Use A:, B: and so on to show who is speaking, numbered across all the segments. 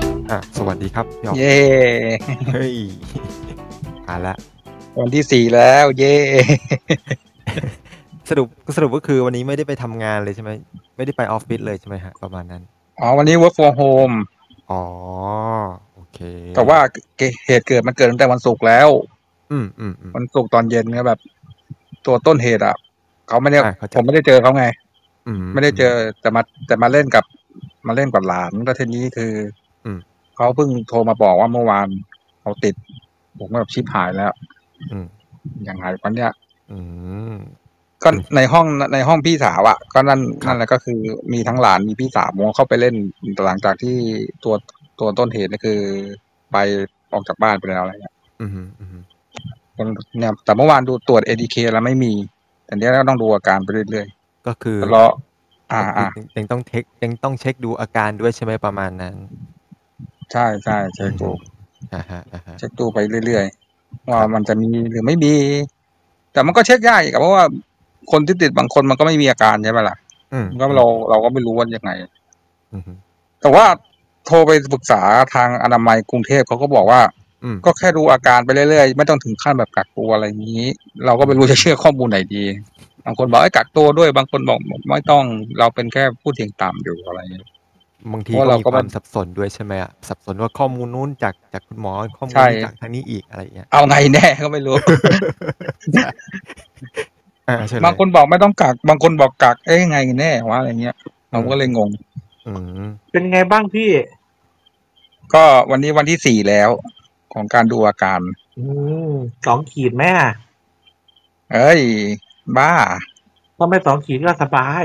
A: ดีครับพี่อ๋อง
B: เย่
A: เฮ้ยผ่านละ
B: วันที่สี่แล้ว เย่
A: สรุปสรุปก็คือวันนี้ไม่ได้ไปทำงานเลยใช่ไหมไม่ได้ไปออฟฟิศเลยใช่ไหมฮะประมาณนั้น
B: อ๋อวันนี้ work from home
A: อ๋อโอเค
B: แต่ว่าเกเหตุเกิดมันเกิดตั้งแต่วันศุกร์แล้ว
A: อืมอืมอืม
B: วันศุกร์ตอนเย็นเนี่ยแบบ ตัวต้นเหตุอ่ะเขาไม่ได้
A: อ่าเข้าใจ
B: ผมไม่ได้เจอเขาไง
A: อื
B: ไม่ได้เจอแต่มาแต่มาเล่นกับ มาเล่นกับหลานแล้วทีนี้คืออ
A: ม
B: เขาเพิ่งโทรมาบอกว่าเมื่อวานเขาติด ผมก็แบบชิบหายแล้ว
A: อืม
B: อย่างไรวันเนี้ย
A: อืม
B: ก็
A: อืม
B: ในห้องในห้องพี่สาวอะก็นั่น
A: ครับ
B: นั่นแหละก็คือมีทั้งหลานมีพี่สาวมงเข้าไปเล่นหลังจากที่ตัวตัวต้นเหตุนี่คือ ไปออกจากบ้านไปแล้วอะไรเงี้ย
A: อืมอืม
B: คนเนี่ยแต่เมื่อวานดูตรวจเอ k เคแล้วไม่มีแต่เนี้ยก็ต้องดูอาการไปเรื่อย
A: ก็คือ
B: ๆแล้วรออ่าอ่า
A: ยังยังต้องเทคยังต้องเช็คดูอาการด้วยใช่ไหมประมาณนั้น
B: ใช่ใช่เช็คดู
A: อ่าฮะอ่าฮะ
B: เช็คดูไปเรื่อยๆ ว่ามันจะมีหรือไม่มี แต่มันก็เช็คยากอีกอะเพราะว่าคนที่ติดบางคนมันก็ไม่มีอาการใช่ไหมล่ะ
A: อืม
B: มันก็เราเราก็ไม่รู้ว่ายังไง
A: อืม
B: แต่ว่าโทรไปปรึกษาทางอนามัยกรุงเทพเขาก็บอกว่า
A: อืม
B: ก็แค่ดูอาการไปเรื่อยๆ ไม่ต้องถึงขั้นแบบกักตัวอะไรอย่างนี้ เราก็ไม่รู้จะเชื่อข้อมูลไหนดี บางคนบอกไอ้ยกักตัวด้วยบางคนบอกไม่ต้องเราเป็นแค่ผู้เสี่ยงต่ำอยู่อะไรอย่างนี้
A: บางที
B: เพราะ
A: ก็
B: เรา
A: มี
B: ก็
A: ค
B: มั
A: วาม
B: น
A: สับสนด้วยใช่ไหมอะสับสนว่าข้อมูลนู้นจากจากคุณหมอข้อมูล
B: ใช่
A: นี้จากทางนี้อีกอะไรอย่างเงี้ย
B: เอาไงแน่ก็ไม่รู้
A: อ่าใช่เลย
B: บางคนบอกไม่ต้องกักบางคนบอกกักเอ้ยไงแน่วะอะไรเงี้ยเราก็เลยงง
A: อืม
C: เป็นไงบ้างพี่
B: ก็วันนี้วันที่สี่แล้วของการดูอาการ
C: อืมสองขีดแม่
B: เอ้ย บ้า
C: ถ้าไม่สองขีดก็สบาย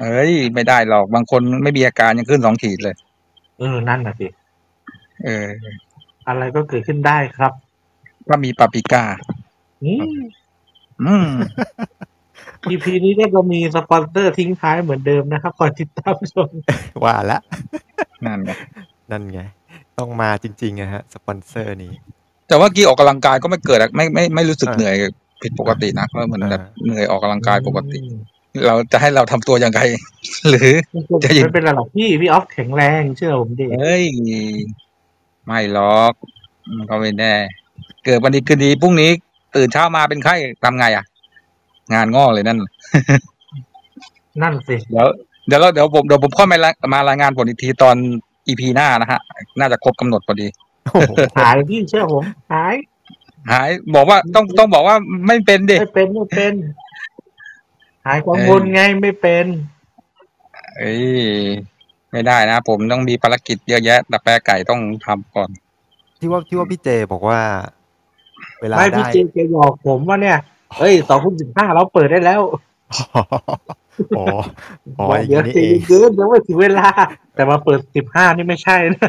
B: เอ้ย ไม่ได้หรอกบางคนไม่มีอาการยังขึ้นสองขีดเลย
C: เออ นั่นน่ะสิ
B: เออ
C: อะไรก็เกิดขึ้นได้ครับ
B: ก็มีปาปริก้า
C: อืม
B: อืม
C: EP นี้ก็จะมีสปอนเซอร์ทิ้งท้ายเหมือนเดิมนะครับก่อนติดตามชม
A: ว่าละ
B: นั่นไง
A: นั่นไง ต้องมาจริงๆนะฮะสปอนเซอร์นี้
B: แต่ว่ากี้ออกกำลังกายก็ไม่เกิดอะไม่ไม่ไม่รู้สึก
A: อ่า
B: เหนื่อยผิดปกตินะเพราะเหมือนแบบ
A: อ่า
B: เหนื่อยออกกำลังกายปกติ เราจะให้เราทำตัวอย่างไร หรือ
C: ไม่เป็น
B: ใจเย็น
C: ไม่เป็นไรหรอกพี่พี่ออฟแข็งแรง เชื่อผมดิ
B: เฮ้ย ไม่หรอกมันก็ไม่แน่ เกิดวันนี้คืนดีพรุ่งนี้ ตื่นเช้ามาเป็นไข้ทำไงอ่ะ งานงอกเลยนั่น
C: นั่นสิ
B: เดี๋ยวเดี๋ยวเราเดี๋ยวผมเดี๋ยวผมค่อยมารายมารายงานผลอีกทีตอนอีพีหน้านะฮะ น่าจะครบกำหนดพอดี
A: โอ้โห
C: หายพี่เชื่อผมหาย
B: หาย บอกว่าต้องต้องบอกว่าไม่เป็นดิ
C: ไม่เป็นไม่เป็น หายกังวลไงไม่เป็น
B: เอ้ยไม่ได้นะ ผมต้องมีภารกิจเยอะแยะดับแปรไก่ต้องทำก่อน
A: ที่ว่าที่ว่าพี่เจบอกว่า เวลา
C: ไม่พี่
A: ได้
C: เจเจบอกผมว่าเนี่ยเฮ้ยสองทุ่มสิบห้าเราเปิดได้แล้ว
A: อ๋ออ๋ออ๋ออย่าง
C: เดี๋ยว
A: นี้
C: เจ
A: เอง
C: เย็นๆเดี๋ยวไม่ถึงเวลา แต่มาเปิดสิบห้านี่ไม่ใช่นะ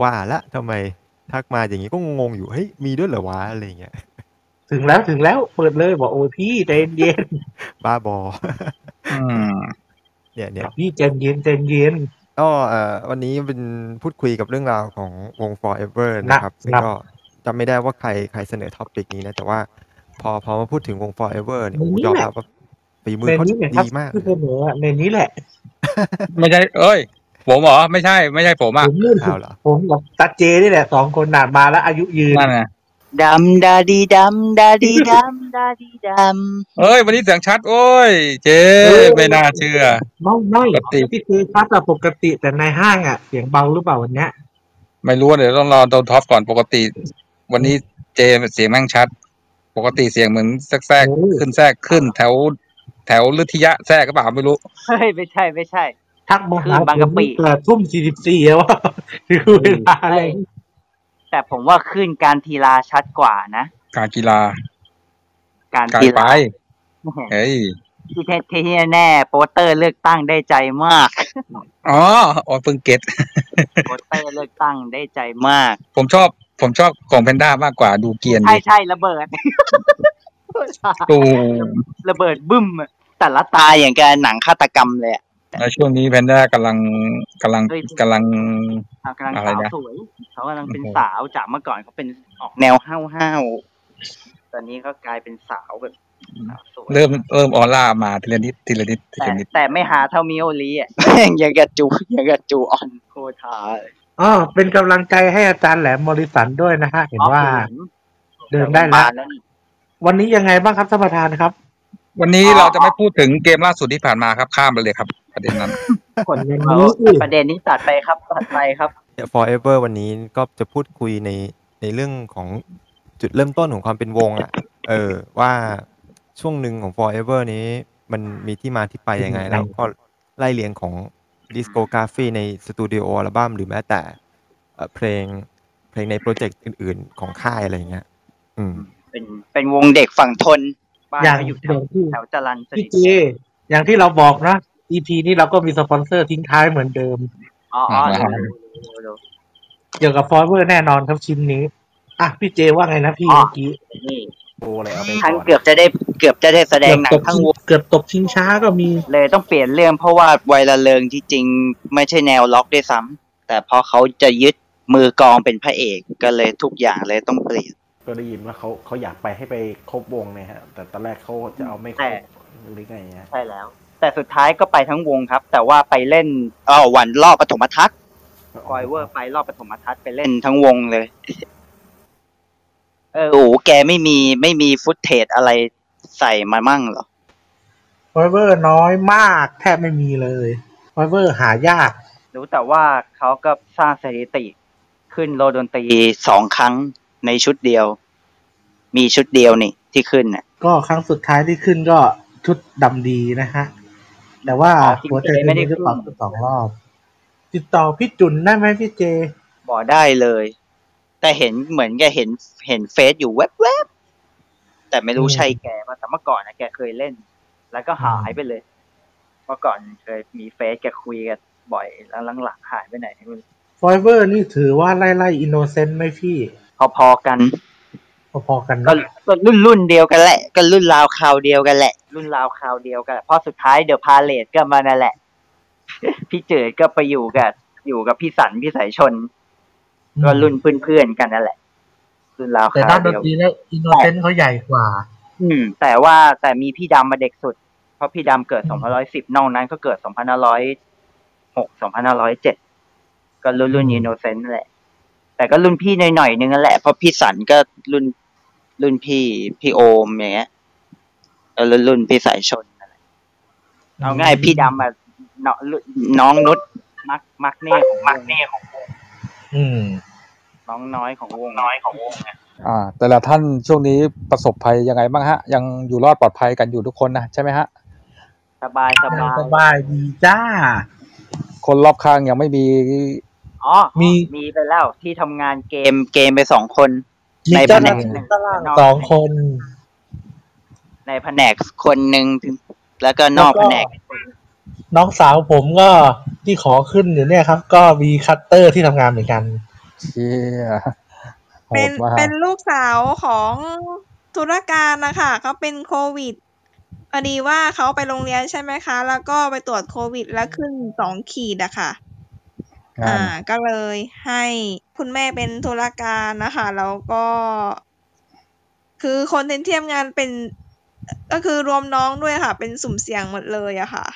A: ว่าละทำไมทักมาอย่างนี้ก็งงๆอยู่เฮ้ยมีด้วยเหรอวะอะไรอย่างเงี้ย
C: ถึงแล้วถึงแล้วเปิดเลยบอกโอ้ยพี่ใจเย็น
A: บ้าบอ
B: อืม
A: เนี่ยเนี่ย
C: ๆพี่ใจเย็นใจเย็น
A: ก็เอ่อวันนี้เป็นพูดคุยกับเรื่องราวของวง forever นะครับ
C: นะ
A: ซึ่งก็จำไม่ได้ว่าใครใครเสนอท็อปิกนี้นะ แต่ว่าพอพอมาพูดถึงวง forever เนี่ยโอ้โหยอมรับว่าฝีมือ
C: ใน
A: เขา
C: นี้เนี่ยครับ
A: ดีมาก
C: ที่เสนอในนี้แหละ
B: ไม่ใช่ เอ้ย ผมเหรอ ไม่ใช่ ไม่ใช่ผม
C: ผ
B: อ่ะ
C: มนี่
A: เอาเหรอ
C: ผมกับตาเจนี่แหละสองคนหนามาแล้วอายุยืน
B: นั่นนะ
D: ดำดาดีดำดา ดีดำดาดีด
B: เอ้ย วันนี้เสียงชัด โอ้ย เจ๊ไม่น่าเชื่อ
C: น้อยน้อย
B: ปกติ
C: พี่คือครับแต่ปกติแต่ในห้างอ่ะเสียงเบาหรือเปล่าวันเนี้ย
B: ไม่รู้ว่าเดี๋ยวต้องรอโดนท็อปก่อนปกติ วันนี้เจเสียงแม่งชัด ปกติเสียงเหมือนแทรกๆขึ้นแทรกขึ้น แถว แถวฤทธิยะแทรกก็เปล่าไม่รู้
D: ำเฮ้ยไม่ใช่ไม่ใช่
C: ทักมาหา
D: คือบางกะปิ
C: ผมเปิดทุ่มสี่สิบสี่แล้ว ว่าถึงเวลาอะไร
D: แต่ผมว่าขึ้นการทีลาชัดกว่านะ
B: การกีฬา
D: การ
B: การ
D: ที
B: ไป
D: ลา
B: เฮ้ย
D: ที่แท้ที่แน่ๆโปสเตอร์เลือกตั้งได้ใจมาก
B: อ๋ออ๋อเพิ่งเก็ต
D: โปสเตอร์เลือกตั้งได้ใจมาก
B: ผมชอบ ผมชอบของแพนด้ามากกว่าดูเกียน
D: ใช่ใช่ระเบิด
B: ดู
D: ระเบิดบึ้มอะแต่ละตายอย่างกับหนังฆาตกรรมเลยอะ
B: แล้วช่วงนี้แพนด้ากำลังกำลังกำลัง
D: เขากำลัง
B: อะไร
D: สาว
B: นะ
D: สวยเขากำลังเป็น
B: โอ้โห
D: สาวจากเมื่อก่อนเขาเป็นออกแนวห้าวห้าวๆตอนนี้ก็กลายเป็นสาวแบบสาวสวย
B: เริ่มเริ่มออร่ามาทีละนิดทีละนิดที
D: แต่
B: ละนิด
D: แต่ไม่หาเท่ามิโอลีอ่ะ แม่งอยังกระจูอยังกระจูออนโคตรหาเลย
C: อ๋อเป็นกำลังใจให้อาจารย์แหลมมอริสันด้วยนะฮะ เห็นว่า เดินได้แล้ว
D: แล้วนี่
C: วันนี้ยังไงบ้างครับท่านประธานครับ
B: วันนี้เราจะไม่พูดถึงเกมล่าสุดที่ผ่านมาครับข้ามไปเลยครับประเด็นนั้น
C: ผลยัง
D: เอา
C: นี้สิ
D: ประเด็นนี้ตัดไปครับตัดไปครับ
A: forever วันนี้ก็จะพูดคุยในในเรื่องของจุดเริ่มต้นของความเป็นวงอ่ะ เออ ว่าช่วงหนึ่งของ forever นี้มันมีที่มาที่ไปยังไง แล้วก็ไล่เรียงของดิสโกกราฟีในสตูดิโออัลบั้มหรือแม้แต่เอ่อเพลงเพลงในโปรเจกต์อื่นๆ ของค่ายอะไรอย่างเงี้ย อืม
D: เป็นเป็นวงเด็กฝั่งทนบ้าน
C: อย่าง
D: เขาอยู่แถ
C: เดิ
D: ว
C: มที่
D: แถวจรัญส
C: พี่
D: นิท
C: เจอย่างที่เราบอกนะ EP นี้เราก็มีสปอนเซอร์ทิ้งท้ายเหมือนเดิม
D: อ๋ออ๋อ
B: อ่า
D: รู้รู้รู้
C: เกี่ยวกับฟอร์เวอร์แน่นอนครับชิ้นนี้ อ่ะพี่เจว่าไงนะพี่
D: อ๋อ
C: เมื่อกี้
D: นี่
A: โบอะไรเอาไป
D: ทั้ง
A: ก่อน
D: เกือบจะได้เกือบจะได้แสดงหนัง
C: เกือบตก
D: ทั้งวง
C: เกือบตกชิงช้าก็มี
D: เลยต้องเปลี่ยนเรื่องเพราะว่าไวละเริงที่จริงไม่ใช่แนวล็อกด้วยซ้ำแต่พอเขาจะยึดมือกลองเป็นพระเอกก็เลยทุกอย่างเลยต้องเปลี่ยน
E: ก็ได้ยินว่าเขาเขาอยากไปให้ไปครบวงเนี่ยฮะ แต่ตอนแรกเขาจะเอาไม่ครบหรือไงฮะ
D: ใช่แล้ว แต่สุดท้ายก็ไปทั้งวงครับ แต่ว่าไปเล่นเออวันรอบปฐมทัศน์คอยเวอร์ไปรอบปฐมทัศน์ไปเล่นทั้งวงเลย เออโอ้โหแกไม่มีไม่มีฟุตเทจอะไรใส่มามั่งเหรอ
C: ฟอร์เวอร์น้อยมากแทบไม่มีเลยฟอร์เวอร์หายาก
D: รู้แต่ว่าเขาก็สร้างสถิติ ขึ้นโลดนตรีสองครั้งในชุดเดียว มีชุดเดียวนี่ที่ขึ้นน่ะ
C: ก็ครั้งสุดท้ายที่ขึ้นก็ชุดดำดีนะฮะ แต่ว่า
D: อ๋อพี่
C: หัวใจ
D: เจไม่ได้
C: ไม่ได้ตอบ
D: ขึ้น
C: สองรอบ ติดต่อพี่จุนได้ไหมพี่เจ
D: บอกได้เลย แต่เห็นเหมือนแกเห็นเห็นเฟซอยู่แวบๆแต่ไม่รู้
C: อืม
D: ใช่แกป่ะแต่เมื่อก่อนนะแกเคยเล่น แล้วก็หายไปเลย เมื่อก่อนเคยมีเฟซแกคุยกันบ่อยแล้วหลังๆหายไปไหนไม่รู้
C: ฟอร์เวอร์นี่ถือว่าไล่ไล่อินโนเซนต์ไหมพี่
D: พอๆกัน
C: พอๆกัน
D: ก็
C: เนาะ
D: ก็รุ่นรุ่นเดียวกันแหละ ก็รุ่นราวคราวเดียวกันแหละ รุ่นราวคราวเดียวกันเพราะสุดท้ายเดอะพาเลตก็มานั่นแหละ พี่เจิดก็ไปอยู่กับอยู่กับพี่สันพี่สายชน ก็รุ่นเพื่อนๆกันนั่นแหละ รุ่นราวค
C: แต่
D: รา
C: ด้า
D: วน
C: ด
D: เดี
C: นตรี
D: ยว
C: แล้วอินโนเซนต์เขาใหญ่กว่า
D: อืมแต่ว่าแต่มีพี่ดำมาเด็กสุด เพราะพี่ดำเกิด 2510 นอกนั้นก็เกิด 2506 2507 ก็รุ่นรุ่น
C: อืม
D: อินโนเซนต์แหละ แต่ก็รุ่นพี่หน่อยๆนึงนั่นแหละ เพราะพี่สันก็รุ่นรุ่นพี่พี่โอมอย่างเงี้ยเออรุ่นรุ่นพี่สายชน เอาง่ายพี่ดำอะเนาะรุ่นน้องนุชมักมักเน่ของมักเน่ของ
C: อืม
D: น้องน้อยของวงน้อยของวง
B: อ่า แต่ละท่านช่วงนี้ประสบภัยยังไงบ้างฮะ ยังอยู่รอดปลอดภัยกันอยู่ทุกคนนะใช่ไหมฮะ
D: สบายสบาย
C: สบายดีจ้า
B: คนรอบข้างยังไม่มี
D: อ๋อ
C: มี
D: มีไปแล้วที่ทำงานเกมเกมไปสองคน
C: มี
D: ใน
C: เจ้าห
D: แผ
C: น้าน
D: ก
C: ที่
D: หนึ่ง
C: ตาราง
D: นอก
C: สองคน
D: ในแผนกคนหนึ่งถึง แล้วก็นอก
C: แล้วก็
D: แผนก
C: น้องสาวผมก็ที่ขอขึ้นอยู่เนี่ยครับ ก็มีคัตเตอร์ที่ทำงานเหมือนกัน
B: เชี่ยโห
F: เป็น
B: ดมาก
F: เป็นลูกสาวของธุรการนะคะเขาเป็นโควิดพอดีว่าเขาไปโรงเรียนใช่ไหมคะ แล้วก็ไปตรวจโควิดแล้วขึ้นสองขีดอะค่ะ
B: งา
F: อ่าน ก็เลยให้คุณแม่เป็นธุรการนะคะ แล้วก็ คือคนเทนเทียมงานเป็น ก็คือรวมน้องด้วยค่ะ เป็นสุ่มเสี่ยงหมดเลยอะค่ะ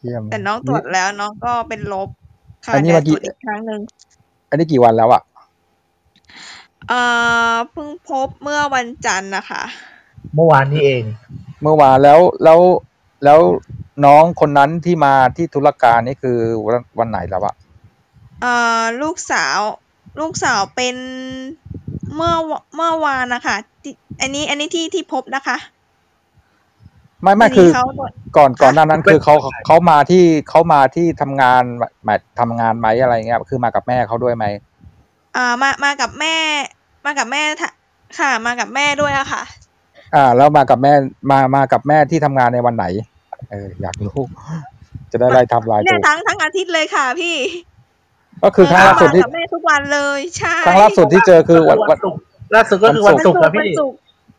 B: เยี่ยม
F: แต่น้องตรวจแล้วน้องก็เป็นลบค่ะ
B: อันนี้
F: เดี๋
B: มา
F: ย
B: ว
F: ตร
B: กี่
F: วจอีกครั้งหนึ่ง
B: อันนี้กี่วันแล้วอ่ะ
F: เอ่อเพิ่งพบเมื่อวันจันทร์นะคะ
C: เมื่อวานนี้เอง
B: เมื่อวานแล้วแล้วแล้วน้องคนนั้นที่มาที่ธุรการนี่คือวันวันไหนแล้วอะ
F: เอ่อลูกสาวลูกสาวเป็นเมื่อวเมื่อวานนะคะที่อันนี้อันนี้ที่ที่พบนะคะ
B: ไม่ไม่
F: น
B: คื
F: นี้
B: อ
F: เขาตรวจ
B: ก่อนก่อนหน้านั้นคือเขาเขามาที่เขามาที่ทำงานหมายทำงานไหมอะไรเงี้ยคือมากับแม่เขาด้วยไหม
F: เอ่อมามากับแม่ มากับแม่ทะค่ะ มากับแม่ด้วยอะค่ะ
B: อ่า แล้วมากับแม่มามากับแม่ที่ทำงานในวันไหน เอออยากรู้ จะได้ไล่ไทำลาย
F: เนี่
B: ถู
F: ย
B: ก
F: ทั้งทั้งอาทิตย์เลยค่ะพี่
B: ก็คือครั้งล่าสุดที่
F: มกับแม่ทุกวันเลยใช่
B: ครั้งล่าสุดที่เจอคือวันวัน
C: ศุกร์ล่าสุดก็คือ
B: วั
C: วัน
B: นศุ
C: ศุก
B: กร์
C: ร์นะ
F: วัน
C: พี่
F: ศุกร์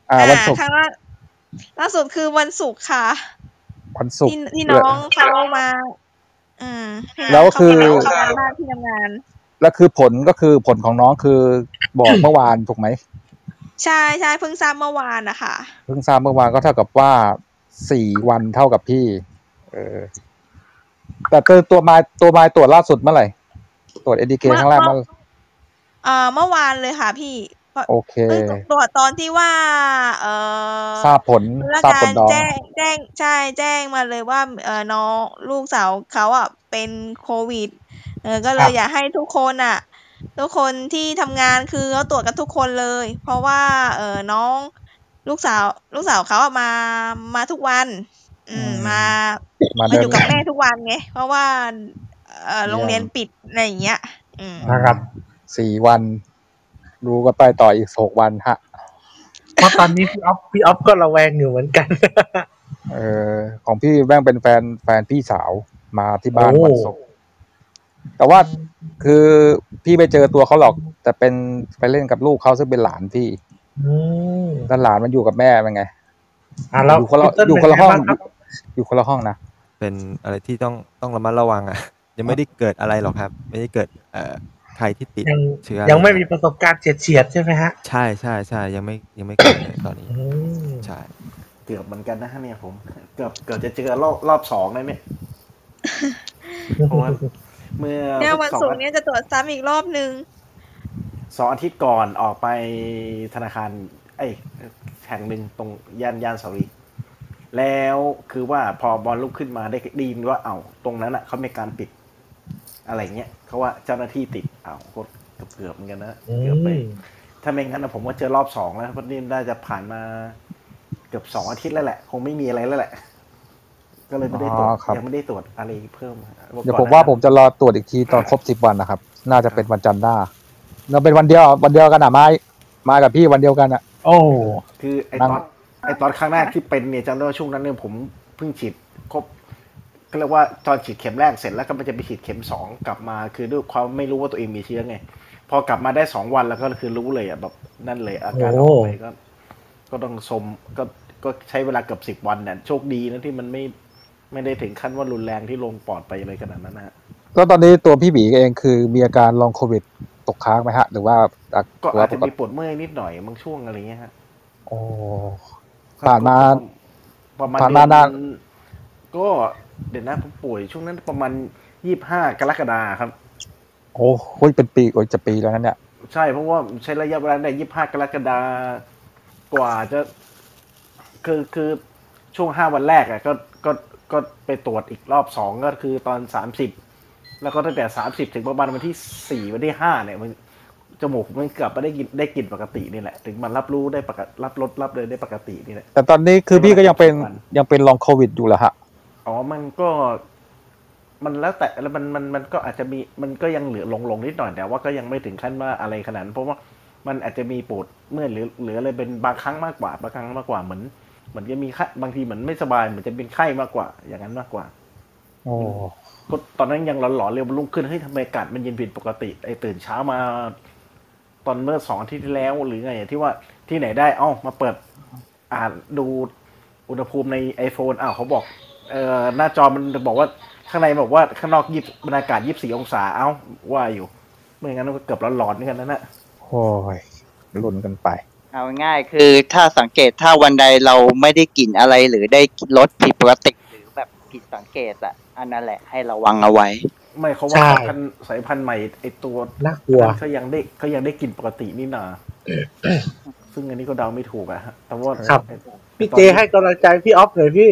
B: อ่า
F: อ่า
B: วันศุกร์
F: ครั้งล่าล่าสุดคือวันศุกร์ค่ะ
B: วันศุก
F: ที่
B: ร์
F: ที่น้องเขามา อืม
B: แล้วคือ
F: เขาไปทำงานที่ทำงาน
B: แล้วคือผลก็คือผลของน้องคือบอกเมื่อวานถูกไหม
F: ใช่ใช่เพิ่งทราบเมื่อวานนะคะ
B: เพิ่งทราบเมื่อวานก็เท่ากับว่าสี่วันเท่ากับพี่ เออ แต่ตัวตัวมายตัวมายตรวจล่าสุดเมื่อไหร่ ตรวจเอดีเกข้างล่างบ้าง
F: เอ่อเมื่อวานเลยค่ะพี่เพราะ
B: โอเค
F: เอ้ยตรวจตอนที่ว่า เอ่อ
B: ทราบผล
F: ธุร
B: ทราบ
F: กา
B: ผ
F: ร
B: ลดอง
F: แจ้งแจ้งใช่แจ้งมาเลยว่า เอ่อน้องลูกสาวเขาอ่ะเป็นโควิด เออก็เล
G: ครั
F: ย
G: บ
F: อยากให้ทุกคนอ่ะ ทุกคนที่ทำงานคือเขาตรวจกันทุกคนเลย เพราะว่า เออน้องลูกสาว ลูกสาวเขาอะมามาทุกวัน อืมมา
B: มา
F: มา
B: เดิ
F: อน ยู่กับแม่ทุกวันไง เพราะว่าเอ่อ
B: เยี่ยม
F: โรงเรียนปิดอะไรอย่างเงี้ย อืม
G: นะครับ
B: สี่วัน ดูกันไปต่ออีกหกวันฮะ
G: เพราะตอนนี้พี่ออฟพี่ออฟก็ระแวงอยู่เหมือนกัน
B: เออของพี่แม่งเป็นแฟนแฟนพี่สาวมาที่บ้าน
G: โอ้
B: วันศุกร์แต่ว่าคือพี่ไปเจอตัวเขาหรอก แต่เป็นไปเล่นกับลูกเขาซึ่งเป็นหลานพี่
G: อืม
B: แล้วหลานมันอยู่กับแม่มันไง
G: อ่ะแล้ว
B: อยู่คนละ
G: พี่เติ้
B: อยู่คนละห้อง
G: เป็ไบ้าครับ
B: อยู่คนละห้องนะ
A: เป็นอะไรที่ต้องต้องระมัดระวังอ่ะ ยังไม่ได้เกิดอะไรหรอกครับ ไม่ได้เกิดเอ่อใครที่ติด
G: ยัง
A: เชื้อ
G: ยังไม่มีประสบการณ์เฉียดเฉียดๆใช่ไหมฮะ
A: ใช่ใช่ใช่ยังไม่ยังไม่เกิดเลยตอนนี้
G: อืม
A: ใช่
E: เกือบเหมือนกันนะฮะเนี่ยผม เกือบเกือบจะเจอรอบรอบสองเลยเนี่ยเพราะว่าเมื่อ
F: เนี่ยวัน
E: สอง
F: ศุก
E: อาทิ
F: ร์
E: ต
F: เนี่
E: ย์
F: ยจะตรวจซ้ำอีกรอบนึง
E: สองอาทิตย์ก่อนออกไปธนาคาร ไอ้ยแห่งหนึ่งตรงย่านย่านเสารีแล้วคือว่าพอบอลลุกขึ้นมาได้ไดีนว่าเอา้าตรงนั้นอ่ะเขามีการปิด อะไรเงี้ยเขาว่าเจ้าหน้าที่ติดเอา้าโคตรเกือบเหมือนกันนะ
G: อื
E: เกือบไป
G: ม
E: ถ้าไม่งั้นนะผมก็เจอรอบสองแล้วเพราะนี่น่าจะผ่านมาเกือบสองอาทิตย์แล้วแหละ คงไม่มีอะไรแล้วแหละ ก็เลยไม่ได้ตรวจยังไม่ได้ตรวจอะไรเพิ่ม
B: เดี๋ยวผมว่าผมจะรอตรวจอีกทีตอนครบสิบวันนะครับ น่าจะเป็นวันจันทร์หน้าเราเป็นวันเดียววันเดียวกันอ่ะไม้มากับพี่วันเดียวกันอ่ะ
G: โอ้
E: คือไอ้ตอนไอ้ตอนครั้งแรกที่เป็นเนี่ยจำได้ว่าช่วงนั้นเนี่ยผมเพิ่งฉีดครบก็เรียกว่าตอนฉีดเข็มแรกเสร็จแล้วก็มันจะไปฉีดเข็มสองกลับมา คือด้วยความไม่รู้ว่าตัวเองมีเชื้อไง พอกลับมาได้สองวันแล้วก็คือรู้เลยอ่ะแบบนั่นเลยอาการออกไปก็ ก็ต้องสมก็ก็ใช้เวลาเกือบสิบวันเนี่ยโชคดีนะที่มันไม่ไม่ได้ถึงขั้นว่ารุนแรงที่ลงปอดไปอะไรขนาดนั้นนะฮะ
B: แล้วตอนนี้ตัวพี่บีเองคือมีอาการลองโควิดตกค้างไหมฮะ หรือว่าอา
E: ก็
B: หรือ
E: อา
B: ว่า
E: จ
B: ป
E: จะ
B: ก
E: มี
B: ติ
E: ปวดเมื่อยนิดหน่อยบางช่วงอะไรเงี้ยฮะ
B: โอ้ ผ่านมา
E: ประมาณ
B: ผ่าน
E: เดือน
B: มาาน
E: ก็เดี๋ยวนะผมป่วยช่วงนั้นประมาณยี่ห้ากรกฎาครับ
B: โอ้โหเป็นปีโอ้ยจะปีแล้วนั่นเนี่ย
E: ใช่เพราะว่าใช้ระยะเวลาได้ยี่ห้ากรกฎากว่าจะ คือคือช่วงห้าวันแรกอะก็ก็ก็ไปตรวจอีกรอบสองก็คือตอนสามสิบแล้วก็ตั้งแต่สามสิบถึงประมาณวันที่สี่วันที่ห้าเนี่ยมันจมูกมันกลับมาได้กินได้กลิ่นปกตินี่แหละ ถึงมันรับรู้ได้ปกติรับรสรับเลยได้ปกตินี่แหละ
B: แต่ตอนนี้คือพี่ก็ยังเป็น
E: ไม่ว่าจะกี่วัน
B: ยังเป็นลองโควิดอยู่เหรอฮะ
E: อ๋อ มันก็ มันแล้วแต่แล้วมันมันมันก็อาจจะมี มันก็ยังเหลือหลงหลงนิดหน่อยแต่ว่าก็ยังไม่ถึงขั้นว่าอะไรขนาดนั้นเพราะว่ามันอาจจะมีปวดเมื่อยหรือหรืออะไรเป็นบางครั้งมากกว่าบางครั้งมากกว่าเหมือนเหมือนจะมีไข้บางทีเหมือนไม่สบายเหมือนจะเป็นไข้มากกว่า อย่างนั้นมากกว่า
B: โอ้
E: ก็ตอนนั้นยังหลอนๆเร็วมันรุ่งขึ้นเฮ้ยทำไมอากาศมันเย็นผิดปกติไอ้ตื่นเช้ามา ตอนเมื่อสองอาทิตย์ที่แล้วหรือไงที่ว่าที่ไหนได้เอ้ามาเปิด อ่านดูอุณหภูมิใน iPhone อ้าวเขาบอก เอ่อหน้าจอมันบอกว่าข้างในบอกว่าข้างนอกยิบบรรยากาศยี่สี่องศาเอ้าว่าอยู่ไม่งั้นมันก็เกือบร้อนๆเหมือนกันนั่นแหละ
B: โหยลุ้นกันไป
D: เอาง่ายคือถ้าสังเกตถ้าวันใดเราไม่ได้กลิ่นอะไรหรือได้รสผิดปกติหรือแบบผิดสังเกตอะอันนั้นแหละให้ระวังเอาไว้
E: ไม่เขา
G: ใช่
E: ว่าสายพันธุ์สายพันธุ์ใหม่ไอตัว
G: น่ากลัว
E: เขายังได้เขายังได้กลิ่นปกตินี่นาซึ่งอันนี้ก็เดาไม่ถูกอะฮะแต่ว่า
G: ครับ
E: ไอ้
G: พี่เจให้กำลังใจพี่ออฟหน่อยพี่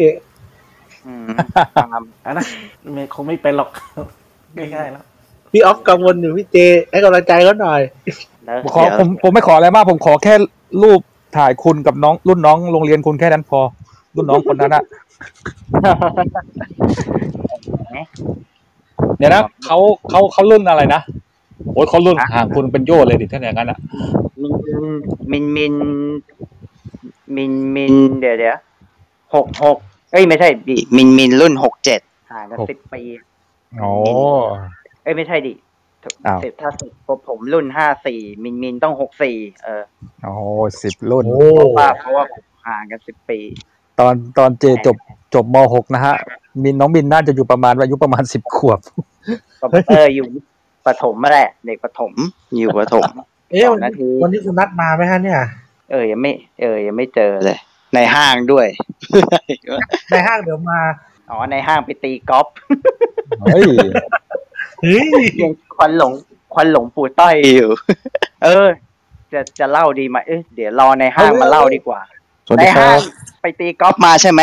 D: อืมตาม
E: อันนั้นไม่คงไม่เป็นหรอก ง่ายๆแล้ว
G: พี่ออฟกังวลอยู่พี่เจให้กำลังใจเขาหน่อย
D: แล้ว
B: ขอ
D: เดี๋ยว
B: ผมผมไม่ขออะไรมาก ผมขอแค่รูปถ่ายคุณกับน้องรุ่นน้องโรงเรียนคุณแค่นั้นพอ รุ่นน้องคน นั้นอะ เดี๋ยวนะเขาเขาเขารุ่นอะไรนะโอ้ยเขารุ่นห่างคุณเป็นโยชน์เลยดิถ้าอย่างนั้นอะ
D: มินมินมินมินเดี๋ยวเดี๋ยวหกหกเอ้ยไม่ใช่ดิมินมินรุ่นหกเจ็ดห่างกันสิบปี
B: โอ้
D: เอ้ยไม่ใช่ดิ
B: อ้าว
D: สิบถ้าสิบผมรุ่นห้าสี่มินมินต้องหกสี่เออ
B: โอ้สิบรุ่น
G: โอ้
D: ว่าเพราะว่าผมห่างกันสิบปี
B: ตอนตอนเจจบจบมหกนะฮะ มินน้องมินน่าจะอยู่ประมาณอายุประมาณสิบขวบ
D: คอมพิวเตอร์อยู่ประถมมาแหละเด็กประถมอยู่ประถม
G: เอ๊ะวัน
D: สองนาที
G: วันนี้คุณนัดมาไหมฮะเนี่ย
D: เออยังไม่ เออยังไม่เจอเลย ในห้างด้วย
G: ในห้างเดี๋ยวมา
D: อ๋อในห้างไปตีกอล์ฟ
B: เฮ้ย
G: เฮ้ย
D: ยังควันหลงควันหลงปู่ต้อยอยู่ เออ จะจะเล่าดีไหมเอ้ยเดี๋ยวรอในห้างมาเล่าดีกว่า
H: สวัส
D: ใน
H: ดีค
D: ห้า
H: รั
D: ง
H: บ
D: ไปตีกอล์ฟมาใช่ไหม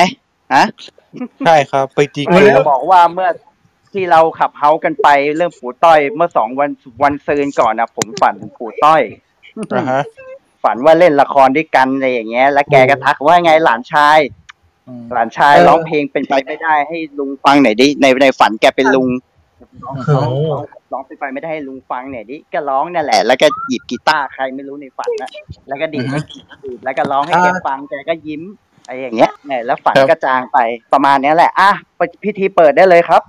D: ฮะ
H: ใช่ครับ ไปตี
D: เอ
H: เก
D: อ
H: ม
D: จะบอกว่าเมื่อที่เราขับเฮากันไปเรื่องปู่ต้อย เมื่อสองวันวันซืนก่อนนะผมฝันถึงปู่ต้อย
H: นะฮะ
D: ฝันว่าเล่นละครด้วยกันอะไรอย่างเงี้ย แล้วแกก็ทักว่าไงหลานชาย หลานชาย
H: เออ
D: ร้องเพลงเป็นไปไม่ได้ให้ลุงฟังหน่อยดิในในฝันแกเป็นลุงร้องร้องร้องเป็นไปไม่ได้ให้ลุงฟังหน่อยดิก็ร้องนั่นแหละ แล้วก็หยิบกีตาร์ใครไม่รู้ในฝันนะแล้วก็ดีดแล้วก็ร้องให้แกฟังแกก็ยิ้มอะไรอย่างเงี้ยเนี่ยแล้วฝันก็จางไปประมาณเนี้ยแหละอ่ะพิธีเปิดได้เลยครับ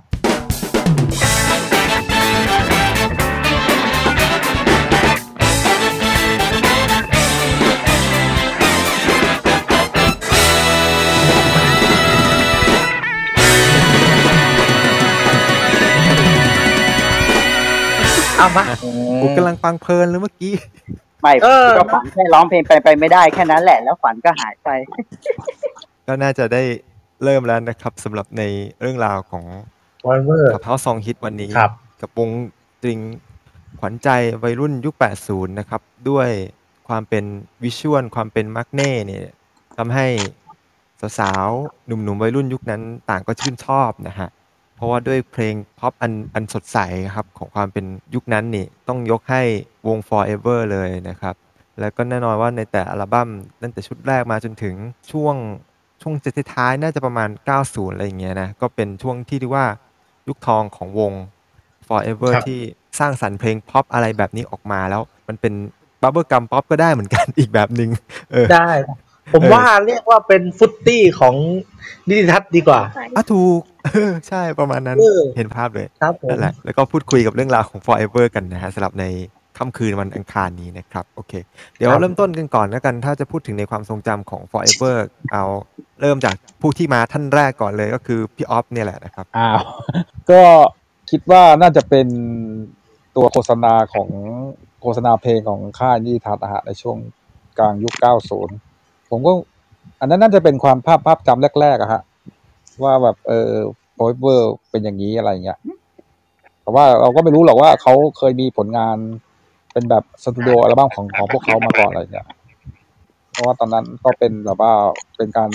A: เอามาผมกำลังฟังเพลินเลยเมื่อกี้
D: ไม่
H: เออ
D: ก็ฝันแค่ร้องเพลงไปไปไม่ได้แค่นั้นแหละ แล้วฝันก็หายไป
A: ก็น่าจะได้เริ่มแล้วนะครับสำหรับในเรื่องราวของ
G: วายเวอร์
A: กับเฮาซองฮิตวันนี้
G: ครับ
A: กับวงตริงขวัญใจวัยรุ่นยุค 80 นะครับ ด้วยความเป็นวิชวลความเป็นมาร์กเน่เนี่ยทำให้สาวๆ หนุ่มๆ วัยรุ่นยุคนั้นต่างก็ชื่นชอบนะฮะ เพราะว่าด้วยเพลงพ็อปอันอันสดใสครับ ของความเป็นยุคนั้นนี่ต้องยกให้วง Forever เลยนะครับ แล้วก็แน่นอนว่าในแต่อัลบั้มตั้งแต่ชุดแรกมาจนถึงช่วงช่วงเจตท้ายๆน่าจะประมาณ 90 อะไรอย่างเงี้ยนะ ก็เป็นช่วงที่เรียกว่ายุคทองของวง Forever
G: ครับ
A: ที่สร้างสรรค์เพลงพ็อปอะไรแบบนี้ออกมาแล้ว มันเป็นบับเบิลกัมป๊อปก็ได้เหมือนกัน อีกแบบ หนึ่งเออ
G: ได้ ผม
A: เออ
G: ว่าเรียกว่าเป็นฟุตตี้ของนิติทัศน์ดีกว่า
A: อ่ะถูก เออใช่ประมาณนั้น
G: เออ
A: เห็นภาพเลย
G: ครับผม
A: นั่นแหละแล้วก็พูดคุยกับเรื่องราวของ Forever กันนะฮะสำหรับในค่ำคืนวันอังคารนี้นะครับ โอเค เดี๋ยวเริ่มต้นกันก่อนแล้วกัน ถ้าจะพูดถึงในความทรงจำของ Forever เอาเริ่มจากผู้ที่มาท่านแรกก่อนเลยก็คือพี่ออฟเนี่ยแหละนะครับ
B: อ้าว ก็คิดว่าน่าจะเป็นตัวโฆษณาของโฆษณาเพลงของค่ายนิติทัศน์นะฮะในช่วงกลางยุค 90 ผมก็ อันนั้นน่าจะเป็นความภาพภาพจำแรกๆอะฮะ ว่าแบบเออโพสเวอร์เป็นอย่างนี้อะไรเงี้ยแต่ว่าเราก็ไม่รู้หรอกว่าเขาเคยมีผลงานเป็นแบบสตูดิโออัลบั้มของของพวกเขามาก่อนอะไรเงี้ย เพราะว่าตอนนั้นก็เป็นแบบว่าเป็นการ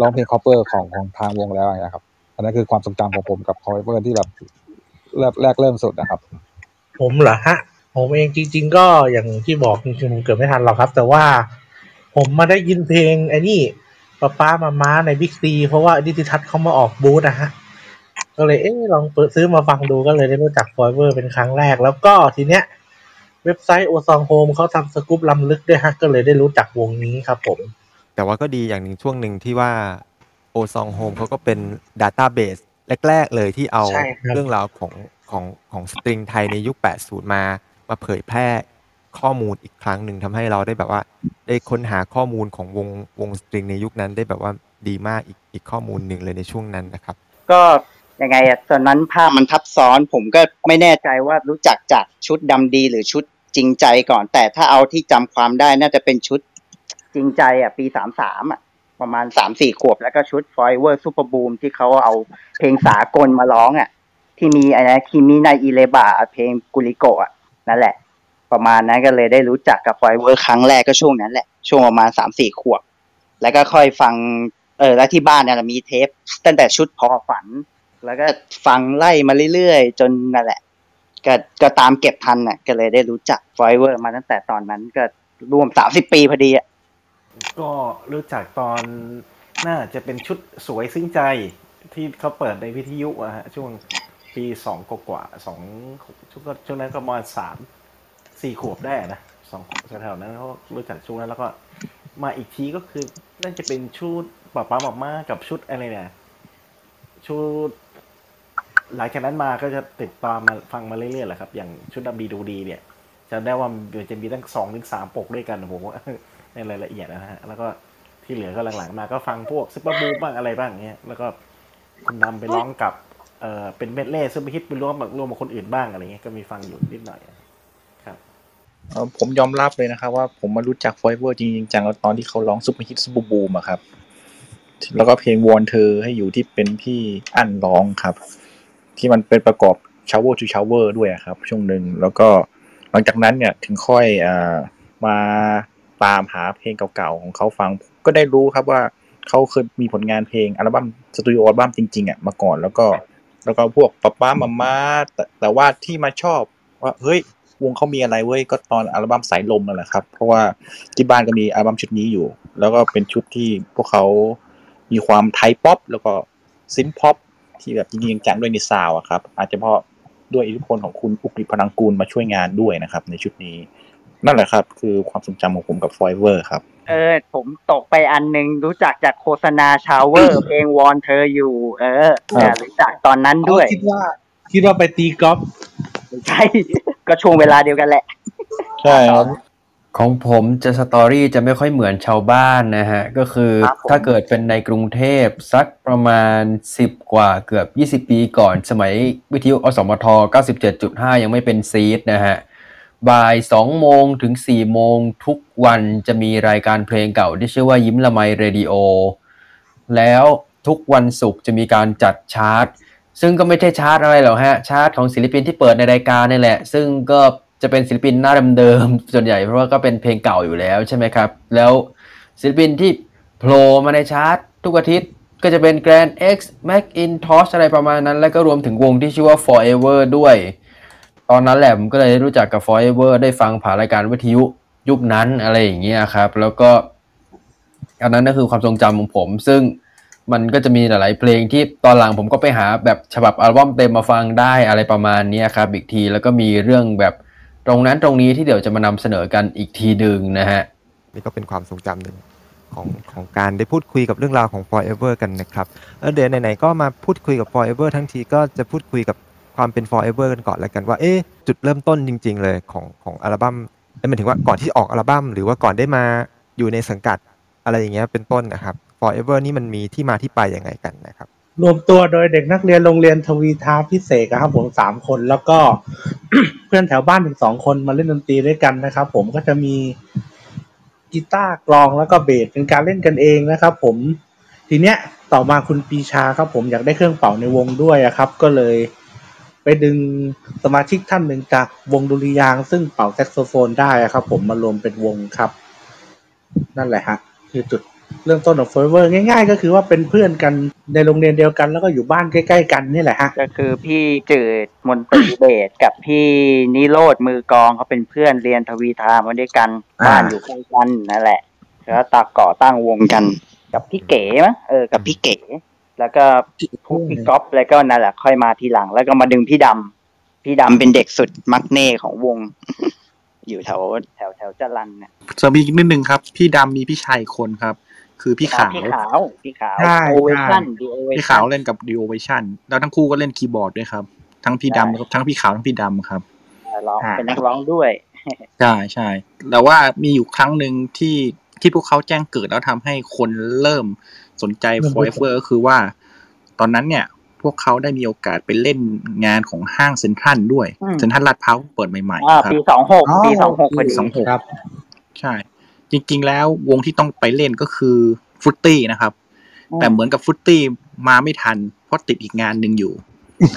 B: ร้องเพลงคอปเปอร์ของของทางวงแล้วอะไรเงี้ยครับ อันนั้นคือความทรงจำของผมกับคอยเพื่อนที่แบบแรกแรกเริ่มสุดนะครับ
G: ผมเหรอฮะ ผมเองจริง ๆ ก็อย่างที่บอกจริงๆผมเกิดไม่ทันหรอกครับ แต่ว่าผมมาได้ยินเพลงไอ้นี่ป้าป้ามาม้าในบิ๊กซีเพราะว่านิติทัศน์เขามาออกบูธนะฮะ ก็เลยเอ๊ะลองเปิดซื้อมาฟังดูก็เลยได้รู้จักฟอยเวอร์เป็นครั้งแรก แล้วก็ทีเนี้ย เว็บไซต์โอซองโฮมเขาทำสกู๊ปล้ำลึกด้วยฮะ ก็เลยได้รู้จักวงนี้ครับผม
A: แต่ว่าก็ดีอย่างหนึ่งช่วงหนึ่งที่ว่า o s o n g Home เขาก็เป็น Database แรก ๆ เลยที่เอา
G: ใช่ครับ
A: เรื่องราวของของของสตริงไทยในยุค 80 มา มาเผยแพร่ข้อมูลอีกครั้งหนึ่งทำให้เราได้แบบว่า ได้ค้นหาข้อมูลของวงวงสตริงในยุคนั้นได้แบบว่าดีมากอีกอีกข้อมูลหนึ่งเลยในช่วงนั้นนะครับ
D: ก็ยังไงอะตอนนั้นภาพมันทับซ้อน ผมก็ไม่แน่ใจว่ารู้จักจากชุดดำดีหรือชุดจริงใจก่อน แต่ถ้าเอาที่จำความได้น่าจะเป็นชุดจริงใจอ่ะ ปีสามสามอ่ะ ประมาณสามสี่ขวบแล้วก็ชุดฟอยเวอร์ซูเปอร์บูมที่เขาเอาเพลงสากลมาร้องอ่ะ ที่มีอะไรคิมินายอิเลบะเพลงกุลิโกะอ่ะ นั่นแหละ ประมาณนั้นก็เลยได้รู้จักกับฟอยเวอร์ครั้งแรกก็ช่วงนั้นแหละช่วงประมาณสามสี่ขวบ แล้วก็ค่อยฟัง เออแล้วที่บ้านเนี่ยมีเทป ตั้งแต่ชุดพอฝัน แล้วก็ฟังไล่มาเรื่อยๆ จนนั่นแหละ ก็ก็ตามเก็บทันน่ะ ก็เลยได้รู้จักไฟเวอร์มาตั้งแต่ตอนนั้นก็รวมสามสิบปีพอดีอ่ะ
E: ก็รู้จักตอนน่าจะเป็นชุดสวยซึ้งใจที่เขาเปิดในวิทยุอะฮะช่วงปีสองกว่าๆสองช่วงก็ช่วงนั้นก็ประมาณสามสี่ขวบได้นะสองแถวๆนั้นเขารู้จักช่วงนั้นแล้วก็มาอีกทีก็คือน่าจะเป็นชุดป้าป้าหมอกมากับชุดอะไรเนี่ยชุด หลังจากนั้นมาก็จะติดตามมาฟังมาเรื่อยๆแหละครับ อย่างชุดดำดีดูดีเนี่ยจำได้ว่ามันจะมีตั้งสองถึงสามปกด้วยกันผมว่า ในรายละเอียดนะฮะ แล้วก็ที่เหลือก็หลังๆมาก็ฟังพวกซุปเปอร์บูบ้างอะไรบ้างเงี้ย แล้วก็คุณนำไปร้องกับ เอ่อ เป็นเมดเล่ซึ่งไปคิดไปร่วมกับร่วมกับคนอื่นบ้างอะไรเงี้ย ก็มีฟังอยู่นิดหน่อย
I: เอ่อผมยอมรับเลยนะครับว่าผมมารู้จักฟอยเวอร์จริงๆจังๆตอนที่เขาร้องซุปเปอร์ฮิตซุปเปอร์บูมอะครับ แล้วก็เพลงวอนเธอให้อยู่ที่เป็นพี่อั้นร้องครับ ที่มันเป็นประกอบ ชาวเวอร์ทูชาวเวอร์ด้วยอะครับ ช่วงหนึ่งแล้วก็หลังจากนั้นเนี่ยถึงค่อยอามาตามหาเพลงเก่าๆของเขาฟัง ก็ได้รู้ครับว่าเขาเคยมีผลงานเพลงอัลบั้มสตูดิโออัลบั้มจริงๆอ่ะมาก่อนแล้วก็ แล้วก็พวกป๊าป๊ามาม่าแต่แต่ว่าที่มาชอบว่าเฮ้ยวงเขามีอะไรเว้ยก็ตอนอัลบั้มสายลมนั่นแหละครับ เพราะว่าที่บ้านก็มีอัลบั้มชุดนี้อยู่ แล้วก็เป็นชุดที่พวกเขามีความไทยป๊อปแล้วก็ซินป๊อปที่แบบจริงๆจังๆด้วยในซาวด์อะครับ อาจจะเพราะด้วยอิทธิพลของคุณอุกฤษพนังกูลมาช่วยงานด้วยนะครับ ในชุดนี้ นั่นแหละครับ คือความทรงจำของผมกับฟอยเวอร์ครับ
D: เออ ผมตกไปอันหนึ่งรู้จักจากโฆษณาชาวเวอร์ เพลงวอนเธออยู่ เออแต่รู้จักตอนนั้นด้วย
G: คิดว่า คิดว่าไปตีกอล์ฟ
D: ใช่ ก็ช่วงเวลาเดียวกันแหละ
I: ใช่ครับ
J: ของผมจะสตอรี่จะไม่ค่อยเหมือนชาวบ้านนะฮะ ก็คือ
D: ครับผม
J: ถ้าเกิดเป็นในกรุงเทพสักประมาณ 10 กว่าเกือบ 20 ปีก่อนสมัยวิทยุอสมท 97.5 ยังไม่เป็นซีดนะฮะ บ่าย 2 โมงถึง 4 โมงทุกวันจะมีรายการเพลงเก่าที่ชื่อว่ายิ้มละไมเรดิโอ แล้วทุกวันศุกร์จะมีการจัดชาร์ต ซึ่งก็ไม่ใช่ชาร์ตอะไรหรอกฮะ ชาร์ตของศิลปินที่เปิดในรายการนี่แหละ ซึ่งก็จะเป็นศิลปินหน้าเดิมๆ ส่วนใหญ่เพราะว่าก็เป็นเพลงเก่าอยู่แล้วใช่ไหมครับ แล้วศิลปินที่โผล่มาในชาร์ตทุกอาทิตย์ก็จะเป็น Grand X Mac Intosh อะไรประมาณนั้น แล้วก็รวมถึงวงที่ชื่อว่า Forever ด้วย ตอนนั้นแหละผมก็เลยได้รู้จักกับ Forever ได้ฟังผ่านรายการวิทยุยุคนั้นอะไรอย่างเงี้ยครับ แล้วก็ อันนั้นก็คือความทรงจำของผม ซึ่งมันก็จะมีหลาย ๆ เพลงที่ตอนหลังผมก็ไปหาแบบฉบับอัลบั้มเต็มมาฟังได้อะไรประมาณเนี้ยครับอีกทีแล้วก็มีเรื่องแบบตรงนั้นตรงนี้ที่เดี๋ยวจะมานำเสนอกันอีกทีหนึ่งนะฮะ
A: นี่ก็เป็นความทรงจำหนึ่งของของการได้พูดคุยกับเรื่องราวของ forever กันนะครับเอ่อเดี๋ยวไหนๆก็มาพูดคุยกับ forever ทั้งทีก็จะพูดคุยกับความเป็น forever กันก่อนแล้วกันว่าเอ๊ะจุดเริ่มต้นจริง ๆ เลยของของอัลบั้มเอ้ยหมายถึงว่าก่อนที่ออกอัลบั้มหรือว่าก่อนได้มาอยู่ในสังกัดอะไรอย่างเงี้ยเป็นต้นนะครับ forever นี่มันมีที่มาที่ไปยังไงกันนะครับ
G: รวมตัวโดยเด็กนักเรียนโรงเรียนทวีทาพิเศษครับผมสามคนแล้วก็ เพื่อนแถวบ้านอีกสองคนมาเล่นดนตรีด้วยกันนะครับ ผมก็จะมีกีตาร์กลองแล้วก็เบสเป็นการเล่นกันเองนะครับ ผมทีเนี้ยต่อมาคุณปีชาครับผมอยากได้เครื่องเป่าในวงด้วยอะครับ ก็เลย ไปดึงสมาชิกท่านหนึ่งจากวงดุริยางค์ซึ่งเป่าแซกโซโฟนได้อะครับ ผมมารวมเป็นวงครับ นั่นแหละฮะคือจุด เริ่มต้นของ forever ง่ายๆ ก็คือว่าเป็นเพื่อนกันในโรงเรียนเดียวกันแล้วก็อยู่บ้านใกล้ๆ กันนี่แหละฮะ
D: ก็คือพี่จืดมนตรีเบสกับพี่นิโรธมือกลองเขาเป็นเพื่อนเรียนทวีทามาด้วยกัน
G: อ่า
D: บ้านอยู่ใกล้กันนั่นแหละ แล้วตาก่อตั้งวงกัน กับพี่เก๋มั้งเออกับพี่เก๋ แล้วก็พวกพี่ก๊อฟแล้วก็นั่นแหละค่อยมาทีหลัง แล้วก็มาดึงพี่ดำพี่ดำเป็นเด็กสุดมักเน่ของวง อยู่แถวแถวแถวจรัญเนี่ย
I: สมีอีกนิดนึงครับ พี่ดำมีพี่ชายอีกคนครับ คือพี่ขาว
D: พี่ขาวพี่ขาว
G: ใช่
D: โอเวชั่นดีโอเว
I: พี่
D: ชั่
I: ขาวน เล่นกับดิโอเวชันแล้วทั้งคู่ก็เล่นคีย์บอร์ดด้วยครับ ทั้งพี่
D: ใช่
I: ดำครับทั้งพี่ขาวทั้งพี่ดำครับ
D: ร้องเป็นนักร้องด้วย
I: ใช่ใช่แต่ว่ามีอยู่ครั้งหนึ่งที่ที่พวกเขาแจ้งเกิดแล้วทำให้คนเริ่มสนใจ
G: เริ่ม
I: f o r e v e r ก็คือว่า ตอนนั้นเนี่ย พวกเขาได้มีโอกาสไปเล่นงานของห้างเซ็นทรัลด้วย
D: อืม
I: เซ็นทรัลลาดพร้าวเปิดใหม่
D: อ่า
I: ๆครับ
D: ปีสองหกปีสองหกพอ
I: ปี
D: ดี
I: สองหก
G: ครับ
I: ใช่ จริงๆแล้ววงที่ต้องไปเล่นก็คือฟุตตี้นะครับ
D: อืม
I: แต่เหมือนกับฟุตตี้มาไม่ทัน เพราะติดอีกงานหนึ่งอยู่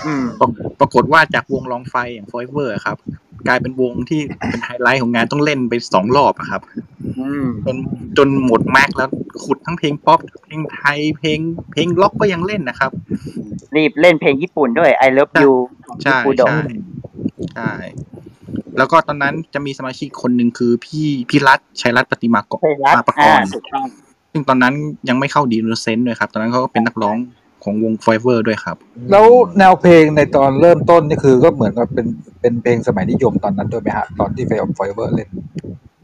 D: อืม
I: ปรปรากฏว่าจากวงลองไฟอย่าง Forever อะครับ กลายเป็นวงที่เป็นไฮไลท์ของงานต้องเล่นไปสองรอบอะครับ
D: อืม
I: จนจนหมดแม็กซ์แล้วขุดทั้งเพลงป๊อปเพลงไทยเพลงเพลงล็อกก็ยังเล่นนะครับ
D: รีบเล่นเพลงญี่ปุ่นด้วย I love you ของพี่
I: ใช่
D: ปูดง
I: ใช่ใช่ แล้วก็ตอนนั้นจะมีสมาชิกคนหนึ่งคือพี่พี่รัฐชัยรัฐปฏิมากร
D: เพลงรัก
I: มาประก
D: อ่าร ถูกต้อง
I: ซึ่งตอนนั้นยังไม่เข้าดีนเซนต์ด้วยครับ ตอนนั้นเขาก็เป็นนักร้องของวง Forever ด้วยครับ
B: แล้วแนวเพลงในตอนเริ่มต้นนี่คือก็เหมือนกับเป็นเป็นเพลงสมัยนิยมตอนนั้นด้วยไหมฮะ ตอนที่เฟลฟอยเวอร์เล่น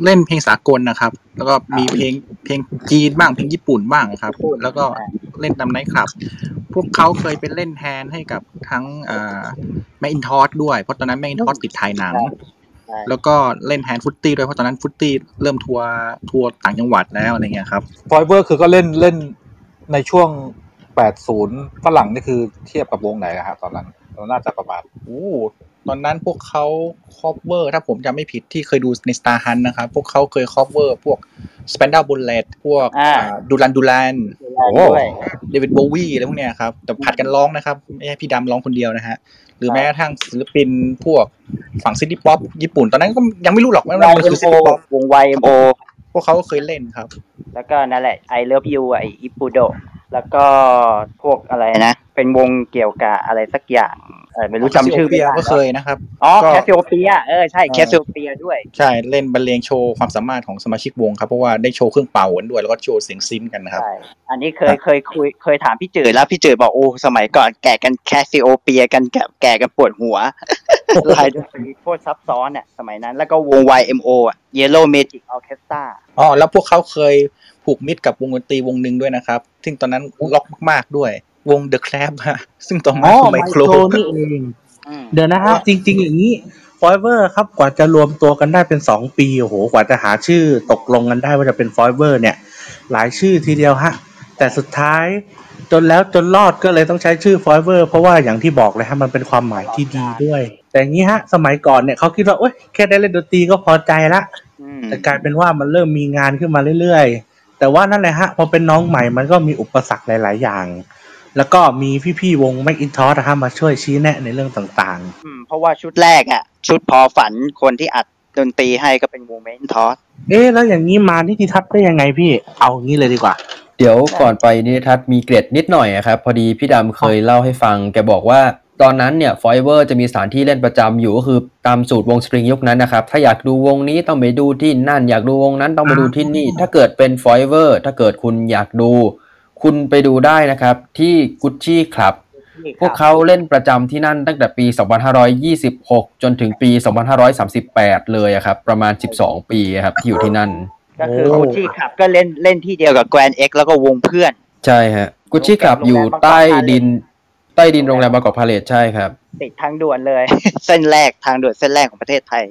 I: เล่นเพลงสากลนะครับ แล้วก็มีเพลงเพลงจีนบ้างเพลงญี่ปุ่นบ้างครับ แล้วก็เล่นตามไนท์คลับ พวกเขาเคยเป็นเล่นแทนให้กับทั้งแมอินทอสด้วย เพราะตอนนั้นแมอินทอสติดถ่ายหนัง
D: ใช่
I: แล้วก็เล่นแทนฟุตตี้ด้วย เพราะตอนนั้นฟุตตี้เริ่มทัวร์ทัวร์ต่างจังหวัดแล้วอะไรเงี้ยครับ
B: ฟอยเวอร์คือก็เล่นเล่นในช่วง 80 ฝรั่งนี่คือเทียบกับวงไหนอะฮะตอนนั้นตอนน่าจะประมาณ
I: โอ้ตอนนั้นพวกเขาครอบเวอร์ถ้าผมจำไม่ผิดที่เคยดูใน Star Hunt นะครับ พวกเขาเคยครอบเวอร์พวก Spandau Ballet พวกดูรันดูแลน
D: เว แรงด้วย
I: เดวิดโบวีอะไรพวกเนี้ยครับ แต่ผัดกันร้องนะครับไม่ใช่พี่ดำร้องคนเดียวนะฮะ หรือแม้กระทั่งศิลปินพวกฝั่งซิตี้ป๊อปญี่ปุ่น ตอนนั้นก็ยังไม่รู้หรอกว่ามันคือซิ
D: YMO
I: ตี้ป๊อป
D: วง YMO
I: พวกเขาก็เคยเล่นครับ
D: แล้วก็นั่นแหละ I Love You ไออิปูโดแล้วก็พวกอะไรนะ เป็นวงเกี่ยวกับอะไรสักอย่างเออไม่รู้จำชื่อไม่
I: Cassiopeia
D: ได้
I: ก็เคยนะครับ
D: อ๋อ
I: ก็
D: แคส s โอเปียเออใช่แคส s โอเปียด้วย
I: ใช่ เล่นบรรเลงโชว์ความสามารถของสมาชิกวงครับ เพราะว่าได้โชว์เครื่องเป่ากันด้วย แล้วก็โชว์เสียงซิ้นกันนะครับ
D: ใช่ อันนี้เคยเคยคุยเคยถามพี่จืดแล้วพี่จืดบอกโอ้สมัยก่อนแก่กันแคส s โอเปียกันแก่แก่กันปวดหัว ลายดนตรีโคตรซับซ้อนอ่ะสมัยนั้นแล้วก็วง YMO อ่ะ Yellow Magic Orchestra
I: อ๋อ แล้วพวกเขาเคยผูกมิตรกับวงดนตรีวงหนึ่งด้วยนะครับ ซึ่งตอนนั้นล็อกมากๆด้วย วง The Clap ฮะ ซึ่งต่อมา
C: อ๋อ
I: คือ
C: ไม
I: ไม
C: โค
I: โค
C: ร
I: ร
C: นี่เอง
D: อืม
C: เดี๋ยวนะครับ จริง ๆ อย่างนี้ Forever ครับกว่าจะรวมตัวกันได้เป็นสองปีโอ้โหกว่าจะหาชื่อตกลงกันได้ว่าจะเป็น Forever เนี่ย หลายชื่อทีเดียวฮะ แต่สุดท้าย จนแล้วจนรอดก็เลยต้องใช้ชื่อ Forever เพราะว่าอย่างที่บอกเลยฮะมันเป็นความหมายที่ดีด้วย แต่อย่างนี้ฮะ สมัยก่อนเนี่ยเขาคิดว่าโอ๊ยแค่ได้เล่นดนตรีก็พอใจละ
D: อืม
C: แต่กลายเป็นว่ามันเริ่มมีงานขึ้นมาเรื่อยๆ แต่ว่านั่นแหละฮะ พอเป็นน้องใหม่มันก็มีอุปสรรคหลายๆ อย่าง แล้วก็มีพี่ๆ วงแม i อินทอสฮะมาช่วยชี้แนะในเรื่องต่าง
D: อืมเพราะว่าชุดแรกอ่ะ ชุดพอฝันคนที่อัดดนตรีให้ก็เป็นวงเมนทอส
C: ๆ เอ๊ะ แล้วอย่างนี้มานิติทัศน์ได้ยังไงพี่ เอางี้เลยดีกว่า
J: เดี๋ยวก่อนไปนิทัศน์มีเกร็ดนิดหน่อยอะครับพอดีพี่ดำเคยเล่าให้ฟัง แกบอกว่า ตอนนั้นเนี่ยฟอยเวอร์จะมีสถานที่เล่นประจำอยู่ก็คือตามสูตรวงสตริงยุคนั้นนะครับ ถ้าอยากดูวงนี้ต้องไปดูที่นั่น อยากดูวงนั้นต้องไปดูที่นี่ ถ้าเกิดเป็นฟอยเวอร์ถ้าเกิดคุณอยากดู คุณไปดูได้นะครับ ที่กุชชี่คลับ พวกเขาเล่นประจำที่นั่นตั้งแต่ปี 2526 จนถึงปี 2538 เลยอะครับประมาณ 12 ปีอะครับที่อยู่ที่นั่น
D: ก็คือ
C: โอ้
D: กุชชี่ขับก็เล่นเล่นที่เดียวกับแกรนเอ็กแล้วก็วงเพื่อน
J: ใช่ฮะกุชชี่คลับอยู่ใต้ดินใต้ดินโรงแรมบางกอกพาเลทใช่ครับ
D: ติดทางด่วนเลย เส้นแรกทางด่วนเส้นแรกของประเทศไทย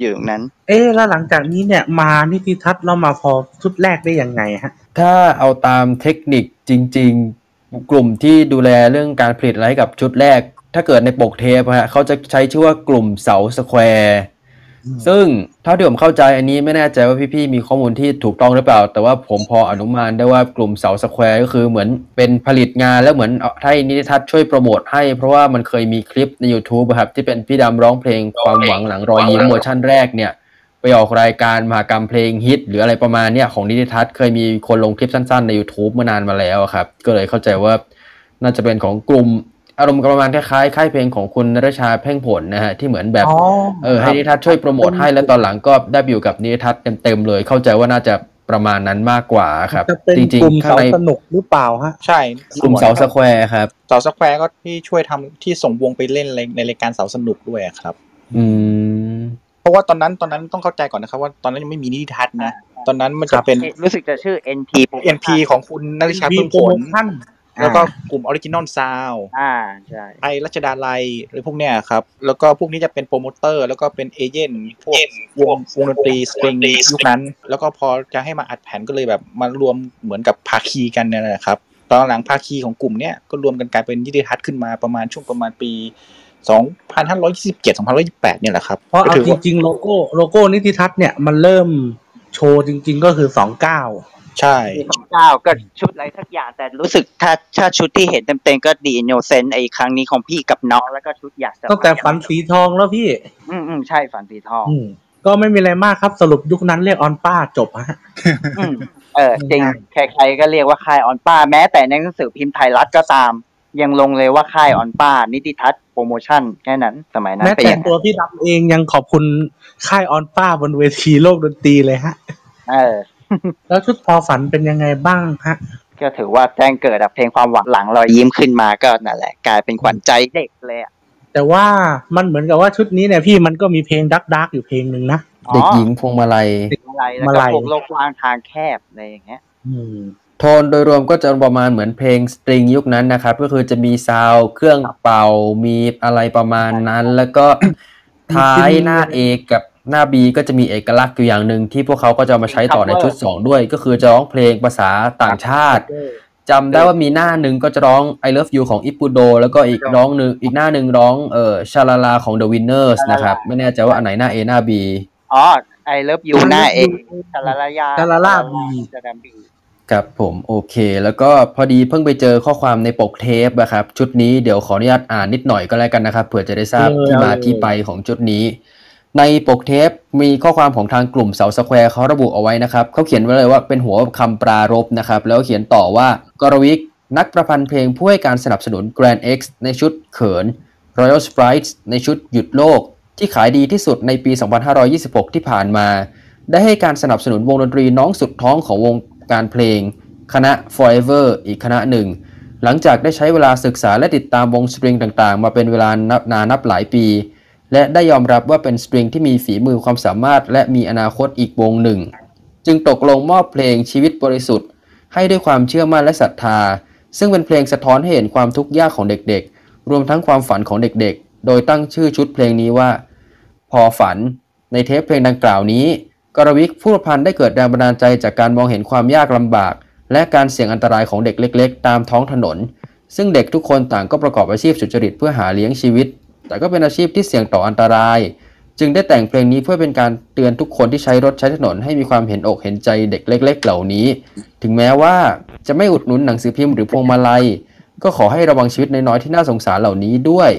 D: อยู่ตรงนั้น
C: เอ๊ะ แล้วหลังจากนี้เนี่ยมานิติทัศน์เรามาพอชุดแรกได้ยังไงฮะ
J: ถ้าเอาตามเทคนิคจริง ๆ กลุ่มที่ดูแลเรื่องการผลิตอะไรให้กับชุดแรก ถ้าเกิดในปกเทปฮะเขาจะใช้ชื่อว่ากลุ่มเสาสแควร์ ซึ่งเท่าที่ผมเข้าใจอันนี้ไม่แน่ใจว่าพี่ๆมีข้อมูลที่ถูกต้องหรือเปล่า แต่ว่าผมพออนุมานได้ว่ากลุ่มเสาสแควร์ก็คือเหมือนเป็นผลิตงานแล้วเหมือนเอาให้นิติทัศน์ช่วยโปรโมทให้ เพราะว่ามันเคยมีคลิปใน YouTube อะครับที่เป็นพี่ดำร้องเพลงความหวังหลังรอยยิ้มเวอร์ชั่นแรกเนี่ย ไปออกรายการมหากรรมเพลงฮิต หรืออะไรประมาณเนี้ยของนิติทัศน์เคยมีคนลงคลิปสั้นๆ ใน YouTube มานานมาแล้วอะครับ ก็เลยเข้าใจว่าน่าจะเป็นของกลุ่มอารมณ์ประมาณคล้ายๆค่ายเพลงของคุณนรชาเพ่งผลนะฮะที่เหมือนแบบ
C: อ๋อ
J: เออให้นิทัศน์ช่วยโปรโมทให้แล้วตอนหลังก็ได้ไปอยู่กับนิทัศน์เต็มๆเลย เข้าใจว่าน่าจะประมาณนั้นมากกว่าครับ
C: จะเป็น
J: จริง
C: กลุ่ม
J: ๆข้าง
C: เสา
J: ใน
C: สนุกหรือเปล่าฮะ
I: ใช่
J: กลุ่มเสาสแควร์ครับ
I: เสาสแควร์ก็ที่ช่วยทำที่ส่งวงไปเล่นในในรายการเสาสนุกด้วยครับ
J: อืม
I: เพราะว่าตอนนั้นตอนนั้นต้องเข้าใจก่อนนะครับ ว่าตอนนั้นยังไม่มีนิติทัศน์นะ ตอนนั้นมัน
C: ครั
I: จะ
C: บ
I: เป็น
D: รู้สึกจะชื่อ NP
I: NP ของคุณนักชาเพิ่มผล
C: ท่าน
I: แล้วก็กลุ่มออริจินอลซาว
D: อ่าใช่
I: ไอรัชดาลัยหรือพวกเนี้ยครับ แล้วก็พวกนี้จะเป็นโปรโมเตอร์ แล้วก็เป็นเอเย่นพวกวงวงดนตรีสตริงยุคนั้น แล้วก็พอจะให้มาอัดแผ่นก็เลยแบบมารวมเหมือนกับภาคีกันเนี่ยนะครับ ตอนหลังภาคีของกลุ่มเนี้ยก็รวมกันกลายเป็นนิติทัศน์ขึ้นมาประมาณช่วงประมาณปี 2527 2528 เนี่ยแหละครับ
C: เพราะเอา
I: ก็ถือ
C: จ
I: ว่า
C: ริงๆโลโก้โลโก้นิติทัศน์เนี่ยมันเริ่มโชว์จริง ๆ ก็คือสองเก้า
I: ใช่
D: ปีสองเก้าก็ชุดอะไรสักอย่างแต่รู้สึกถ้าถ้าชุดที่เห็นเต็มๆก็ดีโนเซนไอครั้งนี้ของพี่กับน้องแล้วก็ชุดอยากจะ
C: ตั้งแต่ฝันสีทองแล้วพี่
D: อืมอืมใช่ฝันสีทอง
C: อืม ก็ไม่มีอะไรมากครับสรุปยุคนั้นเรียกออนป้าจบฮะ
D: อืมเออจริงใครๆก็เรียกว่าค่ายออนป้า แม้แต่ในหนังสือพิมพ์ไทยรัฐก็ตาม ยังลงเลยว่าค่ายออนป้า นิติทัศน์โปรโมชั่นแค่นั้นสมัยนั้น
C: แม้
D: เป็น
C: แต่
D: อย่าง
C: ตั
D: นั้
C: วน พี่ดำเองยังขอบคุณค่ายออนป้าบนเวทีโลกดนตรีเลยฮะ
D: เออ
C: แล้วชุดพอฝันเป็นยังไงบ้างฮะ
D: ก็ถือว่าแจ้งเกิดอะเพลงความหวังหลังรอยยิ้มขึ้นมาก็นั่นแหละกลายเป็นขวัญใจเด็กเลยอะ
C: แต่ว่ามันเหมือนกับว่าชุดนี้เนี่ยพี่มันก็มีเพลงดักดักๆอยู่เพลงหนึ่งนะ
D: อ๋อ
J: เด็กหญิงพวงมาลัย
D: อะไรแล้ว
C: มา
D: ก็
C: ลัย
D: พวกโลกกว้างทางแคบอะไรอย่างเงี้ย
C: อืม
J: โทนโดยรวมก็จะประมาณเหมือนเพลงสตริงยุคนั้นนะครับ ก็คือจะมีซาวด์เครื่องเป่ามีอะไรประมาณนั้น แล้วก็ ท้ายหน้า A กับหน้า B ก็จะมีเอกลักษณ์อยู่อย่างหนึ่งที่พวกเขาก็จะเอามาใช้ต่อในชุด 2 ด้วย ก็คือจะร้องเพลงภาษาต่างชาติจำได้ว่ามีหน้าหนึ่งก็จะร้อง I Love You ของอิปูโดแล้วก็อีกร้องหนึ่งอีกหน้าหนึ่งร้องเอ่อชาลาลาของ The Winners นะครับไม่แน่ใจว่าอันไหนหน้า A หน้า B
D: อ๋อไอเลิฟยูหน้าเองชาลาลายา
C: ชาลาลาบี
D: ชาลาบี
J: ครับผมโอเค แล้วก็พอดีเพิ่งไปเจอข้อความในปกเทปอะครับ ชุดนี้เดี๋ยวขออนุญาตอ่านนิดหน่อยก็แล้วกันนะครับเผื่อจะได้ทราบ
C: เออ
J: ที่มา
C: เอาเลย
J: ที่ไปของชุดนี้ ในปกเทปมีข้อความของทางกลุ่มเสาสแควร์เขาระบุเอาไว้นะครับเขาเขียนไว้เลยว่าเป็นหัวคำปรารภนะครับ แล้วเขียนต่อว่ากรวิกนักประพันธ์เพลงผู้ให้การสนับสนุน Grand X ในชุดเขิน Royal Sprites ในชุดหยุดโลก ที่ขายดีที่สุดในปี 2526 ที่ผ่านมา ได้ให้การสนับสนุนวงดนตรีน้องสุดท้องของวงการเพลง คณะ Forever อีกคณะหนึ่ง หลังจากได้ใช้เวลาศึกษาและติดตามวงสตริงต่างๆ มาเป็นเวลานับนานนับหลายปี และได้ยอมรับว่าเป็นสตริงที่มีฝีมือความสามารถ และมีอนาคตอีกวงหนึ่ง จึงตกลงมอบเพลงชีวิตบริสุทธิ์ ให้ด้วยความเชื่อมั่นและศรัทธา ซึ่งเป็นเพลงสะท้อนให้เห็นความทุกข์ยากของเด็กๆ รวมทั้งความฝันของเด็กๆ โดยตั้งชื่อชุดเพลงนี้ว่า พอฝัน ในเทปเพลงดังกล่าวนี้ กรวิกผู้ประพันธ์ได้เกิดแรงบันดาลใจจากการมองเห็นความยากลำบาก และการเสี่ยงอันตรายของเด็กเล็ก ๆ ตามท้องถนน ซึ่งเด็กทุกคนต่างก็ประกอบอาชีพสุจริตเพื่อหาเลี้ยงชีวิต แต่ก็เป็นอาชีพที่เสี่ยงต่ออันตราย จึงได้แต่งเพลงนี้เพื่อเป็นการเตือนทุกคนที่ใช้รถใช้ถนนให้มีความเห็นอกเห็นใจเด็กเล็ก ๆ เหล่านี้ ถึงแม้ว่าจะไม่อุดหนุนหนังสือพิมพ์หรือพวงมาลัย ก็ขอให้ระวังชีวิตน้อยๆที่น่าสงสารเหล่านี้ด้วย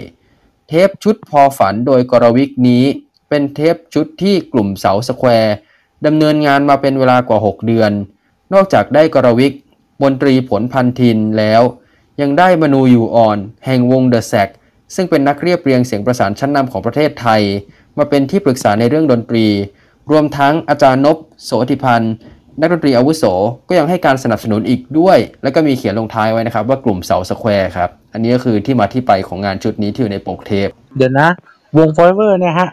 J: เทปชุดพอฝันโดยกรวิกนี้ เป็นเทปชุดที่กลุ่มเสาสแควร์ดำเนินงานมาเป็นเวลากว่า 6 เดือน นอกจากได้กรวิกมนตรีผลพันทินแล้ว ยังได้มนูอยู่อ่อน แห่งวงเดอะแซกซึ่งเป็นนักเรียบเรียงเสียงประสานชั้นนำของประเทศไทย มาเป็นที่ปรึกษาในเรื่องดนตรี รวมทั้งอาจารย์นพโสธิพันธ์นักดนตรีอาวุโสก็ยังให้การสนับสนุนอีกด้วย แล้วก็มีเขียนลงท้ายไว้นะครับว่ากลุ่มเสาสแควร์ครับ อันนี้ก็คือที่มาที่ไปของงานชุดนี้ที่อยู่ในปกเทป
C: เดี๋ยวนะ วง forever เนี่ยฮะ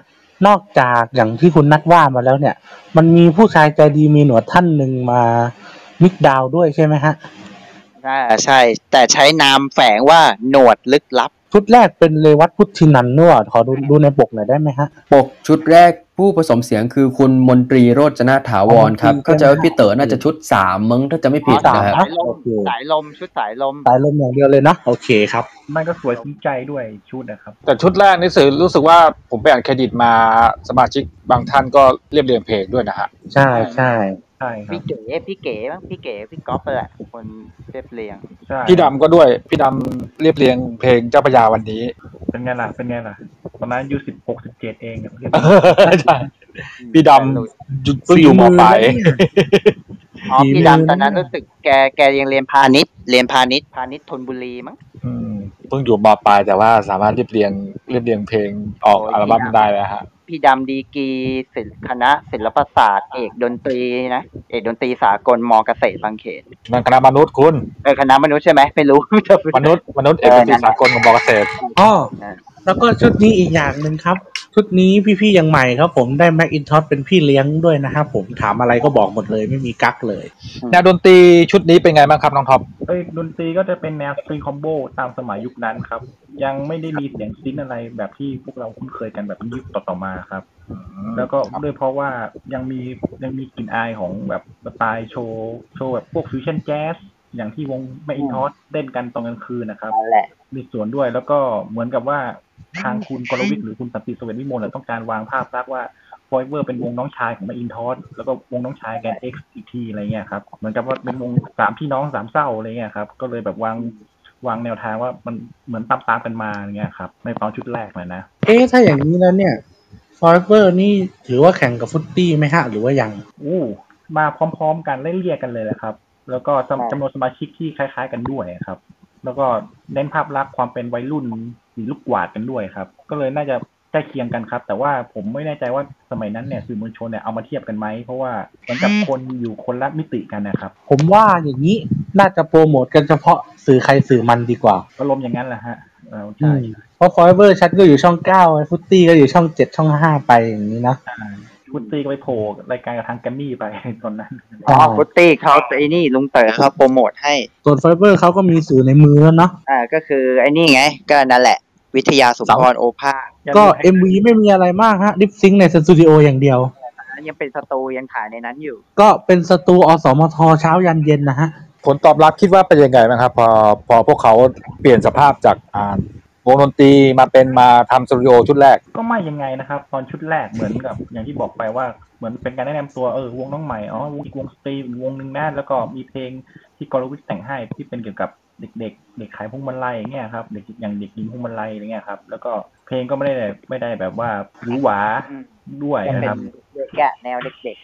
C: นอกจากอย่างที่คุณนัดว่ามาแล้วเนี่ย มันมีผู้ชายใจดีมีหนวดท่านหนึ่งมามิกดาวด้วยใช่ไหมฮะ
D: อ่าใช่ แต่ใช้นามแฝงว่าหนวดลึกลับ
C: ชุดแรกเป็นเลวัตพุทธินันท์นวดขอดูดูในปกหน่อยได้ไหมฮะ
J: ปกชุดแรกผู้ผสมเสียงคือคุณมนตรีโรจนาถาวรครับ
C: อ๋อมนตรี
J: เข้าใจว่าพี่เต๋อน่าจะชุดสามมั้งถ้าจะไม่ผิด
D: อ๋อสาม
J: นะครั
D: สา
J: บ
D: ยลม
C: โอเค
D: สายลมชุดสายลม
C: สายลมอย่างเดียวเลยนะ โอเคครับ
E: มันก็สวยคุ้มใจด้วยชุดนะครับ
I: แต่ชุดแรกนี่สื่อรู้สึกว่าผมไปอ่านเครดิตมาสมาชิกบางท่านก็เรียบเรียงเพลงด้วยนะฮะ
C: ใช่ใช่
E: ใช่ครั
D: พี่
E: บ
D: เก๋พี่เก๋มั้งพี่เก๋พี่ก๊อฟแหละคนเรียบเรียง
E: ใช่
I: พี่ดำก็ด้วย พี่ดำเรียบเรียงเพลงเจ้าพระยาวันนี้
E: เป็นไงล่ะเป็นไงล่ะตอนนั้นอายุสิบหกสิบเจ็ดเองอะ
I: เออใช่พี่ดำอยู่เพิ่งอยู่มปลาย
D: อ๋อพี่ดำตอนนั้นรู้สึกแกแกยังเรียนพาณิชย์เรียนพาณิชย์พาณิชย์ธนบุรีมั้ง
I: อืมเพิ่งอยู่มปลายแต่ว่าสามารถเรียบเรียงเรียบเรียงเพลงออก
D: โอ้ย
I: อัลบั้ม
D: พี่ดำ
I: ได้แล้วฮะ
D: พี่ดำดีกรีศิลป์คณะศิลปศาสตร์เอกดนตรีนะเอกดนตรีสากลมเกษตรบางเขน
I: มันคณะมนุษย์คุณ
D: เออคณะมนุษย์ใช่ไหมไม่รู้
I: มนุษย์มนุษย์เอกสิทธิ์สากลของบอกเกษตร
C: อ๋อแล้วก็ชุดนี้อีกอย่างหนึ่งครับ ชุดนี้พี่ๆยังใหม่ครับผมได้แม็กอินทอเป็นพี่เลี้ยงด้วยนะครับผมถามอะไรก็บอกหมดเลยไม่มีกั๊กเลย
I: แนวดนตรีชุดนี้เป็นไงบ้างครับน้องท็อป
E: เอ้ยดนตรีก็จะเป็นแนวสตริงคอมโบตามสมัยยุคนั้นครับ ยังไม่ได้มีเสียงซินอะไรแบบที่พวกเราคุ้นเคยกันแบบยุคต่อๆมาครับ แล้วก็ด้วยเพราะว่ายังมียังมีกลิ่นอายของแบบสไตล์โชว์โชว์แบบพวกฟิวชั่นแจ๊สอย่างที่วงแมอินทอสเล่นกันตอนกลางคืนนะครับ
D: นั่นแหละ
E: มีส่วนด้วยแล้วก็เหมือนกับว่าทางคุณกรวิทย์หรือคุณสันติสเวนวิมลน่ะต้องการวางภาพลักษณ์ว่าฟอยเวอร์เป็นวงน้องชายของมาอินทอสแล้วก็วงน้องชายแกนเอ็กซ์อีกทีอะไรเงี้ยครับเหมือนกับว่าเป็นวงสามพี่น้องสามเศร้าอะไรเงี้ยครับก็เลยแบบวางวางแนวทางว่ามันเหมือนตามตามๆกันมาอะไรเงี้ยครับในตอนชุดแรกเลยนะ
C: เอ๊ะถ้าอย่างนี้แล้วเนี่ยฟอยเวอร์นี่ถือว่าแข่งกับฟุตตี้ไหมฮะ หรือว่ายัง
E: อู้มาพร้อมๆกันไล่เรียกกันเลยแหละครับ แล้วก็จำ
D: ใช่
E: จำนวนสมาชิกที่คล้าย ๆ กันด้วยครับ แล้วก็เน้นภาพลักษณ์ความเป็นวัยรุ่นสีลูกกวาดกันด้วยครับ ก็เลยน่าจะใกล้เคียงกันครับ แต่ว่าผมไม่แน่ใจว่าสมัยนั้นเนี่ยสื่อมวลชนเนี่ยเอามาเทียบกันไหมเพราะว่าเหมือนกับคนอยู่คนละมิติกันนะครับ
C: ผมว่าอย่างนี้น่าจะโปรโมทกันเฉพาะสื่อใครสื่อมันดีกว่า
E: อารมณ์อย่างนั้นแหละฮะเออใช่
C: อืมเพราะฟอยเวอร์ชัดก็อยู่ช่องเก้าฟุตตี้ก็อยู่ช่องเจ็ดช่องห้าไปอย่างนี้นะ
E: คุณตีก็ไปโผล่รายการกับทางแกรมมี่ไป ตอนนั้น
D: อ๋อฟุตตี้เขาไอ้นี่ลุงเต๋อเขาโปรโมทให้
C: ส่วนไฟเบอร์เขาก็มีสื่อในมือแล้วเนาะ
D: อ่าก็คือไอ้นี่ไง ก็นั่นแหละ วิทยาสุนทรโอภาส
C: ก็ MV ไม่มีอะไรมากฮะลิปซิงในสตูดิโออย่างเดียว
D: ยังเป็นสตูยังขายในนั้นอยู่
C: ก็เป็นสตูอสมทเช้ายันเย็นนะฮะ
I: ผลตอบรับคิดว่าเป็นยังไงบ้างครับ พอพอพวกเขาเปลี่ยนสภาพจากอ่าว
B: วงดนตรีมาเป็นมาทำสตูดิโอชุดแรก
K: ก็ไม่ยังไงนะครับ ตอนชุดแรกเหมือนกับ อย่างที่บอกไปว่าเหมือนเป็นการแนะนำตัวเออวงน้องใหม่อ๋อวงอีกวงสตรีมอีกวงหนึ่งแน่แล้วก็มีเพลงที่กรวิทย์แต่งให้ที่เป็นเกี่ยวกับเด็ก ๆ เด็กขายพวงมาลัยอย่างเงี้ยครับเด็กอย่างเด็กหญิงพวงมาลัยอย่างเงี้ยครับ แล้วก็เพลงก็ไม่ได้แบบไม่ได้แบบว่าหวือหวา
D: อืม
K: ด้วย
D: จะ
K: นะคน
D: เป็
K: รับ
D: เด็กอะแนวเด็ก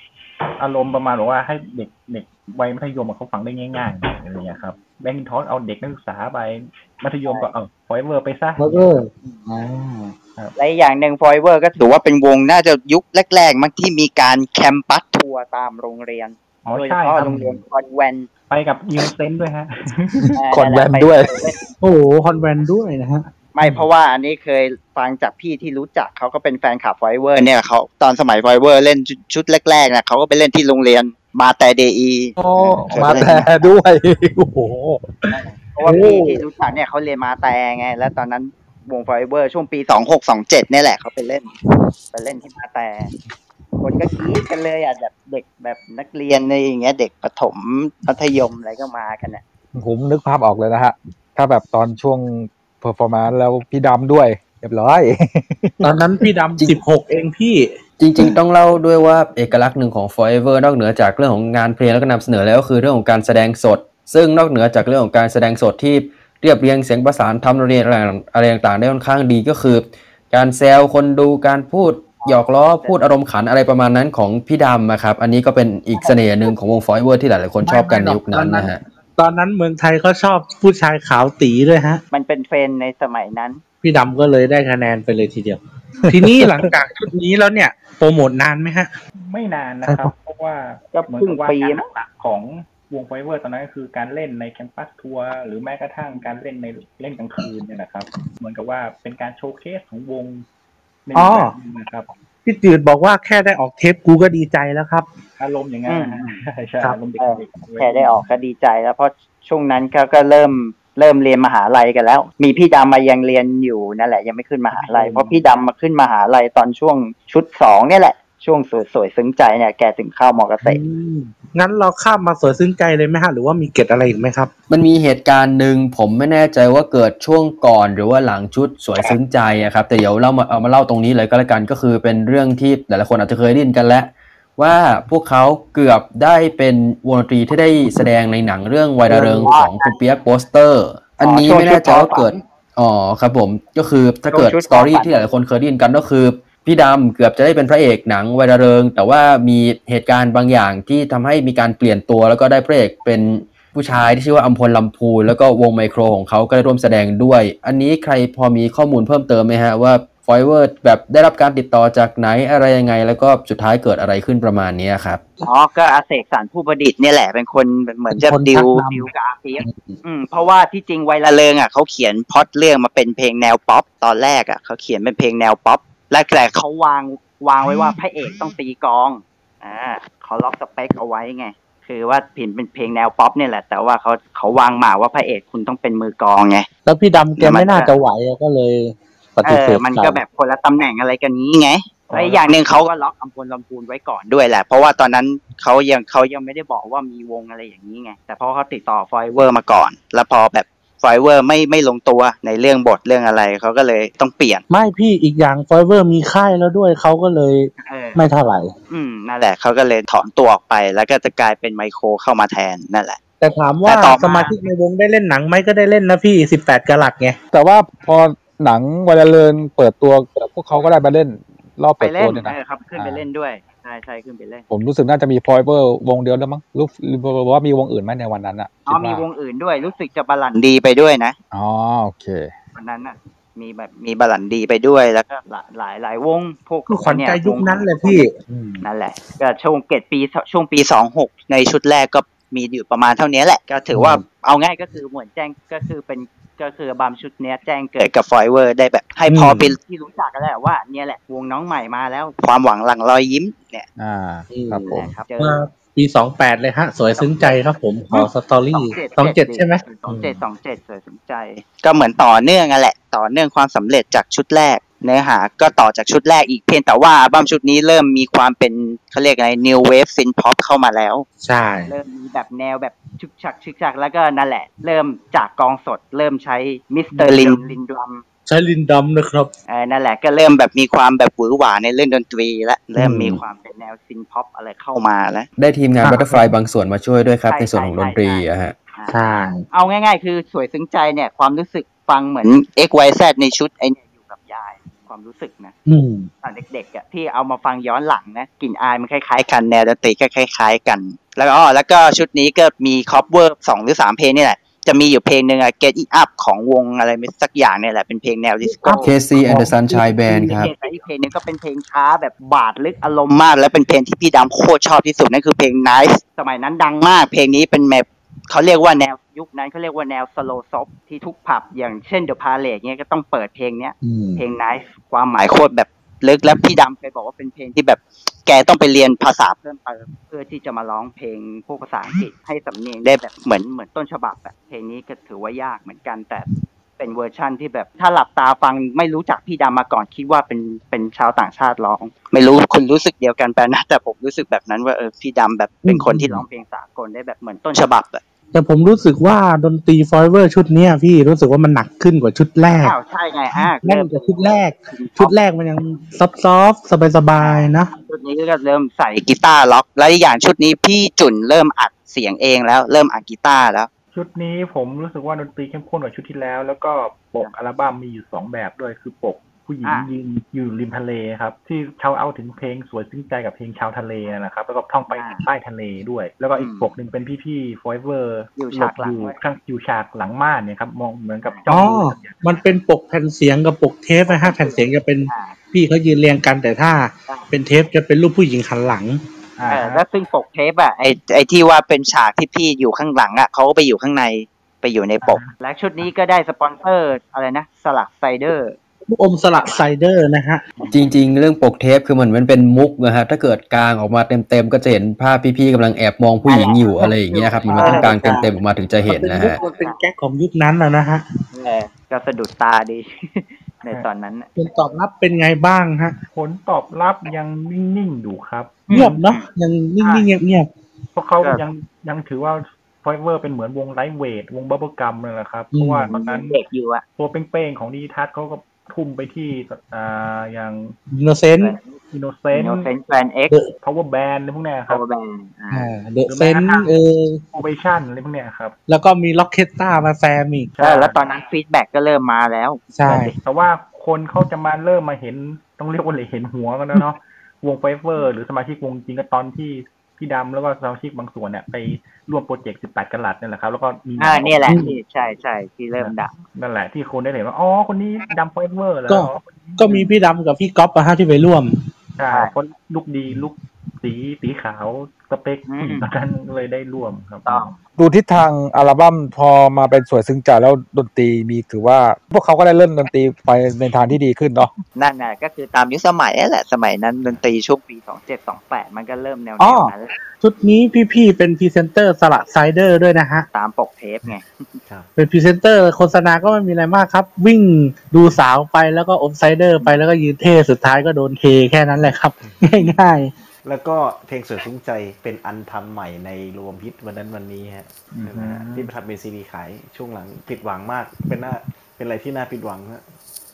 K: อารมณ์ประมาณแบบว่าให้เด็กเด็กวัยมัธยมอะเขาฟังได้ง่ายๆอะไรอย่างเงี้ยครับแบงค์ทอสเอาเด็กนักศึกษาไปมัธยมก็เอาฟอยเวอร์ไปซะ
B: แล้วก็อ่า
D: ๆและอีกอย่างหนึ่งฟอยเวอร์ก็ถือว่าเป็นวงน่าจะยุคแรก ๆ มั้งที่มีการแคมปัสทัวร์ตามโรงเรียน
K: อ๋อ
D: โดยเฉ
K: ใช่
D: พาะ
K: ครับ
D: โรงเรียนคอนแวน
K: ไปกับยูเซนด้วยฮะ
D: า
B: คอนแวนต์ด้วย
C: โอ้โหคอนแวนด้วยนะฮะ
D: ไม่เพราะว่าอันนี้เคยฟังจากพี่ที่รู้จักเขาก็เป็นแฟนคลับฟอยเวอร์เนี่ยเขาตอนสมัยฟอยเวอร์เล่นชุดแรกๆนะเขาก็ไปเล่นที่โรงเรียนมาแต่เดอี
B: โอ้มาแต่ ด้วยโอ้โห
D: เพราะว่าพี่ที่รู้จักเนี่ยเขาเรียนมาแต่ไง แล้วตอนนั้นวงไฟเบอร์ช่วงปีสองหกสองเจ็ดนี่ยแหละเขาไปเล่น ไปเล่นที่มาแต่ คนก็กรี๊ดกันเลยอ่ะแบบเด็กแบบนักเรียนอะไรอย่างเงี้ย เด็กประถมมัธยมอะไรก็มากันอ่ะ
B: ผมนึกภาพออกเลยนะฮะ ถ้าแบบตอนช่วงเพอร์ฟอร์มนแล้วพี่ดำด้วยเรียบร้อย
C: ตอนนั้นพี่ดำสิบหกเองพี่
J: จริงๆ ต้องเล่าด้วยว่าเอกลักษณ์หนึ่งของ Forever นอกเหนือจากเรื่องของงานเพลงแล้วก็นำเสนอแล้วก็คือเรื่องของการแสดงสด ซึ่งนอกเหนือจากเรื่องของการแสดงสดที่เรียบเรียงเสียงประสานทำเรียนอะไรอะไรต่างๆ ได้ค่อนข้างดีก็คือ การแซวคนดูการพูดหยอกล้อพูดอารมณ์ขันอะไรประมาณนั้นของพี่ดำนะครับอันนี้ก็เป็นอีกเสน่ห์หนึ่งของวง Forever ที่หลายๆคนชอบกันในยุคนั้นนะฮะ
C: ตอนนั้นเมืองไทยก็ชอบผู้ชายขาวตีด้วยฮะ
D: มันเป็นเทรนด์ในสมัยนั้น
C: พี่ดำก็เลยได้คะแนนไปเลยทีเดียว ทีนี้หลังจากชุดนี้แล้วเนี่ย โปรโมทนานไหมฮะ
K: ไม่นานนะครับ เพราะว่า
D: ก็
K: เหมือน
D: ครึ่ง
K: กับว่า
D: ปี
K: การ
D: นะ
K: หลักของวงไฟเวอร์ตอนนั้นก็คือการเล่นในแคมปัสทัวร์หรือแม้กระทั่งการเล่นในเล่นกลางคืนเนี่ยนะครับ เหมือนกับว่าเป็นการโชว์เคสของวงในรูปแบบหนึงนะครับ
C: พี่จืดบอกว่าแค่ได้ออกเทปกูก็ดีใจแล้วครับ
K: อารมณ์อย่างนั้นนะฮะใช่
C: ครับ
K: อารมณ์เด็กๆ
D: แค่ได้ออกก็ดีใจแล้วเพราะช่วงนั้นเขาก็เริ่มเริ่มเรียนมหาลัยกันแล้ว มีพี่ดำมายังเรียนอยู่นั่นแหละ ยังไม่ขึ้นมหาลัยเพราะพี่ดำมาขึ้นมหาลัยตอนช่วงชุดสองเนี่ยแหละ ช่วงสวยสวยๆซึ้งใจเนี่ยแกถึงเข้ามอเกษตร
C: อืมงั้นเราข้ามมาสวยซึ้งใจเลยไหมฮะ หรือว่ามีเกร็ดอะไรอีกไหมครับ
J: มันมีเหตุการณ์หนึ่งผมไม่แน่ใจว่าเกิดช่วงก่อนหรือว่าหลังชุดสวยซึ้งใจอะครับแต่เดี๋ยวเรามาเอามาเล่าตรงนี้เลยก็แล้วกันก็คือเป็นเรื่องที่หลายๆคนอาจจะเคยได้ยินกันแล้วว่าพวกเขาเกือบได้เป็นวงดนตรีที่ได้แสดงในหนังเรื่องวัยระเริงของคุณเปียกโปสเตอร์ อันนี้ไม่แน่ใจว่าเกิดอ๋อครับผมก็คือถ้าเกิด
D: ช่วงชุด
J: สตอรี่
D: ก่อน
J: ที่หลายๆคนเคยได้ยินกันก็คือ พี่ดำเกือบจะได้เป็นพระเอกหนังวัยระเริง แต่ว่ามีเหตุการณ์บางอย่างที่ทำให้มีการเปลี่ยนตัวแล้วก็ได้พระเอกเป็นผู้ชายที่ชื่อว่าอัมพลลำพูนแล้วก็วงไมโครของเขาก็ได้ร่วมแสดงด้วย อันนี้ใครพอมีข้อมูลเพิ่มเติมไหมฮะว่าฟอยเวิร์ดแบบได้รับการติดต่อจากไหนอะไรยังไง แล้วก็สุดท้ายเกิดอะไรขึ้นประมาณนี้ครับ
D: อ๋อก็อาเสกสารผู้ประดิษฐ์เนี่ยแหละเป็นคนเหมือนจะ
C: เป็นคน
D: ดิว
C: ชักนำ
D: ดิวกับอาเปียกอืมเพราะว่าที่จริงไวละเริงอ่ะเขาเขียนพล็อดเรื่องมาเป็นเพลงแนวป๊อปตอนแรกอ่ะเขาเขียนเป็นเพลงแนวป๊อปและแต่เขาวางวางไว้ว่าพระเอกต้องตีกลองอ่าเขาล็อกสเปคเอาไว้ไงคือว่าผินเป็นเพลงแนวป๊อปเนี่ยแหละ แต่ว่าเขาเขาวางหมาว่าพระเอกคุณต้องเป็นมือกลองไง
B: แล้วพี่ดำแก
D: มัน
B: ไม่น่า
D: ก็
B: จะไหวอะก็เลยป
D: เอ
B: ฏิเส
D: อ
B: ธ
D: มันก็แบบคนละตำแหน่งอะไรกันนี้ไงและอีกอย่างหนึ่งเขาก็ล็อกอัมพลลำพูนไว้ก่อนด้วยแหละ เพราะว่าตอนนั้นเขายังเขายังไม่ได้บอกว่ามีวงอะไรอย่างนี้ไง แต่เพราะเขาติดต่อฟอยเวอร์มาก่อน แล้วพอแบบฟอยเวอร์ไม่ไม่ลงตัวในเรื่องบทเรื่องอะไรเขาก็เลยต้องเปลี่ยน
C: ไม่พี่อีกอย่างฟอยเวอร์มีค่ายแล้วด้วยเขาก็เลย
D: เออ
C: ไม่เท่าไหร่
D: อืมนั่นแหละเขาก็เลยถอนตัวออกไป แล้วก็จะกลายเป็นไมโครเข้ามาแทนนั่นแหละ
C: แต่ถามว่า
D: แต่ต่อมา
C: สมาชิกในวงได้เล่นหนังไหมก็ได้เล่นนะพี่สิบแปดกะลัดไง
B: แต่ว่าพอหนังวัยเริงเปิดตัวพวกเขาก็ได้มาเล่นรอบ
D: ไป
B: เปิด
D: เล่
B: ตัวน เนี่ย
D: เอ
B: นะ
D: อครับขึ้นไปเล่นด้วยใช่ใช่ขึ้นไปเล่น
B: ผมรู้สึกน่าจะมีพอยเบอร์วงเดียวแล้วมั้งรู้รู้ว่ามีวงอื่นไหมในวันนั้นอ่ะ
D: อ๋อมีว
B: คิดาง
D: อื่นด้วยรู้สึกจะบาลันดีไปด้วยนะ
B: อ๋อโอเค
D: วันนั้นน่ะมีแบบมีบาลันดีไปด้วยแล้วก็หลายหลายหลายวงพวก
C: คือขวัญใจ
D: เ
C: ยุคนั้นเลยพี่
D: นั่นแหละก็ช่วงเกตปีช่วงปีสองหกในชุดแรกก็มีอยู่ประมาณเท่านี้แหละ ก็ถือว่าเอาง่ายก็คือเหมือนแจ้งก็คือเป็นก็คืออัลบัมชุดเนี้ยแจ้งเกิดกับฟอยเวอร์ได้แบบให้พอเป็นที่รู้จักกันแล้วว่าเนี่ยแหละวงน้องใหม่มาแล้วความหวังหลังรอยยิ้มเนี่ย
B: อ่าครับผม
D: นะครับเจ
C: มา
D: อ
C: ปีสองแปดเลยฮะ สวยซึ้งใจครับผม ขอสตอรี่สองเจ็ดใช่ไหม
D: สองเจ็ดสองเจ็ดสวยสนใจ ก็เหมือนต่อเนื่องอะแหละ ต่อเนื่องความสำเร็จจากชุดแรก เนื้อหาก็ต่อจากชุดแรกอีกเพียงแต่ว่าอัลบั้มชุดนี้เริ่มมีความเป็นเขาเรียกอะไร new wave synth pop เข้ามาแล้ว
C: ใช่
D: เริ่มมีแบบแนวแบบชึกชักชึกชักแล้วก็นั่นแหละ เริ่มจากกองสด เริ่มใช้มิสเตอร์ลินลินดรัม
C: ใช้ลินดำนะครับ
D: เออนั่นแหละก็เริ่มแบบมีความแบบหวือหวาในเรื่องดนตรีละเริ่มมีความเป็นแนวซินพ็อปอะไรเข้ามาแล้ว
J: ได้ทีมงานบัตเตอร์ฟลายบางส่วนมาช่วยด้วยครับ
D: ใช่
J: ในส่วนของ
D: ใช่
J: ดนตรี
D: ใช่
J: อะฮะ
C: ใช่
D: เอาง่าย ๆ คือสวยซึ้งใจเนี่ย ความรู้สึกฟังเหมือน x y z ในชุดไอเนี่ยอยู่กับยายความรู้สึกนะ
C: อืม
D: ตอนเด็กๆอ่ะที่เอามาฟังย้อนหลังนะกลิ่นอายมันคล้ายๆกันแนวดนตรีก็คล้าย ๆ กัน แล้วก็อ๋อแล้วก็ชุดนี้ก็มีคอปเวอร์สองหรือสามเพลงนี่แหละ จะมีอยู่เพลงหนึ่งอะ Get It Up ของวงอะไรไม่สักอย่างเนี่ยแหละเป็นเพลงแนวดิสโก้
J: KC and the Sunshine Band ครับ
D: แต่อีกเพลงหนึงก็เป็นเพลงช้าแบบบาดลึกอารมณ์มาก และเป็นเพลงที่พี่ดำโคตรชอบที่สุดนั่นคือเพลง Nice สมัยนั้นดังมาก เพลงนี้เป็นแบบเขาเรียกว่าแนวยุคนั้นเขาเรียกว่าแนวสโลซอฟที่ทุกผับอย่างเช่นเดอะพาเลทเนี่ยก็ต้องเปิดเพลงเนี้ย
C: อืม
D: เพลง Nice ความหมายโคตรแบบลึกและพี่ดำเคยบอกว่าเป็นเพลงที่แบบแกต้องไปเรียนภาษาเพิ่มเติมเพื่อที่จะมาร้องเพลงพวกภาษาอังกฤษให้สำเนียงได้แบบเหมือนเหมือนต้นฉบับอะเพลงนี้ก็ถือว่ายากเหมือนกันแต่ เป็นเวอร์ชั่นที่แบบถ้าหลับตาฟังไม่รู้จักพี่ดำมาก่อนคิดว่าเป็นเป็นชาวต่างชาติร้อง ไม่รู้คุณรู้สึกเดียวกันแปลนะ แต่ผมรู้สึกแบบนั้นว่าเออพี่ดำแบบเป็นคนที่ร้องเพลงสากลได้แบบเหมือนต้นฉบับอะ
C: แต่ผมรู้สึกว่าดนตรีฟอยเวอร์ชุดเนี้ยพี่รู้สึกว่ามันหนักขึ้นกว่าชุดแรก
D: อ้าวใช่ไงอ่ะ
C: แน่นกว่าชุดแรก ชุดแรกมันยังซอฟต์ๆสบายๆนะ
D: ชุดนี้ก็เริ่มใส่กีตาร์ล็อกและอีกอย่างชุดนี้พี่จุนเริ่มอัดเสียงเองแล้วเริ่มอัดกีตาร์แล้ว
K: ชุดนี้ผมรู้สึกว่าดนตรีเข้มข้นกว่าชุดที่แล้ว แล้วก็ปกอัลบั้มมีอยู่สองแบบด้วยคือปกผู้หญิง
D: อ่ะ
K: ยืนอยู่ริมทะเลครับ ที่เชาวเอาถึงเพลงสวยซึ้งใจกับเพลงชาวทะเลนะครับ แล้วก็ท่องไปใต้ทะเลด้วย แล้วก็อีกปกหนึ่งเป็นพี่ๆ forever
D: อยู่
K: หลบ
D: ฉากหลั
K: อง ยู่
D: ไว้
K: ข้างอยู่ฉากหลังม่านเนี่ยครับมองเหมือนกับจ้
C: อ๋
K: อ
C: อ
K: งดู
C: มันเป็นปกแผ่นเสียงกับปกเทปนะฮะแผ่นเสียงจะเป็นพี่เขายืนเรียงกันแต่ถ้าเป็นเทปจะเป็นรูปผู้หญิงหันหลัง
D: เออแล้วซึ่งปกเทปอ่ะไอไอที่ว่าเป็นฉากที่พี่อยู่ข้างหลังอ่ะเขาก็ไปอยู่ข้างในไปอยู่ในปก และชุดนี้ก็ได้สปอนเซอร์อะไรนะสลักไซเดอร์
C: ลูกอมสลัดไซเดอร์นะฮะ
J: จริง ๆ เรื่องปกเทปคือเหมือนมันเป็นมุกนะฮะถ้าเกิดกลางออกมาเต็มๆ ก็จะเห็นภาพพี่ๆกำลังแอบมองผู้หญิงอยู่อะไรอย่างเงี้ยครับมันต้องกลางเต็มๆออกมาถึงจะเห็นนะฮะ
C: เป็นแก๊กของยุคนั้นแล้วนะฮะ
D: เออก็สะดุดตาดี ในตอนนั้นน่ะ
C: ผลตอบรับเป็นไงบ้างฮะ
K: ผลตอบรับยังนิ่งๆอยู่ครับ
C: เงียบเนาะยังนิ่งๆเงียบ
K: เพราะเขายังยังถือว่าฟอยเวอร์เป็นเหมือนวงไลท์เวท วงบับเบิลกัมนั่นแหละครับ เพราะว่าตอนนั้น
D: เด็กอยู่อะ
K: ตัวเป้งๆของดีทัศน์เขาก็ทุ่มไปที่อ่าอย่าง
C: ๆโนเซน
K: อินโนเซน
D: Innocent แฟนเอ็ก
K: power band อะไรพวกเนี้ยครับ
D: power band
C: อ่า The Sense เออ
K: ovation อะไรพวกเนี้ยครับ
C: แล้วก็มีล็อกเคสตามาแซมอีก
D: เออแล้วตอนนั้นฟีดแบ็กก็เริ่มมาแล้ว
C: ใช่
K: แต่ว่าคนเขาจะมาเริ่มมาเห็นต้องเรียกว่าเลยเห็นหัวกันแล้วเนาะ วงไฟเวอร์ หรือสมาชิกวงจริงก็ตอนที่พี่ดำแล้วก็สมาชิกบางส่วนเนี่ยไปร่วมโปรเจกต์ 18กะลัดนี่นแหละครับ แล้วก็มี
D: อ่าเนี่ยแหละที่ใช่ใช่ที่เริ่มดัง
K: นั่นแหละที่คนได้เห็นว่า อ๋อ คนนี้ดำไฟเวอร์แล้ว
C: ก็ก็มีพี่ดำกับพี่ก๊อฟอะฮะที่ไปร่วม
K: ใช่คนลุกดีลุกสีสีขาวสเปคผู้หญิงตอนนั้นเลยได้ร่วมครับ
B: ดูทิศทางอัลบั้มพอมาเป็นสวยซึ้งใจแล้วดนตรีมีถือว่า พวกเขาก็ได้เล่นดนตรีไปในทางที่ดีขึ้นเนาะ
D: นั่นน่ะก็คือตามยุคสมัยนั่นแหละสมัยนั้นดนตรีช่วงปีสองเจ็ดสองแปดมันก็เริ่มแนว
C: อ๋อ
D: แนวนั้นแหละ
C: ชุดนี้พี่ๆเป็นพรีเซนเตอร์สลัดไซเดอร์ด้วยนะฮะ
D: ตามปกเทปไง
C: เป็นพรีเซนเตอร์โฆษณาก็ไม่มีอะไรมากครับ วิ่งดูสาวไปแล้วก็อมไซเดอร์ไปแล้วก็ยืนเท่สุดท้ายก็โดนเทแค่นั้นแหละครับ ง่าย
E: แล้วก็เพลงสวยซึ้งใจเป็นอันทำใหม่ในรวมฮิตวันนั้นวันนี้ฮะ
K: อืม
E: นะฮะที่ทำเป็นซีดีขายช่วงหลังผิดหวังมาก เป็นหน้าเป็นอะไรที่น่าผิดหวังฮะ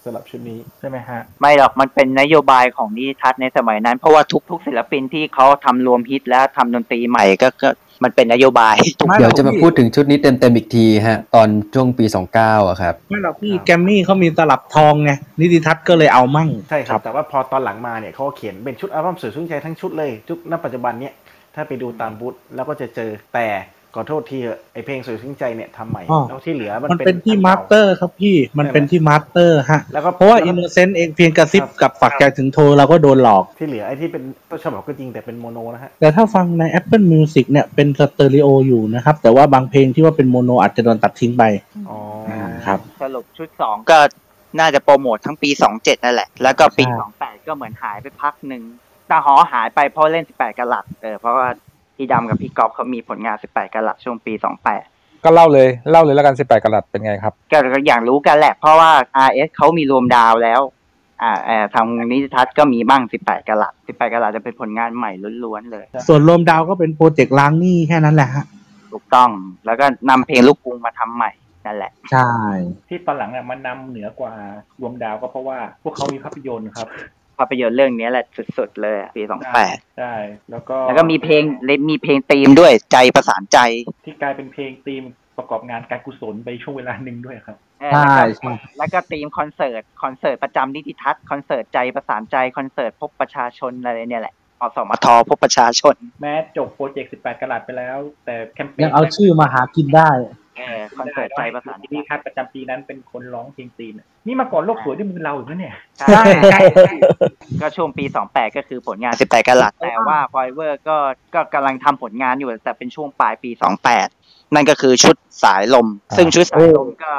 E: สำหรับชุดนี้
K: ใช่ไหมฮะ
D: ไม่หรอกมันเป็นนโยบายของนิทัศน์ในสมัยนั้น เพราะว่าทุกๆศิลปินที่เขาทำรวมฮิตแล้วทำดนตรีใหม่ก็ก็มันเป็นนโย บาย
J: เดี๋ยวจะมาพูดถึงชุดนี้เต็มๆอีกทีฮะตอนช่วงปี 29อะครับ
C: ๆไม่หรอกพี่แกมมี่เขามีตลับทองไงนิติทัศน์ก็เลยเอามั่ง
E: ใช่ครับ แต่ว่าพอตอนหลังมาเนี่ยเขาก็เขียนเป็นชุดอัลบั้มสวยชื่นใจทั้งชุดเลยชุดณปัจจุบันเนี่ยถ้าไปดูตามบูธแล้วก็จะเจอแต่ขอโทษทีเถอะไอเพลงสวยชื่นใจเนี่ยทำใหม่
C: อ๋อ
E: แล้วที่เหลือมัน
C: มัน
E: เป็น
C: เป็นที่
E: อั
C: มาส
E: ก่
C: เตอร์ครับพี่มันเป็นที่มาสเตอร์ฮะ
E: แล้วก็
C: เพราะว่าอินโนเซนต์เองเพียงกระซิบกับฝักใจถึงโทรเราก็โดนหลอก
E: ที่เหลือไอที่เป็นต้นฉบับก็จริงแต่เป็นโมโนนะฮะ
C: แต่ถ้าฟังใน Apple Music เนี่ยเป็นสเตอริโออยู่นะครับ แต่ว่าบางเพลงที่ว่าเป็นโมโนอาจจะโดนตัดทิ้งไป
E: อ๋อ
C: ครับ
D: สรุปชุดสองก็น่าจะโปรโมททั้งปีสองเจ็ดนั่นแหละ แล้วก็ปี
C: ใช่
D: สองแปดก็เหมือนหายไปพักหนึ่งตาหอหายไปเพราะเล่นสิบแปดกะหลัดเออเพราะว่าพี่ดำกับพี่ก๊อฟเขามีผลงานสิบแปดกะหลัดช่วงปีสองแปด
B: ก็เล่าเลยเล่าเลยแล้วกันสิบแปดกะลัดเป็นไงครับ
D: ก็อย่างรู้กันแหละ เพราะว่า RS เขามีรวมดาวแล้ว อ่าเออทางนิติทัศน์ก็มีบ้างสิบแปดกะหลัดสิบแปดกะหลัดจะเป็นผลงานใหม่ล้วนๆเลย
C: ส่วนรวมดาวก็เป็นโปรเจกต์ล้างหนี้แค่นั้นแหละฮะ
D: ถูกต้อง แล้วก็นำเพลงลูกกรุงมาทำใหม่ นั่นแหละ
B: ใช่
E: ที่ตอนหลังอ่ะมันนำเหนือกว่าดวงดาวก็เพราะว่าพวกเขามีภาพยนตร์ครับ
D: ภาพยนตร์เรื่องนี้แหละสุดๆเลยอะปีสองแปด
E: ใช่แล้วก็
D: แล้วก็มีเพลงเลยมีเพลงธีมด้วยใจประสานใจ
E: ที่กลายเป็นเพลงธีมประกอบงานการกุศลไปช่วงเวลาหนึ่งด้วยครับ
D: เออแล้วก็แล้วก็ธีมคอนเสิร์ตคอนเสิร์ตประจำนิติทัศน์คอนเสิร์ตใจประสานใจคอนเสิร์ตพบประชาชนอะไรเนี่ยแหละอสมทพบประชาชน
E: แม้จบโปรเจกต์ 18กลัดไปแล้ว แต่แคมเปญ
C: ยังเอาชื่อมาหากินได้
D: เออคอนเสิร์ตใจประสาน
E: ที่นี่ครับประจำปีนั้นเป็นคนร้องเพลงตีน นี่มาก่อนโลกสวยด้วยมือเราอีกแล้วเนี่ย
D: ใช่ใช่ ก็ช่วงปี 28 ก็คือผลงาน 18กะลัดแต่ว่าฟอยเวอร์ก็ก็กำลังทำผลงานอยู่แต่เป็นช่วงปลายปี 28 นั่นก็คือชุดสายลม ซึ่งชุดสายลมก็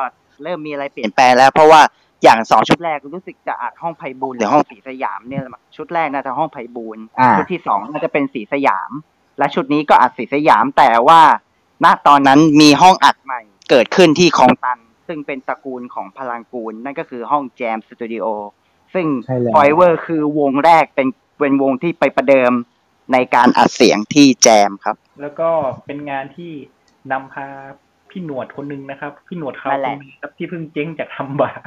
D: เริ่มมีอะไรเปลี่ยนแปลงแล้ว เพราะว่าอย่างสองชุดแรกรู้สึกจะอัดห้องไพบูลย์หรือห้องสีสยามเนี่ยแหละมั้งชุดแรกน่าจะห้องไพบูลย์
B: อ่า
D: ชุดที่สองน่าจะเป็นสีสยาม และชุดนี้ก็อัดสีสยามแต่ว่า ณตอนนั้นมีห้องอัดใหม่เกิดขึ้นที่คลองตัน ซึ่งเป็นตระกูลของพลังกูล นั่นก็คือห้องแจมสตูดิโอซึ่ง
C: ใช่แล้ว
D: ฟอยเวอร์คือวงแรกเป็นเป็นวงที่ไปประเดิมในการอัดเสียงที่แจมครับ
E: แล้วก็เป็นงานที่นำพาพี่หนวดคนหนึ่งนะครับ พี่หนวดเขา
D: นั่นแห
E: ค
D: ละ
E: นหนึงครับที่เพิ่งเจ๊งจากทำบาร์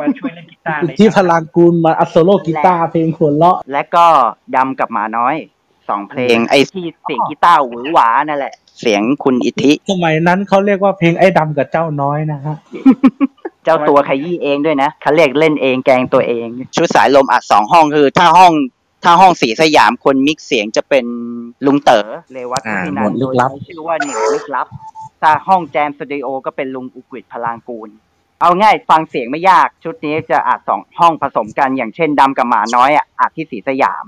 E: มาช่วยเล่นกีตาร์ใน
C: ที่พลังกูลมาอัดโซโล่กีตาร์เพลงหัวเราะ
D: และก็ดำกับหมาน้อยสองเพลงไอ้ที่เสียงกีตาร์หวือหวานั่นแหละ เสียงคุณอิทธิ
C: สมัยนั้นเขาเรียกว่าเพลงไอ้ดำกับเจ้าน้อยนะฮะ
D: เจ้าตัวขยี้เองด้วยนะเขาเรียกเล่นเองแกงตัวเอง ชุดสายลมอัดสองห้องคือ ถ้าห้องถ้าห้องสีสยามคนมิกซ์เสียงจะเป็นลุงเต๋อเลวัต
B: อ่า
D: ที่นั
B: หมว
D: น
B: ดลึ
D: โด
B: ก
D: ย
B: ลับ
D: ใช้ชื่อว่าหนูลึกลับ ถ้าห้องแจมสตูดิโอก็เป็นลุงอุกฤษพลางกูล เอาง่ายฟังเสียงไม่ยากชุดนี้จะอัดสองห้องผสมกันอย่างเช่นดำกับหมาน้อยอ่ะอัดที่สีสยาม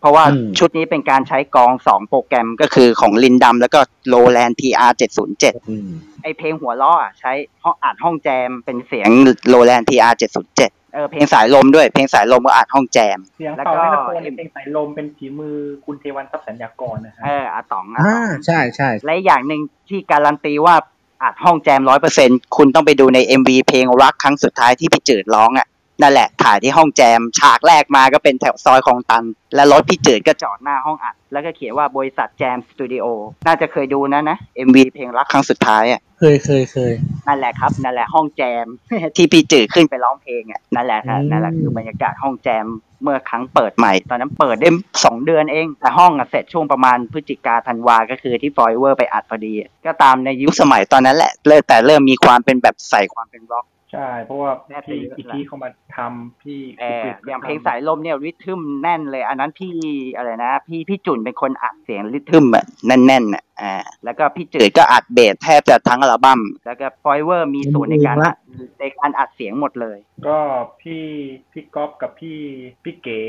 D: เพราะว่า
C: อืม
D: ชุดนี้เป็นการใช้กองสองโปรแกรมก็คือของลินดำแล้วก็โลแลนทีอาร์เจ็ดศูนย์เจ็ด
B: อืม
D: ไอเพลงหัวล้ออะใช้ห้องอัดห้องแจมเป็นเสียงโลแลนทีอาร์เจ็ดศูนย์เจ็ดเออเพลงสายลมด้วยเพลงสายลมก็อัดห้องแจม
E: เสียง
D: แล้ว
E: เป่า
D: ก็
E: ในตะโกน
D: เอ็ม
E: เพลงสายลมเป็นฝีมือคุณเทวันทรัพย์สัญญากรนะฮะ
D: เอออาตองอา
B: อ่า
D: ตอง
B: ใช่ใช่
D: และอย่างหนึ่งที่การันตีว่าอัดห้องแจมร้อยเปอร์เซ็นคุณต้องไปดูใน MV เพลงรักครั้งสุดท้ายที่พี่จืดร้องอ่ะนั่นแหละถ่ายที่ห้องแจม ฉากแรกมาก็เป็นแถวซอยคลองตัน และรถพี่จืดก็จอดหน้าห้องอัด แล้วก็เขียนว่าบริษัทแจมสตูดิโอน่าจะเคยดูนะนะ MV เพลงรักครั้งสุดท้ายอ่ะ
C: เคยเคยเคย
D: นั่นแหละครับ นั่นแหละห้องแจม ที่พี่จือขึ้นไปร้องเพลงอ่ะนั่นแหละครับ
C: อืม
D: นั่นแหละคือบรรยากาศห้องแจมเมื่อครั้งเปิดใหม่ ตอนนั้นเปิดได้สองเดือนเอง แต่ห้องอะเสร็จช่วงประมาณพฤศจิกาธันวาก็คือที่ฟอยเวอร์ไปอัดพอดีอะก็ตามในยุคสมัยตอนนั้นแหละเริ่มแต่เริ่มมีความเป็นแบบใส่ความเป็นร็อก
E: ใช่ เพราะว่า
D: แน่ตี
E: พี่
D: ก็ได้
E: อิทธิเข้ามาทำพี่
D: แอ
E: อุกฤษ
D: อย่างเพลงสายลมเนี่ยริทึมแน่นเลย อันนั้นพี่อะไรนะ พี่พี่จุนเป็นคนอัดเสียงริทึมอ่ะแน่นๆอ่ะอ่าแล้วก็พี่จืดก็อัดเบสแทบจะทั้งอัลบั้มแล้วก็ฟอยเวอร์มีส่วนในการอัดในการอัดเสียงหมดเลย
E: ก็พี่พี่ก๊อฟกับพี่พี่เก๋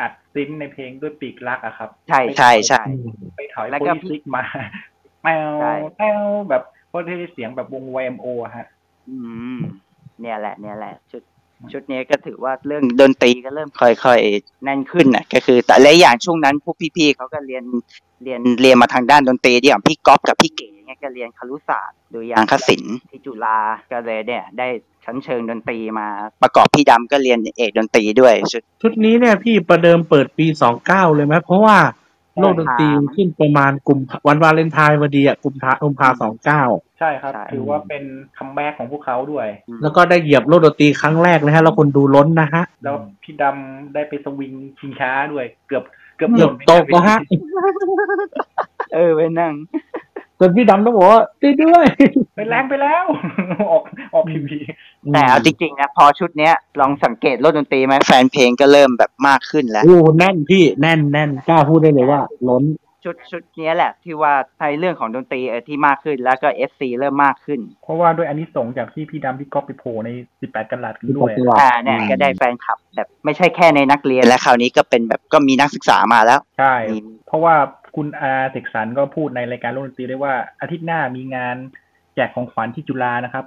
E: อัดซิมในเพลงด้วยปีกรักอะครับ
D: ใช่ใช่ใช่
E: ไปถอย
D: แล้ว
E: โพ
D: ก็
E: ลิ
D: พี่
E: ซิกมาแมว
D: ใช่
E: แมวแบบเพราะได้เสียงแบบวง YMO อะฮะ
D: อืม เนี่ยแหละ เนี่ยแหละ ชุด ชุดนี้ก็ถือว่าเรื่องดนตรีก็เริ่มค่อยๆแน่นขึ้นนะก็คือ แต่หลายอย่างช่วงนั้นพวกพี่ๆเขาก็เรียนเรียนเรียนมาทางด้านดนตรีที่อย่างพี่ก๊อฟกับพี่เก๋เนี่ยก็เรียนครุศาสตร์ดุริยางคศิลป์ที่จุฬาก็เลยเนี่ย ได้ชั้นเชิงดนตรีมาประกอบพี่ดำก็เรียนเอกดนตรีด้วยชุด
C: ชุดนี้เนี่ยพี่ประเดิมเปิดปีสองเก้าเลยไหมเพราะว่าโลกดนตรีมันขึ้นประมาณกลุ่มภาวันวาเลนไทน์พอดีอ่ะกลุ่มภากุมภาสองเก้า
E: ใช่ครับ
D: ใช่
E: ถือว่าเป็นคัมแบ็กของพวกเขาด้วย
C: แล้วก็ได้เหยียบโลกดนตรีครั้งแรกนะฮะแล้วคนดูล้นนะฮะ
E: แล้วพี่ดำได้ไปสวิงชิงช้าด้วย เกือบเกือบ
C: เหยียบตกนะฮะ
D: เออไปนั่ง
C: จนพี่ดำต้องบอกว่าด้วยด้วย
E: ไปแรงไปแล้ว ออกออกทีวี
D: แต่เอาจริงๆนะพอชุดเนี้ยลองสังเกตโลกดนตรีไหมแฟนเพลงก็เริ่มแบบมากขึ้นแล้ว
C: โอ้โหแน่นพี่แน่นแน่นกล้าพูดได้เลยว่า ล้น
D: ชุดชุดเนี้ยแหละที่ว่าในเรื่องของดนตรีเออที่มากขึ้นแล้วก็เอฟซีเริ่มมากขึ้น
E: เพราะว่าด้วยอันนี้ส่งส์จากที่พี่ดำพี่ก๊อฟไปโผล่ใน 18 กันหลัดกันด้วย
C: ครับ
D: อ่าเนี่ยก็ได้แฟนคลับแบบไม่ใช่แค่ในนักเรียน และคราวนี้ก็เป็นแบบก็มีนักศึกษามาแล้ว
E: ใช่
D: มี
E: เพราะว่าคุณอาเสกสรรก็พูดในรายการโลกดนตรีได้ว่าอาทิตย์หน้ามีงานแจกของขวัญที่จุฬานะครับ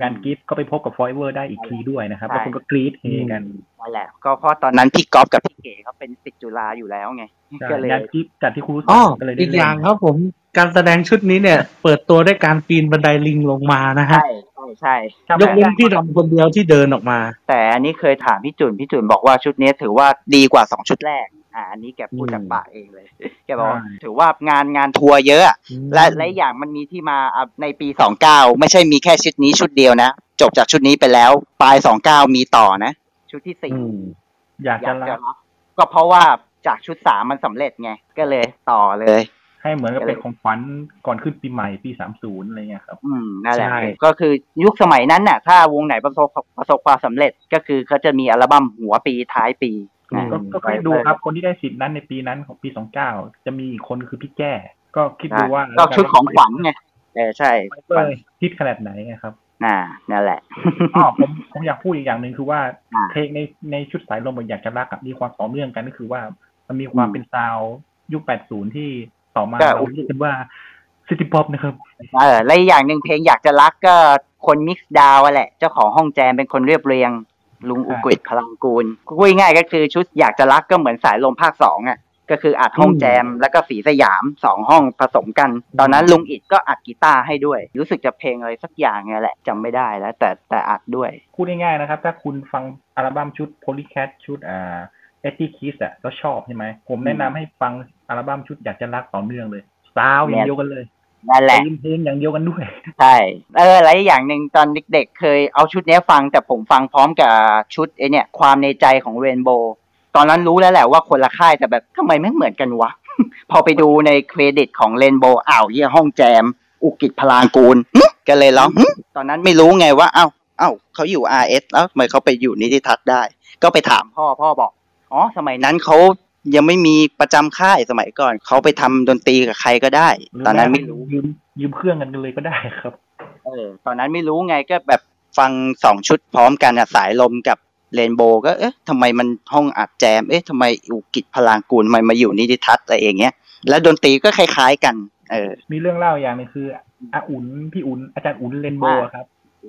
E: งานกิฟต์ก็ไปพบกับฟอยเวอร์ได้อีกทีด้วยนะครับแล้วคนก็กรี๊ดเฮกัน
D: นั่นแหละก็เพราะตอนนั้นพี่ก๊อฟกับพี่เก๋เขาเป็นสิทธิ์จุฬาอยู่แล้วไง
E: ใช่
D: ก็เลย
E: งานกิฟต์จัดที่ครู
C: อ๋อ
E: ก็เลยได้
C: อีกอย่าง
E: เล่น
C: ครับผมการแสดงชุดนี้เนี่ย เปิดตัวด้วยการปีนบันไดลิงลงมานะฮะ
D: ใช่ใช่ใช่
C: ยกเว้นพี่ดำคนเดียวที่เดินออกมา
D: แต่อันนี้เคยถามพี่จุนพี่จุนบอกว่าชุดเนี้ยถือว่าดีกว่าสองชุดแรก อ่าอันนี้แกพูด
L: อืม
D: จากปากเองเลย แกบอกว่า
L: ใช่
D: ถือว่างานงานทัวร์เยอะอะและและอีกอย่างมันมีที่มาอ่ะในปีสองเก้าไม่ใช่มีแค่ชุดนี้ชุดเดียวนะ จบจากชุดนี้ไปแล้วปลายสองเก้ามีต่อนะ ชุดที่สี่
E: อยากจะรับ
D: ก็เพราะว่าจากชุดสามมันสำเร็จไง ก็เลยต่อเลย
E: ให้เหมือนกับ
D: ก็เลย
E: เป็นของขวัญก่อนขึ้นปีใหม่ปีสามศูนย์อะไรเงี้ยครับ
D: อืมนั่นแหละ
E: ใช่
D: ก็คือยุคสมัยนั้นน่ะ ถ้าวงไหนประสบประสบความสำเร็จก็คือเขาจะมีอัลบั้มหัวปีท้ายปีนะ
E: ก็ก็คิดดูครับ คนที่ได้สิทธิ์นั้นในปีนั้นของปีสองเก้าจะมีอีกคนคือพี่แจ้ก็คิดดูว่า
D: ก็ชุดของขวัญไงเออใช่
E: เอ้ยคิดขนาดไหนไงครับ
D: น่านั่นแหละ
E: อ๋อผมผมอยากพูดอีกอย่างหนึ่งคือว่าเพลงในในชุดสายลมกับอยากจะรักอะมีความต่อเนื่องกันก็คือว่า มันมีความเป็นซาวด์ยุค 80 ที่ต่อมา
D: ก็
E: เราเรียกกันว่าซิตี้ป๊อปนะครับ
D: เออและอีกอย่างหนึ่งเพลงอยากจะรักก็คนมิกซ์ดาวน์อะแหละ เจ้าของห้องแจมเป็นคนเรียบเรียง ลุงอุกฤษพลังกูลคุยง่ายๆก็คือชุดอยากจะรักก็เหมือนสายลมภาคสองอ่ะ ก็คืออัดห้องแจมแล้วก็สีสยามสองห้องผสมกัน ตอนนั้นลุงอิดก็อัดกีตาร์ให้ด้วย รู้สึกจะเพลงอะไรสักอย่างเนี่ยแหละจำไม่ได้แล้ว แต่แต่อัดด้วย
E: พูดง่ายๆนะครับ ถ้าคุณฟังอัลบั้มชุด Polycat ชุดอ่าเอตตี้คิสอ่ะแล้วชอบใช่ไหม ผมแนะนำให้ฟังอัลบั้มชุดอยากจะรักต่อเนื่องเลยซาวด์อย่างเดียวกันเลย
D: นั่นแหละ
E: เพลงอย่างเดียวกันด้วย
D: ใช่ เอออะไรอย่างหนึ่งตอนเด็กๆ เคยเอาชุดเนี้ยฟังแต่ผมฟังพร้อมกับชุดไอเนี่ย ความในใจของเรนโบว์ตอนนั้นรู้แล้วแหละว่าคนละค่ายแต่แบบทำไมไม่เหมือนกันวะ พอไปดูในเครดิตของเรนโบว์อ้าวเยี่ยห้องแจม อุกิจพลางกูลหึก็เลยร้องหึตอนนั้นไม่รู้ไงว่า เอ้าเอ้าเขาอยู่ RS แล้วทำไมเขาไปอยู่นิติทัศน์ได้ ก็ไปถามพ่อพ่อบอก อ๋อ สมัยนั้นเขายังไม่มีประจำค่ายสมัยก่อนเขาไปทำดนตรีกับใครก็ได้ ตอนนั้นไม่รู้
E: ยืมยืมเครื่องกันเลยก็ได้ครับ
D: เออตอนนั้นไม่รู้ไงก็แบบฟังสองชุดพร้อมกันอะสายลมกับเรนโบว์ก็เอ๊ะทำไมมันห้องอัดแจม เอ๊ะทำไมอุกิจพลางกูลทำไมันมาอยู่นิติทัศน์อะไรอย่างเงี้ย แล้วดนตรีก็คล้ายๆกัน เออ
E: มีเรื่องเล่าอย่างหนึงคืออาอุ่นพี่อุ่นอาจารย์อุ่นเรนโบว์อะครับ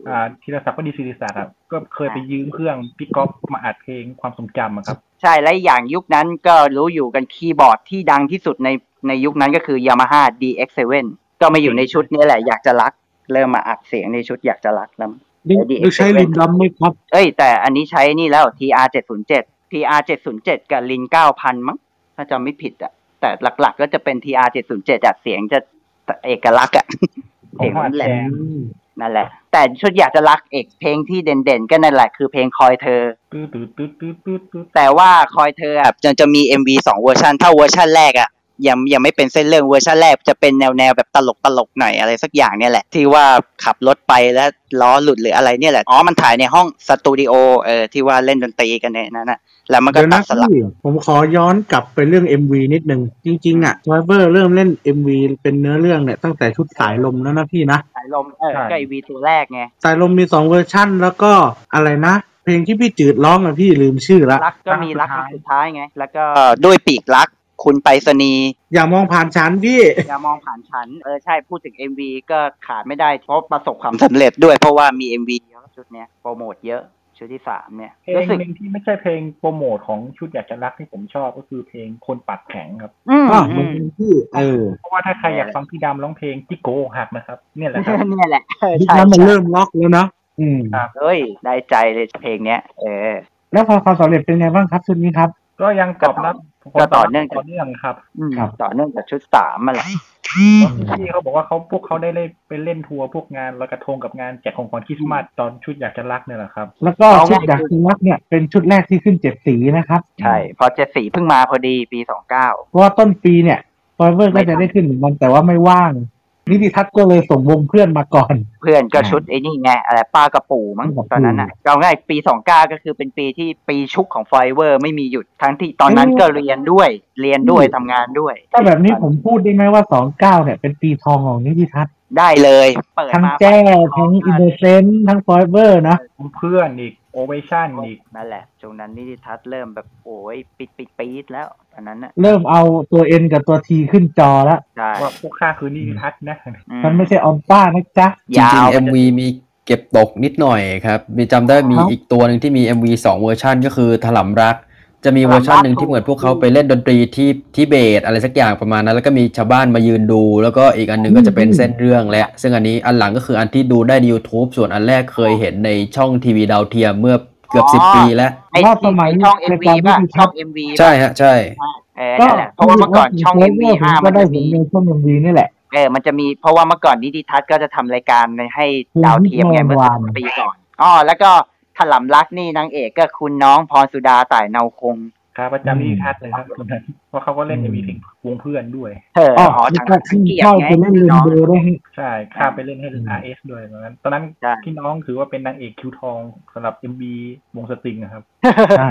E: อ่าธีรศักดิ์ก็ดีศิริศักดิ์ครับก็เคยไปยืมเครื่องพี่ก๊อฟมาอัดเพลงความทรงจำอะครับ
D: ใช่และอย่างยุคนั้นก็รู้อยู่กันคีย์บอร์ดที่ดังที่สุดในในยุคนั้นก็คือ Yamaha DX7 ก็มาอยู่ในชุดนี้แหละอยากจะรัก เริ่มมาอัดเสียงในชุดอยากจะรักแล้ว
L: นึกนึกใช้ริมดำไหมครับ
D: เอ้ยแต่อันนี้ใช้นี่แล้ว TR 707 TR 707กับลิน9000 มั้งถ้าจำไม่ผิดอะแต่หลักๆก็จะเป็น TR 707อะเสียงจะเอกลักษณ์อะ
E: ขอ
D: เสีย
E: ง
D: ง
E: หอ
D: มั
E: ด
D: นแหล
E: แจ
D: ม
E: ม
D: นั่นแหละ แต่ชุดอยากจะรักเอกเพลงที่เด่นๆ ก็นั่นแหละ คือเพลงคอยเธอ
E: ตื้อตื้อตื้อตื้อตื้อตื้อ
D: แต่ว่าคอยเธออะจะจะมี MV สองเวอร์ชันถ้าเวอร์ชันแรกอะยังยังไม่เป็นเส้นเรื่องเวอร์ชันแรกจะเป็นแนวแนวแบบตลกตลกๆหน่อยอะไรสักอย่างเนี่ยแหละ ที่ว่าขับรถไปแล้วล้อหลุดหรืออะไรเนี่ยแหละ อ๋อมันถ่ายในห้องสตูดิโอเออที่ว่าเล่นดนตรีกันในนั้นอะแล้วมันก็
C: เดี๋ยว
D: ตั
C: นะ
D: ดสลับ
C: พี่ผมขอย้อนกลับไปเรื่อง MV นิดนึง จริง ๆ อ่ะทอยเวอร์เริ่มเล่น MV เป็นเนื้อเรื่องเนี่ยตั้งแต่ชุดสายลมแล้วนะพี่นะ
D: สายลมเออก็ไอวีตัวแรกไง
C: สายลมมีสองเวอร์ชั่น แล้วก็อะไรนะ เพลงที่พี่จืดร้องอ่ะพี่ลืมชื่อละ
D: รักก็มีรักครั้งสุดท้ายไง แล้วก็ด้วยปีกรัก คุณไปสนีย์
C: อย่ามองผ่านฉันพี่
D: อย่ามองผ่านฉัน เออใช่พูดถึง MV ก็ขาดไม่ได้ เพราะประสบความสำเร็จด้วยเพราะว่ามี MV เยอะชุดเนี้ยโปรโมทเยอะชุดที่สามเนี่ย
E: เพลง
D: รู้สึก
E: หนึ่งที่ไม่ใช่เพลงโปรโมทของชุดอยากจะรักที่ผมชอบก็คือเพลงคนปากแข็งครับ
D: อืม
C: อ้าวมันเป็นที่เออ
E: เพราะว่าถ้าใครอยากฟังพี่ดำร้องเพลงที่โกหักนะครับ เนี่ยแหละครับ
D: เนี่ยแหละเออ
C: ยุค
D: ใช่
C: นั้นมัน
D: ใช่
C: เริ่มล็อกแล้วนะอืม
D: เอ้ย ได้ใจเลยเพลงเนี้ยเออ
C: แล้วพอความสำเร็จเป็นไงบ้างครับชุดนี้ครับ
E: ก็ยังตอบรับ
D: ก็ต่อเนื่องจาก
E: ต่อเนื่องครับ
D: อืมต่อเนื่องจากชุดสามมาแหละ
E: ที่เขาบอกว่าเขาพวกเขาได้เล่นไปเล่นทัวร์พวกงานลอยกระทงกับงานแจกของขวัญคริสต์มาสตอนชุดอยากจะรักเนี่ยแหละครับ
C: แล้วก็ชุดดักรักเนี่ยเป็นชุดแรกที่ขึ้นเจ็ดสีนะครับ
D: ใช่เพอเจดสีเพิ่งมาพอดีปีสองเก้า
C: เพราะว่าต้นปีเนี่ยฟอยเวอร์
D: ไม่
C: ก็
D: ทั
C: จะ
D: น
C: ได้ขึ้นเหมือนกันแต่ว่าไม่ว่าง นิติทัศน์ก็เลยส่งวงเพื่อนมาก่อน
D: เพื่อนก็ชุดไอ้นี่ไงอะไรป้ากระปูมั้ง
C: ป้ากระปู่
D: ตอนนั้นอ่ะเอาง่ายปีสองเก้าก็คือเป็นปีที่ปีชุกของไฟเวอร์ไม่มีหยุดทั้งที่ตอนนั้นก็เรียนด้วยเรียนด้วยทำงานด้วย
C: ถ้าแบบนี้ผมพูดได้ไหมว่าสองเก้าเนี่ยเป็นปีทองของนิติทัศน์
D: ได้เลยเปิด
C: ทั้ง
D: มา
C: แจ้ทั้งอินเดเซนทั้งฟอยเวอร์นะ
E: เพื่อนอีกโอเวชั่นอีก
D: นั่นแหละช่วงนั้นนิติทัศน์เริ่มแบบโอ้ยปิดปิดปีดแล้วตอนนั้นน่ะ
C: เริ่มเอาตัวเอ็นกับตัวทีขึ้นจอแล้ว
D: ใช่
E: ว่าพวกข้าคือนิติทัศน์นะ
C: มันไม่ใช่ออนป้านะจ๊ะ
J: จริงๆ MV มีเก็บตกนิดหน่อยครับ มีจำได้มี
C: ครับ
J: อีกตัวหนึ่งที่มี MV 2 เวอร์ชันก็คือถลำรัก จะมีเวอร์ชันหนึ่งที่เหมือนพวกเขาไปเล่นดนตรีที่ทิเบตอะไรสักอย่างประมาณนั้น แล้วก็มีชาวบ้านมายืนดู แล้วก็อีกอันหนึ่งก็จะเป็นเส้นเรื่องและ ซึ่งอันนี้อันหลังก็คืออันที่ดูได้ใน YouTube ส่วนอันแรกเคยเห็นในช่องทีวีดาวเทียมเมื่อ เกือบสิบปีแล้ว
D: ไม่
M: ว่าสมัย
D: ช่องเอ็มวี
M: รายการ
D: ป่ะ
M: ไม่มีทั
D: ช่อบ งเอ็มวี
J: ใช่ฮะใช่
D: เออนั่นแหละเพราะว่าเมื่อก่อนช่องเอ็มวีห้า
M: ผ
D: มั
M: ก็
D: น
M: ได้
D: จะ
M: เห็
D: มี
M: นในช่องเอ็มวีนี่แหละ
D: เออมันจะมีเพราะว่าเมื่อก่อนนิติทัศน์ก็จะทำรายการในให้ดาวเทียมไงเมื่อสิบปีก่อนอ๋อแล้วก็ถล่มรักนี่นางเอกก็คุณน้องพรสุดาต่ายเนาคง
K: ครับประจำที่ทัดเลยครับคนนั้นเพราะเขาก็เล่นเอวีถึงวงเพื่อนด้วย
D: เอออ๋อทางทางเกียรติไง
M: ไปเล่นเรนโบว์ด้วยฮะ
K: ใช่ข้ามไปเล่นให้อาเอสด้วยตอนนั้นตอนนั้นพี่น้องถือว่าเป็นนางเอกคิวทองสำหรับเอ็มบีวงสตริงนะครับ
M: ใช่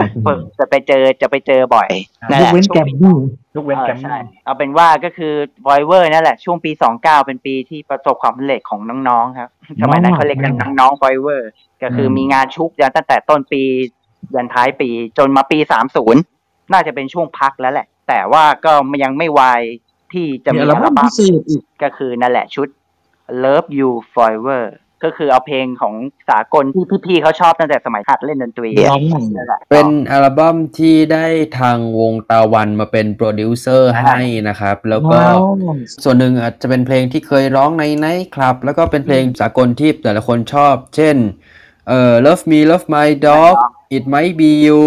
D: จะไปเจอจะไปเจอบ่อย
M: ย
D: นั่นแห
M: ก
D: ละ
M: เว้น
D: ช่ว
M: แกม
D: งปี
M: มี่
K: ยกเว้นแกมมี่
D: ใช่เอาเป็นว่าก็คือไวเวอร์นั่นแหละ ช่วงปีสองเก้าเป็นปีที่ประสบความสำเร็จของน้องๆครับสมัยนั้นเขาเรียกกันน้องๆไวเวอร์ ก็คือมีงานชุกยันตั้งแต่ต้นปียันท้ายปีจนมาปีสามศูนย์น่าจะเป็นช่วงพักแล้วแหละ แต่ว่าก็ยังไม่วายที่จะมี
M: เดี๋ยว
D: อั
M: เรา
D: ลบั้
M: พิ
D: ม
M: เศษอีก
D: ก็คือนั่นแหละชุด Love You Forever ก็คือเอาเพลงของสากลที่พี่ๆเขาชอบตั้งแต่สมัยหัดเล่นดนตรีอะ
J: ร้องหนัง
D: นั่นแหละ
J: เป็นอัลบั้มที่ได้ทางวงตาวันมาเป็นโปรดิวเซอร์
D: อ่า
J: ให้นะครับ แล้วก็
M: ว้าว
J: ส่วนหนึ่งอาจจะเป็นเพลงที่เคยร้องในไนท์คลับ แล้วก็เป็นเพลงสากลที่แต่ละคนชอบ เช่นเอ่อ Love Me Love My Dog It Might Be You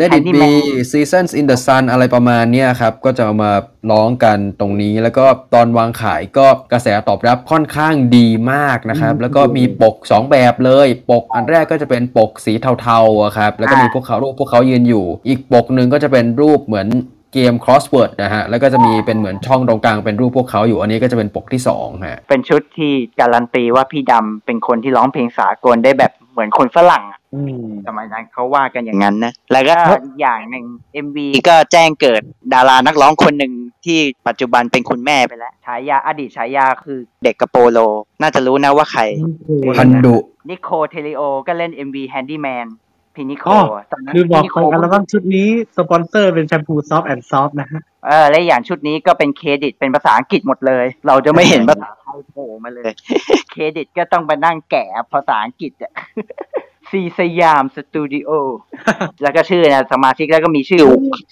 J: Let It Be Seasons in the Sun อะไรประมาณเนี้ยครับ ก็จะเอามาร้องกันตรงนี้ แล้วก็ตอนวางขายก็กระแสตอบรับค่อนข้างดีมากนะครับ แล้วก็มีปก 2 แบบเลย ปกอันแรกก็จะเป็นปกสีเทาๆอะครับ แล้วก็มีพวกเขารูปพวกเขายืนอยู่ อีกปกหนึ่งก็จะเป็นรูปเหมือนเกม crossword นะฮะ แล้วก็จะมีเป็นเหมือนช่องตรงกลางเป็นรูปพวกเขาอยู่ อันนี้ก็จะเป็นปกที่สองฮะ
D: เป็นชุดที่การันตีว่าพี่ดำเป็นคนที่ร้องเพลงสากลได้แบบเหมือนคนฝรั่งอะสมัยนั้นเขาว่ากันอย่างนั้นนะ แล้วก็อีกอย่างหนึ่ง MV ก็แจ้งเกิดดารานักร้องคนหนึ่งที่ปัจจุบันเป็นคุณแม่ไปแล้วฉายาอดีตฉายาคือเด็กกระโปโล น่าจะรู้นะว่าใคร
J: พันดุ
D: นิโคเทเลโอก็เล่น MV Handyman พี่นิโค
C: อ๋อ
D: ตอนนั้น
C: คือบอก
D: พี่นิ
C: ไป
D: โค
C: อัลบั้มชุดนี้สปอนเซอร์เป็นแชมพูซอฟแอนด์ซอฟนะฮะ
D: เออและอย่างชุดนี้ก็เป็นเครดิตเป็นภาษาอังกฤษหมดเลย เราจะไม่เห็นภาษาไทยโผล่มาเลย เครดิตก็ต้องไปนั่งแกะภาษาอังกฤษอะ ซีสยามสตูดิโอ แล้วก็ชื่อนะสมาชิกแล้วก็มีชื่อ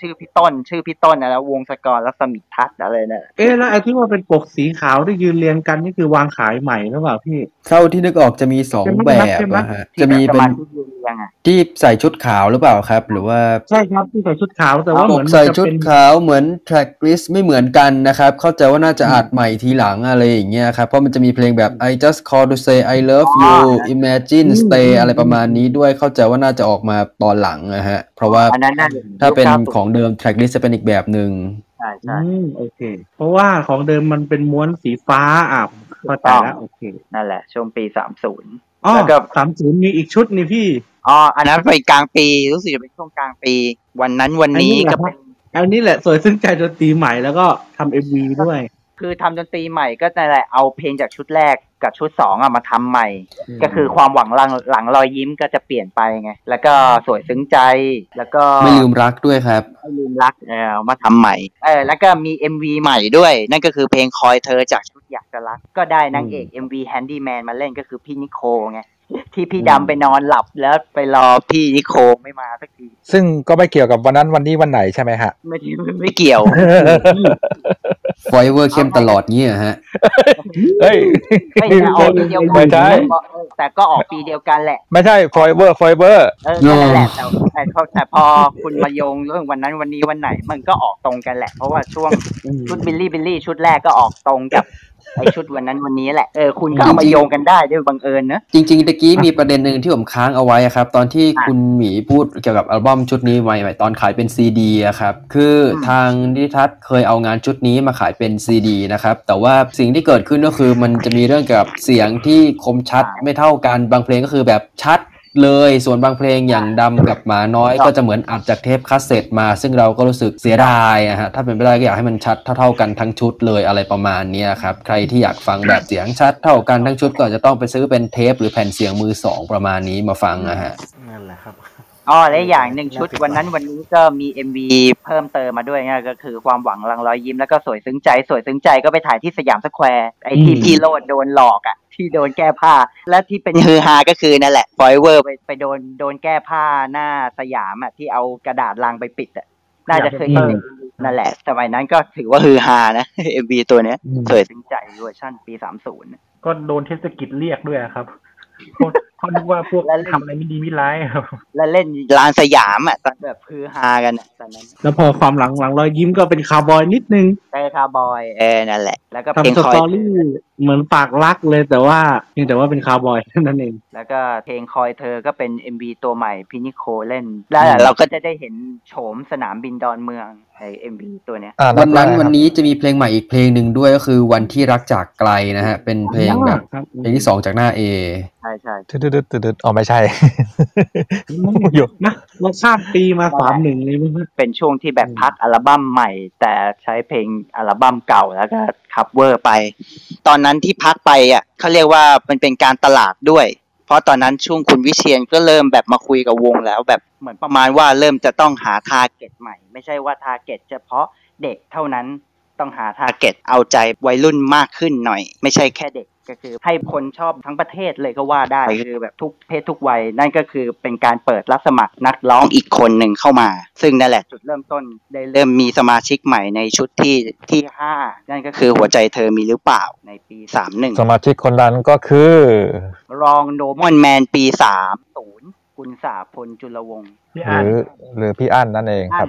D: ชื่อพี่ต้น ชื่อพี่ต้นนะแล้ววงสกรรัศมีทัศน์อะไรนะ
C: เอ๊ะแล้วไอ้ที่ว่าเป็นปกสีขาวที่ยืนเรียงกันนี่คือวางขายใหม่หรือเปล่าพี่
J: เท่าที่นึกออกจะมีสอง
C: เป็นรูป
J: แบ
C: ลักษณ์
J: บ
C: ใช่ไหม
J: นะฮะ จะมีเป็น
D: ที่ยืนเรียงอะ
J: ที่ใส่ชุดขาวหรือเปล่าครับ หรือว่า
C: ใช่ครับที่ใส่ชุดขาวแต่ว่า
J: ป
C: เหมื
J: ก
C: อน
J: ใส่
C: จะ
J: ชุด
C: เป็น
J: ขาวเหมือน track list ไม่เหมือนกันนะครับ เข้าใจว่าน่าจะอัดใหม่ทีหลังอะไรอย่างเงี้ยครับ เพราะมันจะมีเพลงแบบ I just call to say I love you imagine stay อะไรประมาณนี้ด้วยเข้าใจว่าน่าจะออกมาตอนหลังนะฮะ เพราะว่า
D: อันนั้นน่ะ
J: ถ้าเป็น
D: ยุคเก้าสิบ
J: ของเดิม track list จะเป็นอีกแบบหนึ่ง
D: ใช่ใช่
C: อืมโอเค เพราะว่าของเดิมมันเป็นม้วนสีฟ้าอ่ะผมเข้าใจแล้ว
D: ถูกต้อง
C: โอเค
D: นั่นแหละ ช่วงปีสามศูนย์
C: อ๋อ
D: แล้วก็
C: สามศูนย์มีอีกชุดนี่พี่
D: อ๋อ อันนั้นไปนกลางปี รู้สึกจะเป็นช่วงกลางปี วันนั้นวันนี้
C: อันนี้เหรอค
D: ก็
C: รั
D: เป็
C: บ
D: น
C: อันนี้แหละสวยซึ้งใจดนตรีใหม่แล้วก็ทำเอ็มวีด้วย
D: คือทำดนตรีใหม่ก็นั่นแหละเอาเพลงจากชุดแรกกับชุดสองอะมาทำใหม่
C: อืม
D: ก็คือความหวังหลังหลังรอยยิ้มก็จะเปลี่ยนไปไง แล้วก็สวยซึ้งใจแล้วก็
J: ไม่ลืมรักด้วยครับ
D: ไม่ลืมรักเออเอามาทำใหม่เออแล้วก็มี MV ใหม่ด้วย นั่นก็คือเพลงคอยเธอจากชุดอยากจะรัก ก็ได้นางเอก MV Handyman มาเล่นก็คือพี่นิโคไงที่พี่ดำไปนอนหลับแล้วไปรอพี่นิโคไม่มาสักที
B: ซึ่งก็ไม่เกี่ยวกับวันนั้นวันนี้วันไหนใช่ไหมฮะ
D: ไม่ได้ไม่เกี่ยว
J: ไฟเวอร์เข้มตลอดเงี้ยฮะ
B: เฮ้ย
D: ไม่แต่ออกปีเดียวกั
B: ไม่
D: น
B: ใช่
D: แต่ก็แต่ก็ออกปีเดียวกันแหละ
B: ไม่ใช่ forever forever
D: เออนั่นแหละแต่แต่พอแต่พอคุณมาโยงเรื่องวันนั้นวันนี้วันไหน มันก็ออกตรงกันแหละ เพราะว่าช่วงชุดบิลลี่บิลลี่ชุดแรกก็ออกตรงกับไอชุดวันนั้นวันนี้แหละเออคุณก็เอามาโยงกันได้ด้วยบังเอิญนะ
J: จริงๆตะกี้มีประเด็นหนึ่งที่ผมค้างเอาไว้อะครับ ตอนที่คุณหมีพูดเกี่ยวกับอัลบั้มชุดนี้ไว้ไว้ตอนขายเป็นซีดีอะครับ คือทางนิติทัศน์เคยเอางานชุดนี้มาขายเป็นซีดีนะครับ แต่ว่าสิ่งที่เกิดขึ้นก็คือมันจะมีเรื่องเกี่ยวกับเสียงที่คมชัดไม่เท่ากันบางเพลงก็คือแบบชัดเลย ส่วนบางเพลงอย่างดำกับหมาน้อย ก็จะเหมือนอัดจากเทปคาสเซ็ตมา ซึ่งเราก็รู้สึกเสียดายอะฮะถ้าเป็นไปได้ก็อยากให้มันชัดเท่าๆกันทั้งชุดเลยอะไรประมาณเนี้ยครับใครที่อยากฟังแบบเสียงชัดเท่ากันทั้งชุดก็อาจจะต้องไปซื้อเป็นเทปหรือแผ่นเสียงมือสองประมาณนี้มาฟังนะฮะ
E: นั่นแหละครับ
D: อ๋อและอย่างหนึ่งชุดวันนั้นวันนี้ก็มี MV เพิ่มเติมมาด้วยนะก็คือความหวังลังรอยยิ้มแล้วก็สวยซึ้งใจ สวยซึ้งใจก็ไปถ่ายที่สยามสแควร์ไอที่
J: อืม
D: พี่โรดโดนหลอกอ่ะ ที่โดนแก้ผ้า และที่เป็นฮือฮาก็คือนั่นแหละฟอยเวอร์ไปไปโดนโดนแก้ผ้าหน้าสยามอ่ะที่เอากระดาษลังไปปิดอ่ะน่าจะเคยเห็นใน MV นั่นแหละ สมัยนั้นก็ถือว่าฮือฮานะ MV ตัวเนี้ยสวยซึ้งใจเวอร์ชั่นปีสามศูนย์
K: ก็โดนเทศกิจเรียกด้วยครับโคตร เขานึกว่าพวกทำอะไรไม่ดีไม่ร้ายครับ
D: แล้วเล่นลานสยามอ่ะตอนแบบคือฮากันอะตอนนั้น
C: แล้วพอความหลังหลังรอยยิ้มก็เป็นคาวบอยนิดนึง
D: ได้คาร์บอยเออนั่นแหละ แล้วก็เพลง
C: ทำส
D: คอย
C: ตอรี่เหมือนปากรักเลยแต่ว่าเพียงแต่ว่าเป็นคาวบอยเท่านั้นเอง
D: แล้วก็เพลงคอยเธอก็เป็นเอ็มบีตัวใหม่พินิโคเล่น แล้วเราก็จะได้เห็นโฉมสนามบินดอนเมืองในเอ็มบีตัวเนี้ย
J: วันนั้นวันนี้จะมีเพลงใหม่อีกเพลงหนึ่งด้วยก็คือวันที่รักจากไกลนะฮะ เป็นเพลงแบบ
C: ครับ
J: เพลงที่สองจากหน้าเอ
D: ใช่ใช่
J: ตืดตืดตืดอ๋อไม่ใช่
C: นะเราข้ามปีมาสามหนึ่งเลยมั้งฮะ
D: เป็นช่วงที่แบบพักอัลบั้มใหม่ แต่ใช้เพลงอัลบั้มเก่าแล้วก็คัฟเวอร์ไป ตอนนั้นที่พักไปอ่ะเขาเรียกว่ามันเป็นการตลาดด้วย เพราะตอนนั้นช่วงคุณวิเชียนก็เริ่มแบบมาคุยกับวงแล้วแบบเหมือนประมาณว่าเริ่มจะต้องหาทาร์เก็ตใหม่ ไม่ใช่ว่าทาร์เก็ตเฉพาะเด็กเท่านั้นต้องหาทาร์เก็ตเอาใจวัยรุ่นมากขึ้นหน่อย ไม่ใช่แค่เด็กก็คือ ให้คนชอบทั้งประเทศเลยก็ว่าได้คือแบบทุกเพศทุกวัยนั่นก็คือเป็นการเปิดรับสมัครนักร้องอีกคนหนึ่งเข้ามา ซึ่งนั่นแหละจุดเริ่มต้นได้เริ่มมีสมาชิกใหม่ในชุดที่ที่ห้านั่นก็คือหัวใจเธอมีหรือเปล่าในปีสามหนึ่ง
N: สมาชิกคนนั้นก็คือ
D: รองโนมอนแมนปีสามศูนย์คุณสาพลจุลวงศ์
N: หรือหรือพี่อั้นนั่นเองครับ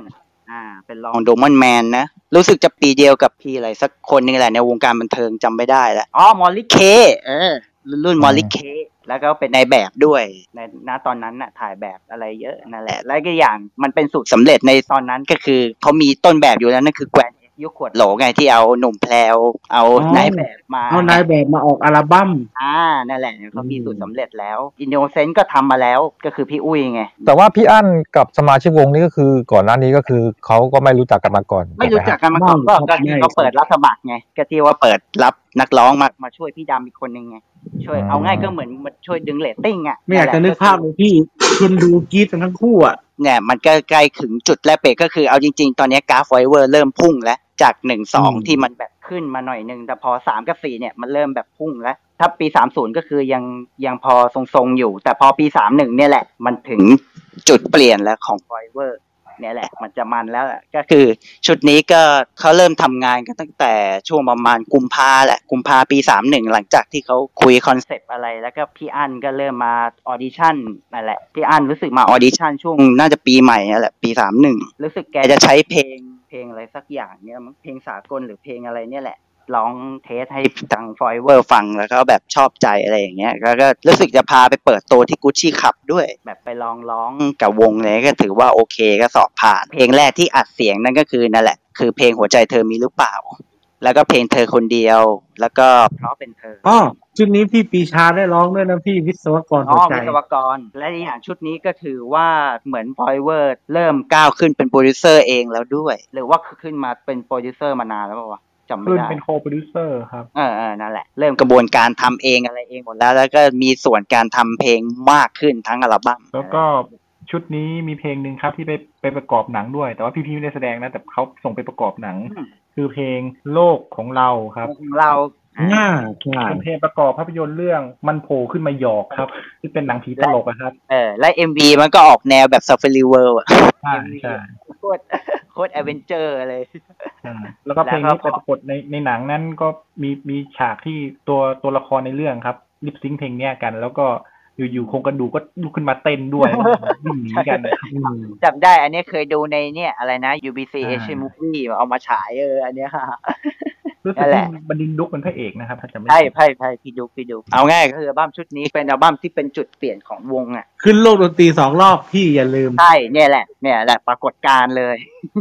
D: อ่า เป็นรองโดมอนแมนนะ รู้สึกจะปีเดียวกับพี่อะไรสักคนหนึงแหละในวงการบันเทิงจำไม่ได้แล้วอ๋อ มอลลิเคเออ รุ่นมอลลิเคแล้วก็เป็นในายแบบด้วย ในณตอนนั้นน่ะถ่ายแบบอะไรเยอะนั่นแหละ และก็อย่างมันเป็นสูตรสำเร็จในตอนนั้นก็คือเขามีต้นแบบอยู่แล้วนั่นคือแกวนยุคขวดโหลไงที่เอาหนุ่มแพลวเอานายแบบมา
C: เอานายแบบมาออกอัลบั้ม
D: อ่า นั่นแหละเขามีสูตรสำเร็จแล้ว อินโนเซนต์ก็ทำมาแล้ว ก็คือพี่อุ้ยไง
N: แต่ว่าพี่อั้นกับสมาชิกวงนี้ก็คือก่อนหน้านี้ก็คือเขาก็ไม่รู้จักกันมาก่อน
D: ไม่รู้จักกันมาก่อนก็ก็ที่เขาเปิดรับสมัครไง ก็ที่ว่าเปิดรับนักร้องมามาช่วยพี่ดำอีกคนนึงไง ช่วยเอาง่ายก็เหมือนมาช่วยดึงเรตติ้งอ่ะ
C: ไม่อยากจะนึกภาพเลยพี่คนดูกรีดกันทั้งคู่อ่ะ
D: เนี่ยมันก็ใกล้ถึงจุดแลกเปลี่ยนก็คือเอาจริง ๆ ตอนนี้กราฟไวเวอร์เริ่มพุ่งแล้วจากหนึ่งสอง
C: อืม
D: ที่มันแบบขึ้นมาหน่อยหนึ่งแต่พอสามกับสี่เนี่ยมันเริ่มแบบพุ่งแล้ว ถ้าปีสามศูนย์ก็คือยังยังพอทรงๆอยู่ แต่พอปีสามหนึ่งเนี่ยแหละมันถึงจุดเปลี่ยนแล้วของไวเวอร์ เนี่ยแหละมันจะมันแล้วแหละก็คือชุดนี้ก็เขาเริ่มทำงานกันตั้งแต่ช่วงประมาณกุมภาแหละกุมภาปีสามหนึ่งหลังจากที่เขาคุยคอนเซปต์อะไร แล้วก็พี่อั้นก็เริ่มมาออดิชั่นนั่นแหละพี่อั้นรู้สึกมาออดิชั่นช่วงน่าจะปีใหม่นั่นแหละปีสามหนึ่งรู้สึกแกจะใช้เพลงเพลงอะไรสักอย่างเนี่ยมั้งเพลงสากลหรือเพลงอะไรเนี่ยแหละ ร้องเทสให้ทางฟอยเวอร์ฟังแล้วก็แบบชอบใจอะไรอย่างเงี้ยแล้วก็รู้สึกจะพาไปเปิดตัวที่กุชชี่ขับด้วย แบบไปลองร้องกับวงเลยก็ถือว่าโอเคก็สอบผ่าน เพลงแรกที่อัดเสียงนั่นก็คือนั่นแหละ คือเพลงหัวใจเธอมีหรือเปล่า แล้วก็เพลงเธอคนเดียว แล้วก็เพราะเป็นเธอ
C: อ๋อชุดนี้พี่ปีชาได้ร้องด้วยนะพี่วิศวกร
D: อ๋
C: หัว
D: อ
C: ใจ
D: วิศวกร และอีกอย่างชุดนี้ก็ถือว่าเหมือนพอยเวิร์ดเริ่มก้าวขึ้นเป็นโปรดิวเซอร์เองแล้วด้วย หรือว่าขึ้นมาเป็นโปรดิวเซอร์มานานแล้วเปล่าวะจำไม่
K: ขึ้น
D: ได้
K: เป็นโคโปรดิวเซอร์ครับ
D: เออเออนั่นแหละ เริ่มกระบวนการทำเองอะไรเองหมดแล้ว แล้วก็มีส่วนการทำเพลงมากขึ้นทั้งอัลบั้ม
K: แล้วก็ชุดนี้มีเพลงหนึ่งครับที่ไปไปประกอบหนังด้วย แต่ว่าพี่พี่ไม่ได้แสดงนะ แต่เขาส่งไปประกอบหนัง คือเพลงโลกของเราครับ
D: เรา
C: น่า
K: เป็นเพลงประกอบภาพยนตร์เรื่องมันโผล่ขึ้นมาหยอกครับที่เป็นหนังผีตลกอะครับ
D: เออและ MV มันก็ออกแนวแบบซัฟเฟอรีเวิร์อะ
K: ใช่ใช่
D: โคตรโคตรแอเวนเจอร์เลย
K: แล้วก็เพลงนี้
D: แล้ว
K: ไป
D: ก็
K: ปรากฏในในหนังนั้นก็มีมีฉากที่ตัวตัวละครในเรื่องครับลิปซิงเพลงเนี้ยกัน แล้วก็อยู่ๆโครงกระดูกก็ลุกขึ้นมาเต้น ด้วย วิ่งหนีกันนะครับ
D: จำได้ อันนี้เคยดูในเนี่ยอะไรนะ UBC
K: อ่า
D: Asian Movie เอามาฉายเอออันเนี้ยค่ะ
K: รู้สึ
D: นั่
K: ก
D: นแห
K: ว่า
D: ละ
K: บดินทร์ดุกเป็นพระเอกนะครับถ้าจำไม่
D: ใช่
K: ผิด
D: ใช่ใช่พี่ดูพี่ดู เอาง่ายก็คืออัลบั้มชุดนี้เป็นอัลบั้มที่เป็นจุดเปลี่ยนของวงอ่ะ
C: ขึ้นโลกดนตรีสองรอบพี่อย่าลืม
D: ใช่เนี่ยแหละ เนี่ยแหละปรากฏการณ์เลย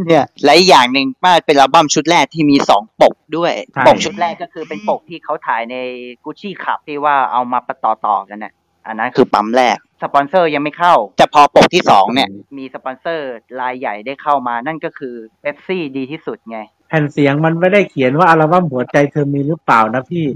D: เนี่ยและอีกอย่างหนึ่งป้าเป็นอัลบั้มชุดแรกที่มีสองปกด้วย
C: ใช่
D: ปกชุดแรกก็คือเป็นปกที่เขาถ่ายในกุชชี่ขับที่ว่าเอามาประต่อต่อๆกันน่ะอันนั้นคือปั๊มแรก สปอนเซอร์ยังไม่เข้า จะพอปกที่สองเนี่ย มีสปอนเซอร์รายใหญ่ได้เข้ามานั่นก็คือเบปซี่ดีที่สุดไง
C: แผ่นเสียงมันไม่ได้เขียนว่าอัลบั้มหัวใจเธอมีหรือเปล่านะพี่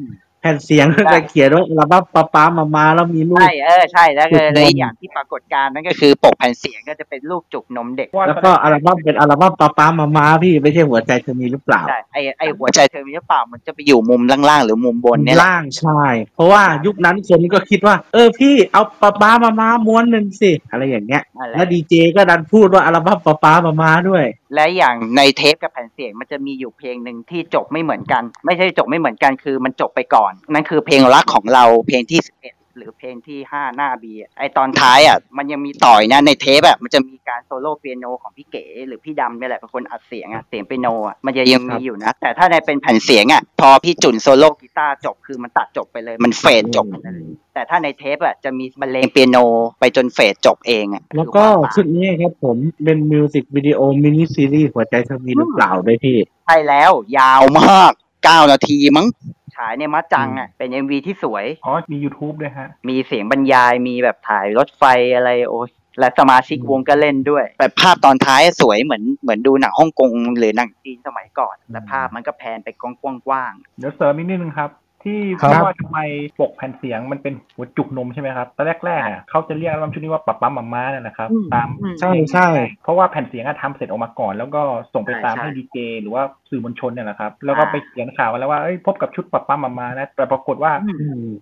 C: แผ่นเสียงก็จะเขียนว่าอัลบั้มป๊าป๊ามามาแล้วมีรูป
D: ใช่เออใช่แล้วก็
C: จุกนม
D: เลยอย่างที่ปรากฏการณ์นั่นก็คือปกแผ่นเสียงก็จะเป็นรูปจุกนมเด็ก
C: แล้วก็อัลบั้มเป็นอัลบั้มป๊าป๊ามามาพี่ไม่ใช่หัวใจเธอมีหรือเปล่า
D: ใช่ไอไอหัวใจเธอมีหรือเปล่ามันจะไปอยู่มุมล่างๆ หรือมุมบนเนี่ยแหละ
C: ล่างใช่ เพราะว่ายุคนั้นคนก็คิดว่า เออพี่เอาป๊าป๊ามามาม้วนหนึ่งสิ อะไรอย่างเงี้ย แล้วดีเจก็ดันพูดว่าอัลบั้มป๊าป๊ามามาด้วย
D: และอย่างในเทปกับแผ่นเสียงมันจะมีอยู่เพลงหนึ่งที่จบไม่เหมือนกัน ไม่ใช่จบไม่เหมือนกันคือมันจบไปก่อน นั่นคือเพลงรักของเราเพลงที่สิบเอ็ด หรือเพลงที่ห้าหน้าบีไอตอนท้ายอ่ะมันยังมีต่อยนะในเทปอ่ะมันจะมีการโซโล่เปียโนของพี่เก๋หรือพี่ดำเนี่ยแหละเป็นคนอัดเสียงอ่ะเสียงเปียโนอ่ะมันจะยังมีอยู่นะ แต่ถ้าในเป็นแผ่นเสียงอ่ะพอพี่จุนโซโล่กีตาร์จบคือมันตัดจบไปเลย มันเฟดจบไปเลยแต่ถ้าในเทปอ่ะจะมีบรรเลงเปียโนไปจนเฟดจบเองอ่ะ
C: แล้วก็ชุดนี้ครับผมเป็นมิวสิกวิดีโอมินิซีรีส์หัวใจทวีหรือเปล่าด้วยพี่
D: ใช่แล้วยาวมากเก้านาทีมั้ง ฉายในมัดจังอ่ะ เป็นเอ็มวีที่สวย
E: อ๋อ มี YouTube ด้วยฮะ
D: มีเสียงบรรยายมีแบบถ่ายรถไฟอะไรโอ้ยและสมาชิกวงก็เล่นด้วย แบบภาพตอนท้ายสวยเหมือนเหมือนดูหนังฮ่องกงหรือหนังจีนสมัยก่อน และภาพมันก็แพนไปกว้าง
E: เดี๋ยวเสริมอีกนิดนึงครับ ที่
D: ๆ
E: ที่ว่าทำไมปกแผ่นเสียงมันเป็นหัวจุกนมใช่ไหมครับตอนแรกๆอะเขาจะเรียกอัลบั้มชุดนี้ว่าปับปั๊มหมาม่านั่นแหละครับ
D: อืม
E: ตาม
D: อืม
C: ใช่ใช่
E: เพราะว่าแผ่นเสียงอะทำเสร็จออกมาก่อน แล้วก็ส่งไป
D: ใช่
E: ตาม
D: ใช่
E: ให้ดีเจหรือว่าสื่อมวลชนเนี่ยแหละครับ แล้วก็
D: อ่า
E: ไปเขียนข่าวกันแล้วว่าเอ้ยพบกับชุดปับปั๊มหมาม่านะแต่ปรากฏว่า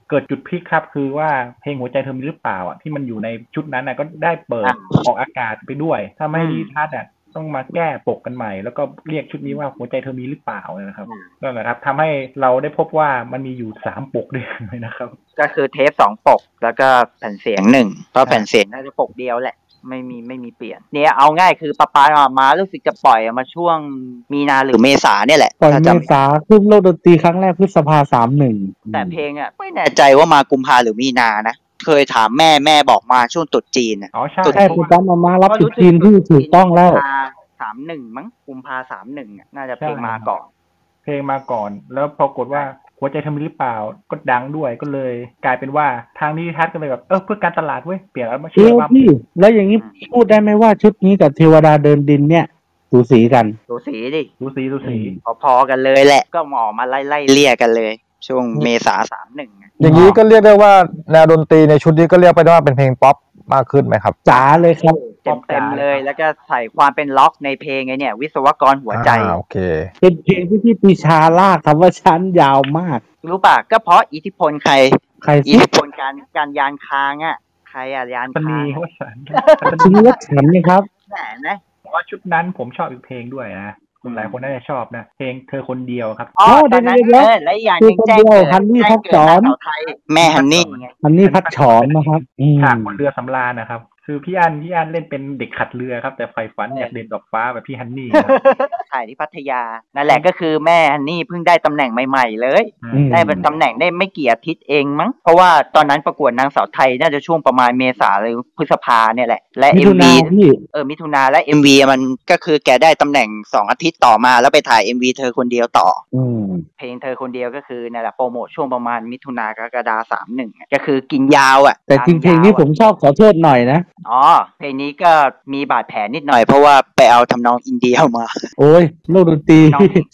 E: เกิดจุดพลิกครับ คือว่าเพลงหัวใจเธอมีหรือเปล่าอ่ะที่มันอยู่ในชุดนั้นน่ะก็ได้เปิดออกอากาศไปด้วยถ้าไม่
D: อืม
E: ทัดอ่ะต้องมาแก้ปกกันใหม่ แล้วก็เรียกชุดนี้ว่าหัวใจเธอมีหรือเปล่านะครับนั่นแหละครับทำให้เราได้พบว่ามันมีอยู่สามปกด้วยกันเลยนะครับ
D: ก็คือเทปสองปก แล้วก็แผ่นเสียงหนึ่งเพราะแผ่นเสียงน่าจะปกเดียวแหละ ไม่มีไม่มีเปลี่ยน เนี่ยเอาง่ายคือปะปามามารู้สึกจะปล่อยออกมาช่วงมีนาหรือเมษาเนี่ยแหละ
C: ปล่อย
D: ถ้า
C: เม
D: จำไม่
C: ษาขึ้นโลกดนตรีครั้งแรกพฤษภาสามหนึ่ง
D: แต่เพลงอ่ะไม่แน่ใจว่ามากุมภาหรือมีนานะ เคยถามแม่แม่บอกมาช่วงตรุดจีนอ๋
E: อใช่
D: ตรุษ
C: ใช่
D: จี
C: คุณ
D: น
C: ป้ามามารับจุดจีนที่ถูกต้องแล้ว
D: กุมภาสามหนึ่งมั้งกุมภาสามหนึ่งอะน่าจะเพลงมาก่อน
E: เพลงมาก่อน แล้วปรากฏว่าหัวใจเธอมีหรือเปล่าก็ดังด้วยก็เลย กลายเป็นว่าทางนิติทัศน์ก็เลยแบบเออเพื่อการตลาดเว้ยเปลี่ยนแล้วมาชื่
C: เอ้
E: อว่า
C: พี่ แล้วอย่างนี้พูดได้ไหมว่าชุดนี้กับเทวดาเดินดินเนี่ยสูสีกัน
D: สูสีดิ
E: สูสีสูสี
D: พอๆกันเลยแหละ ก็มาออกมาไล่ไล่เลี่ยกันเลย ช่วงเมษาสามหนึ่ง
A: อย่างนี้ก็เรียกได้ว่าแนวดนตรีในชุดนี้ก็เรียกไปได้ว่าเป็นเพลงป๊อปมากขึ้นไหมครับ
C: จ๋าเลยครับ
D: เต็มเต็มๆเลย แล้วก็ใส่ความเป็นล็อกในเพลงไงเนี่ย วิศวกรหัวใจ
A: อ่าโอเค
C: เป็นเพลงที่พี่ปีชาลากคำว่าชั้นยาวมาก
D: รู้ป่ะก็เพราะอิทธิพลใคร
C: ใครสิ
D: อิทธิพลการการยานค้างอ่ะ ใครอ่ะยานค้างอะ
C: ชิงวั ดฉันนี่ครับ
D: แหมนะ
E: แต่ว่าชุดนั้นผมชอบอีกเพลงด้วยนะคนหลายคนน่าจะชอบนะเพลงเธอคนเดียวครับ
D: อ๋อตอนนั้นเออและอีกอย่างหนึ่งแจ้งเกิดแจ้งเกิดนักข่าวไทยแม่ฮันนี่ไง
C: อันนี้พัดฉอนนะครับ อืม
E: ฉากบนเรือสำราญนะครับ คือพี่อันพี่อันเล่นเป็นเด็กขัดเรือครับ แต่ไฟฝันอยากเด่นดอกฟ้าแบบพี่ฮันนี่ครับ
D: ถ่ายที่พัทยา นั่นแหละก็คือแม่ฮันนี่เพิ่งได้ตำแหน่งใหม่ ๆ เลย
E: อืม
D: ได้เป็นตำแหน่งได้ไม่กี่อาทิตย์เองมั้ง เพราะว่าตอนนั้นประกวดนางสาวไทยน่าจะช่วงประมาณเมษาหรือพฤษภาเนี่ยแหละ และ
C: มิ
D: เอ็
C: ถุ
D: ม
C: นา
D: วี
C: พี่
D: เออมิถุนาและเอ็มวีมันก็คือแกได้ตำแหน่งสองอาทิตย์ต่อมา แล้วไปถ่ายเอ็มวีเธอคนเดียวต่อ
C: อืม
D: เพลงเธอคนเดียวก็คือนั่นแหละโปรโมทช่วงประมาณมิถุนากรกฎาสามหนึ่งก็คือกินยาวอ่ะ
C: แต่จริงเพลงนี้ผมชอบขอโทษหน่อยนะ
D: อ๋อเพลงนี้ก็มีบาดแผลนิดหน่อยเพราะว่าไปเอาทำนองอินเดียมา
C: โอ้ยโลกดนตรี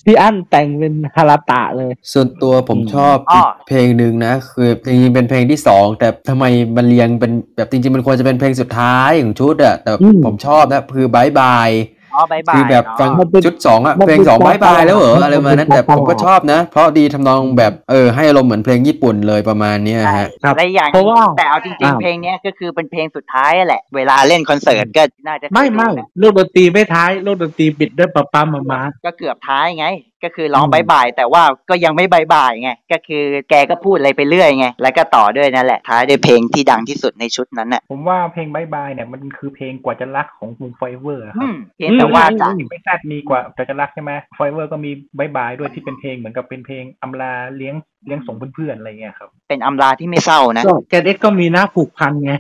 C: พี่อั้นแต่งเป็นฮาราตะเลย
J: ส่วนตัวผมชอบ
D: อ้อ
J: เพลงหนึ่งนะ คือจริงๆเป็นเพลงที่สองแต่ทำไมมันเรียงเป็นแบบจริง ๆ มันควรจะเป็นเพลงสุดท้ายของชุดอะแต่
C: อืม
J: ผมชอบนะคือบายบาย
D: อ๋อบายบาย
J: คือแบบ
D: เนาะ
J: ฟังชุดสองอะ
D: มัน
J: เพ
D: เป็
J: ล
D: น
J: งสอง
D: ความ
J: บายบายแล้วเหรอ
D: มันเป็น
J: อะไรประมาณนั้นแต่
D: ความ
J: ผมก็
D: ความ
J: ชอบนะ เพราะดีทำนองแบบเออให้อารมณ์เหมือนเพลงญี่ปุ่นเลยประมาณเนี้ยฮะ
D: อะไรอย่าง
J: เพราะว่า
D: แต่เอาจริง
J: อ้าว
D: ๆ เพลงเนี้ยก็คือเป็นเพลงสุดท้ายแหละ เวลาเล่นคอนเสิร์ตก็น่าจะ
C: ไม่ไม่โลกดนตรีไม่ท้ายโลกดนตรีปิดด้วยปะปามามา
D: ก็เกือบท้ายไง ก็คือร้องบายบายแต่ว่าก็ยังไม่บายบายไง ก็คือแกก็พูดอะไรไปเรื่อยไง แล้วก็ต่อด้วยนั่นแหละ ท้ายด้วยเพลงที่ดังที่สุดในชุดนั้นน่ะ
E: ผมว่าเพลงบายบายเนี่ยมันคือเพลงกว่าจะรักของวงไฟเวอร์ค
D: อื
E: รับ
D: มเพียงแต่ว่า
E: อืม
D: จาก
E: ไม่แซดมีกว่าแต่จะรักใช่ไหมไฟเวอร์ก็มีบายบายด้วยที่เป็นเพลงเหมือนกับเป็นเพลงอำลาเลี้ยงเลี้ยงส่งเพื่อนๆอะไรเงี้ยครับ
D: เป็นอำลาที่ไม่เศร้านะ
E: ก็
C: แกเด็กก็มีหน้าผูกพันไง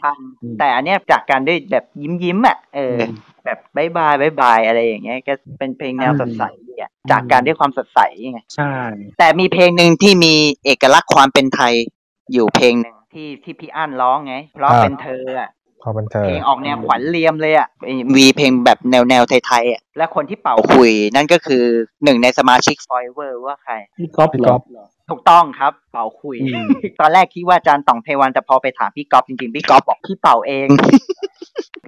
D: แต่อันเนี้ยจากการด้วยแบบยิ้มยิ้มๆอ่ะเอออ แบบบายบายบายบายอะไรอย่างเงี้ยก็เป็นเพลงแนวสดใสดีอ่ะจากการด้วยความสดใสไง
C: ใช่
D: แต่มีเพลงหนึ่งที่มีเอกลักษณ์ความเป็นไทยอยู่เพลงหนึ่งที่ที่พี่อั้นร้องไง เพราะ
A: อ่า
D: เป็นเธออ่ะ
A: พอเป็นเธอ
D: เพลงออกแนวขวัญเรียมเลยอ่ะวีเพลงแบบแนวแนวไทยๆอ่ะและคนที่เป่าคุยนั่นก็คือหนึ่งในสมาชิกฟอยเวอร์ว่าใคร
C: พี่ก๊อฟ
A: พี่
C: เหร
A: ก๊
C: อ
A: อฟ
D: ถูกต้องครับ เป่าคุย
C: อืม
D: ตอนแรกคิดว่าอาจารย์ต่องเพวันแต่พอไปถามพี่ก๊อฟจริงๆ พี่ก๊อฟบอกพี่เป่าเอง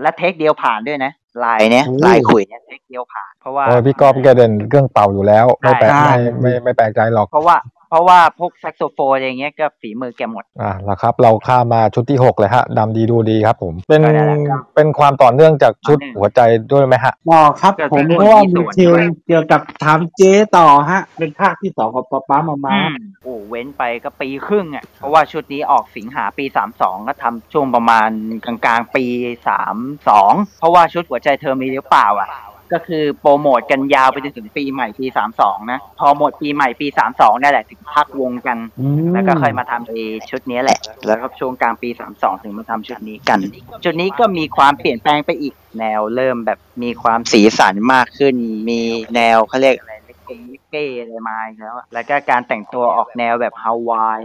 D: และเทคเดียวผ่านด้วยนะลายเนี้ย
C: โอ้
D: ลายคุยเนี้ยเทค เดียวผ่าน เพราะว่า
N: โอ้ยพี่ก๊อฟแกเด่นเรื่องเป่าอยู่แล้ว ไม่แปลก
D: ใช่
N: ไม่ไม่ไม่แปลกใจหรอก
D: เพราะว่า เพราะว่าพวกแซกโซโฟนอย่างเงี้ยก็ฝีมือแกหมด
N: อ่ะแล้วครับ เราข้ามมาชุดที่หกเลยฮะดำดีดูดีครับ ผมเป็น
D: ได้แล้วครับ
N: เป็นความต่อเนื่องจากชุดหัวใจด้วยไหมฮะ
C: บอกครับ
D: เกิด
C: ผม
D: ขึ้น
C: ก็ว่า
D: ที่ส
C: มีเพล
D: วนด้วย
C: งเกี่ยวกับถามเจ๊ต่อฮะ เป็นภาคที่สองของป๊าป๊ามามา
D: อืมโอ้เว้นไปก็ปีครึ่งอ่ะ เพราะว่าชุดนี้ออกสิงหาปีสามสองก็ทำช่วงประมาณกลางๆปีสามสองเพราะว่าชุดหัวใจเธอมีหรือเปล่าอ่ะ ก็คือโปรโมทกันยาวไปจนถึงปีใหม่ปีสามสองนะ พอหมดปีใหม่ปีสามสองนั่นแหละถึงพักวงกัน
C: อืม
D: แล้วก็ค่อยมาทำไอ้ชุดนี้แหละ แล้วก็ช่วงกลางปีสามสองถึงมาทำชุดนี้กัน จุดนี้ก็มีความเปลี่ยนแปลงไปอีกแนวเริ่มแบบมีความสีสันมากขึ้น มีแนวเขาเรียกอะไรเล็กเก้เก้อะไรมาอีกแล้วอะแล้วก็การแต่งตัวออกแนวแบบฮาวาย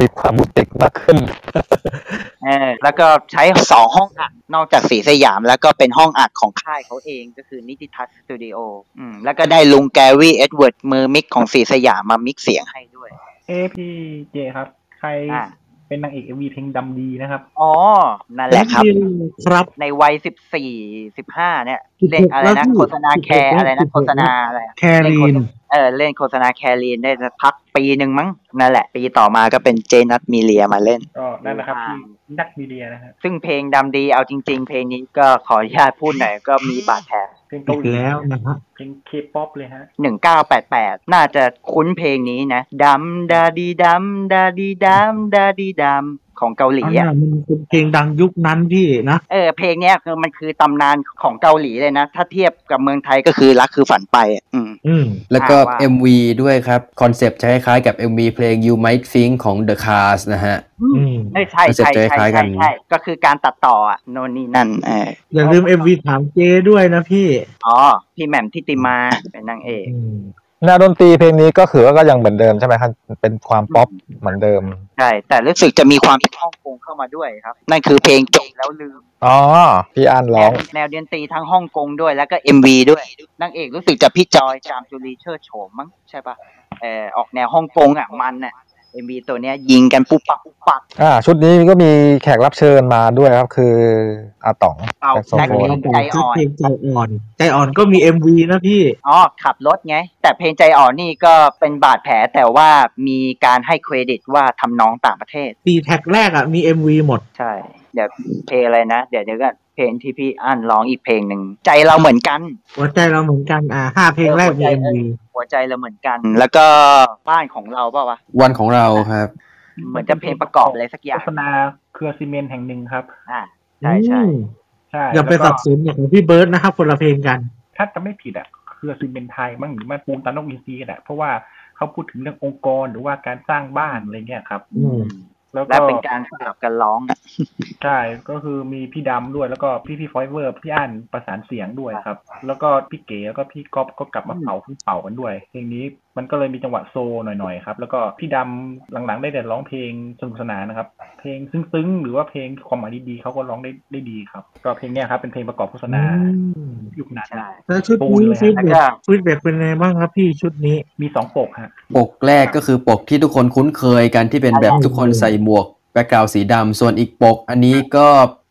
N: มีความบุติกมากขึ้น
D: เออแล้วก็ใช้สองห้องอัดนอกจากสีสยาม แล้วก็เป็นห้องอัดของค่ายเขาเองก็คือนิติทัศน์สตูดิโออืมแล้วก็ได้ลุงแกวี่เอ็ดเวิร์ดมือมิกของสีสยามมามิกเสียงให้ด้วย
K: เอพีเจครับ ใคร
D: อ่ะ
K: เป็นนางเอกเอวีเพลงดำดีนะครับ
D: อ๋อ นั่นแหละครับ
C: ครับ
D: ในวัยสิบสี่สิบห้าเนี่ยเล่นอะไรนะโฆษณาแคร์อะไรนะโฆษณาอะไรอะ
C: แครีน
D: เออเล่นโฆษณาแครีนได้สักพักปีหนึ่งมั้งนั่นแหละ ปีต่อมาก็เป็นเจนัทมีเลียมาเล่น
K: ก็นั่นแหละครับที่นักมีเดียนะฮะ
D: ซึ่งเพลงดำดีเอาจริง ๆ เพลงนี้ก็ขออนุญาตพูดหน่อยก็มีบาดแผล
K: เพลงเกาหลี
C: แล้วนะฮะ
K: เพลงเคป๊อปเลยฮะ
D: หนึ่งเก้าแปดแปดน่าจะคุ้นเพลงนี้นะดำดาดีดำดาดีดำดาดีดำของเกาหลี
C: อ่ะ
D: อ่ะ
C: มันเป็นเพลงดังยุคนั้นพี่นะ
D: เออเพลงเนี้ยคือมันคือตำนานของเกาหลีเลยนะ ถ้าเทียบกับเมืองไทยก็คือรักคือฝันไปอะอืม
J: แล้วก็
D: อ่าว่า
J: MV ด้วยครับ คอนเซปต์ใช้คล้ายๆกับ MV เพลง You Might Think ของ The Cars นะฮะ
D: เอ้ยใช่ใช่ใช่ใช่ใช่ก็คือการตัดต่ออะโนนนี่นั่นเออ
C: อย่าลืมเอ็มวีถามเจ๊ด้วยนะพี่
D: อ๋อ พี่แหม่มทิติมาเป็นนางเอก
N: แนวดนตรีเพลงนี้ก็คือว่าก็ยังเหมือนเดิมใช่ไหมครับเป็นความป๊อปเหมือนเดิม
D: ใช่ แต่รู้สึกจะมีความเป็นฮ่องกงเข้ามาด้วยครับ นั่นคือเพลงจบแล้วลืม
N: อ๋อ พี่อันร้อง
D: แนวดนตรีทั้งฮ่องกงด้วยแล้วก็เอ็มวีด้วยนางเอกรู้สึกจะพี่จอยจามจุลีเชิดโฉมมั้งใช่ปะเออออกแนวฮ่องกงอ่ะมันอ่ะเอ็มวีตัวเนี้ยยิงกันปุ๊บปักปุ๊บปัก
N: อ่า ชุดนี้ก็มีแขกรับเชิญมาด้วยครับ คืออาต๋อง
D: เอา
N: แซกโซ
D: แจ็ค
N: โฟน
D: ลินใจอ่อน
C: ใจอ่อน ใจอ่อนก็มีเอ็มวีนะพี่
D: อ๋อ ขับรถไง แต่เพลงใจอ่อนนี่ก็เป็นบาดแผลแต่ว่ามีการให้เครดิตว่าทำน้องต่างประเทศ
C: ตีแท็กแรกอ่ะมีเอ็มวีหมด
D: ใช่ เดี๋ยวเพลงอะไรนะ เดี๋ยวเดี๋ยวกันเพลงที่พี่อั้นร้องอีกเพลงหนึ่ง ใจเราเหมือนกัน
C: หัวใจเราเหมือนกันอ่าห้าเพลงแรกมีเอ็มวี
D: หัวใจเราเหมือนกัน แล้วก็บ้านของเราเปล่าวะ
J: วันของเราครับ
D: เหมือนจะเพลงประกอบอะไรสักอย่าง
K: โฆษณาเครือซีเมนต์แห่งหนึ่งครับ
D: อ่า ใช่ใช่
K: ใช่
C: อย่าไป
K: แล้วก็
C: สับสนอย่างของพี่เบิร์ดนะครับคนละเพลงกัน
K: ถ้าจะไม่ผิดอ่ะ เครือซีเมนต์ไทยมั้งหรือมาปูนตานกอินซีกันแหละเพราะว่าเขาพูดถึงเรื่ององค์กรหรือว่าการสร้างบ้านอะไรเงี้ยครับ แล้ว
D: และ
K: ก็
D: เป็นการสลับกันร้องอะ
K: ใช่ก็คือมีพี่ดำด้วยแล้วก็พี่พี่ฟอยเวอร์พี่อันประสานเสียงด้วยครับ แล้วก็พี่เก๋แล้วก็พี่ก๊อฟก็กลับมาเป่าเพิ่งเป่ากันด้วยเพลงนี้มันก็เลยมีจังหวะโซหน่อยๆครับ แล้วก็พี่ดำหลังๆได้แต่ร้องเพลงสนุกสนานนะครับ เพลงซึ้งๆ หรือว่าเพลงความหมายดีๆเขาก็ร้องได้ได้ดีครับ ก็เพลงเนี้ยครับเป็นเพลงประกอบโฆษณายุคนั้น
C: แล้วชุด
K: ปู
C: นี้
K: เลย
C: ฟีด
K: ฮะ
C: แบ็กฟีดแบ็กเป็นไงบ้างครับพี่ชุดนี้
K: มีสองปกฮะ
J: ปกแรกก็คือปกที่ทุกคนคุ้นเคยกันที่เป็นแบบทุกคนใส่หมวกแบ็กกราวสีดำส่วนอีกปก อันนี้ก็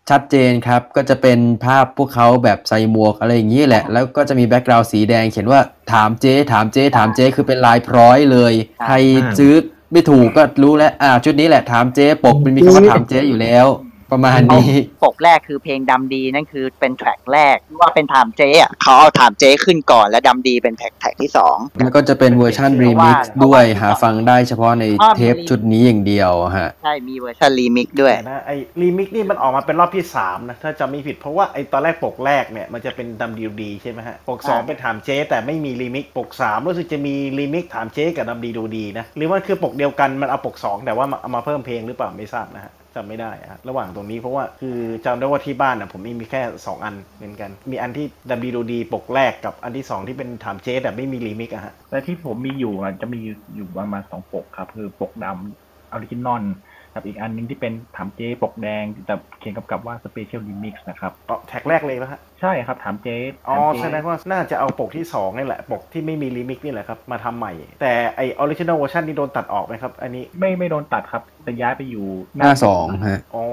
J: ชัดเจนครับ ก็จะเป็นภาพพวกเขาแบบใส่หมวกอะไรอย่างนี้แหละ แล้วก็จะมีแบ็กกราวสีแดงเขียนว่าถามเจ๊ถามเจ๊ถามเจ๊คือเป็นลายพร้อยเลย ใครซื้อไม่ถูกก็รู้แล้วอ่าชุดนี้แหละถามเจ๊ปกมันมีคำว่าถามเจ๊อยู่แล้ว ประมาณนี้
D: ปกแรกคือเพลงดำดีนั่นคือเป็นแทร็กแรกที่ว่าเป็นถามเจ๊อะเขาเอาถามเจ๊ขึ้นก่อน แล้วดำดีเป็นแทร็กแทร็กที่สอง
J: แล้วก็จะเป็นเวอร์ชันรีมิกซ์ด้วยหาฟังได้เฉพาะในเทปชุดนี้อย่างเดียวฮะ
D: ใช่มีเวอร์ชันรีมิกด้วย
E: นะไอ้รีมิกนี่มันออกมาเป็นรอบที่สามนะถ้าจำไม่ผิดเพราะว่าไอ้ตอนแรกปกแรกเนี่ยมันจะเป็นดำดีดูดีใช่ไหมฮะปกสอง
D: อ่า
E: เป็นถามเจ๊แต่ไม่มีรีมิกปกสามรู้สึกจะมีรีมิกถามเจ๊กับดำดีดูดีนะหรือว่าคือปกเดียวกันมันเอาปกสองแต่ว่ามาเอามาเพิ่มเพลงหรือเปล่าไม่ทราบนะฮะจำไม่ได้อะระหว่างตรงนี้เพราะว่าคือจำได้ว่าที่บ้านอ่ะผมมีแค่สองอันเหมือนกัน มีอันที่ดำดีดูดีปกแรกกับอันที่สองที่เป็นถามเจ๊แต่ไม่มีรีมิกอะฮะ
K: และที่ผมมีอยู่อ่ะจะมีอยู่ประมาณสองปกครับ คือปกดำออริจินอลกับอีกอันหนึงที่เป็นถามเจปกแดงแต่เขียนกำกับว่าสเปเชียลรีมิกซ์นะครับ
E: อ๋อแท็กแรกเลยปะฮะ
K: ใช่ครับถามเจ
E: อ๋อ
K: ถามเจ๊
E: แสดงว่าน่าจะเอาปกที่2นี่แหละ ปกที่ไม่มีรีมิกนี่แหละครับ มาทำใหม่ แต่ไอออริจินอลเวอร์ชันนี่โดนตัดออกไหมครับ อันนี้
K: ไม่ไม่โดนตัดครับ จะย้ายไปอยู่
J: หน้าสองฮะ
E: อ๋อ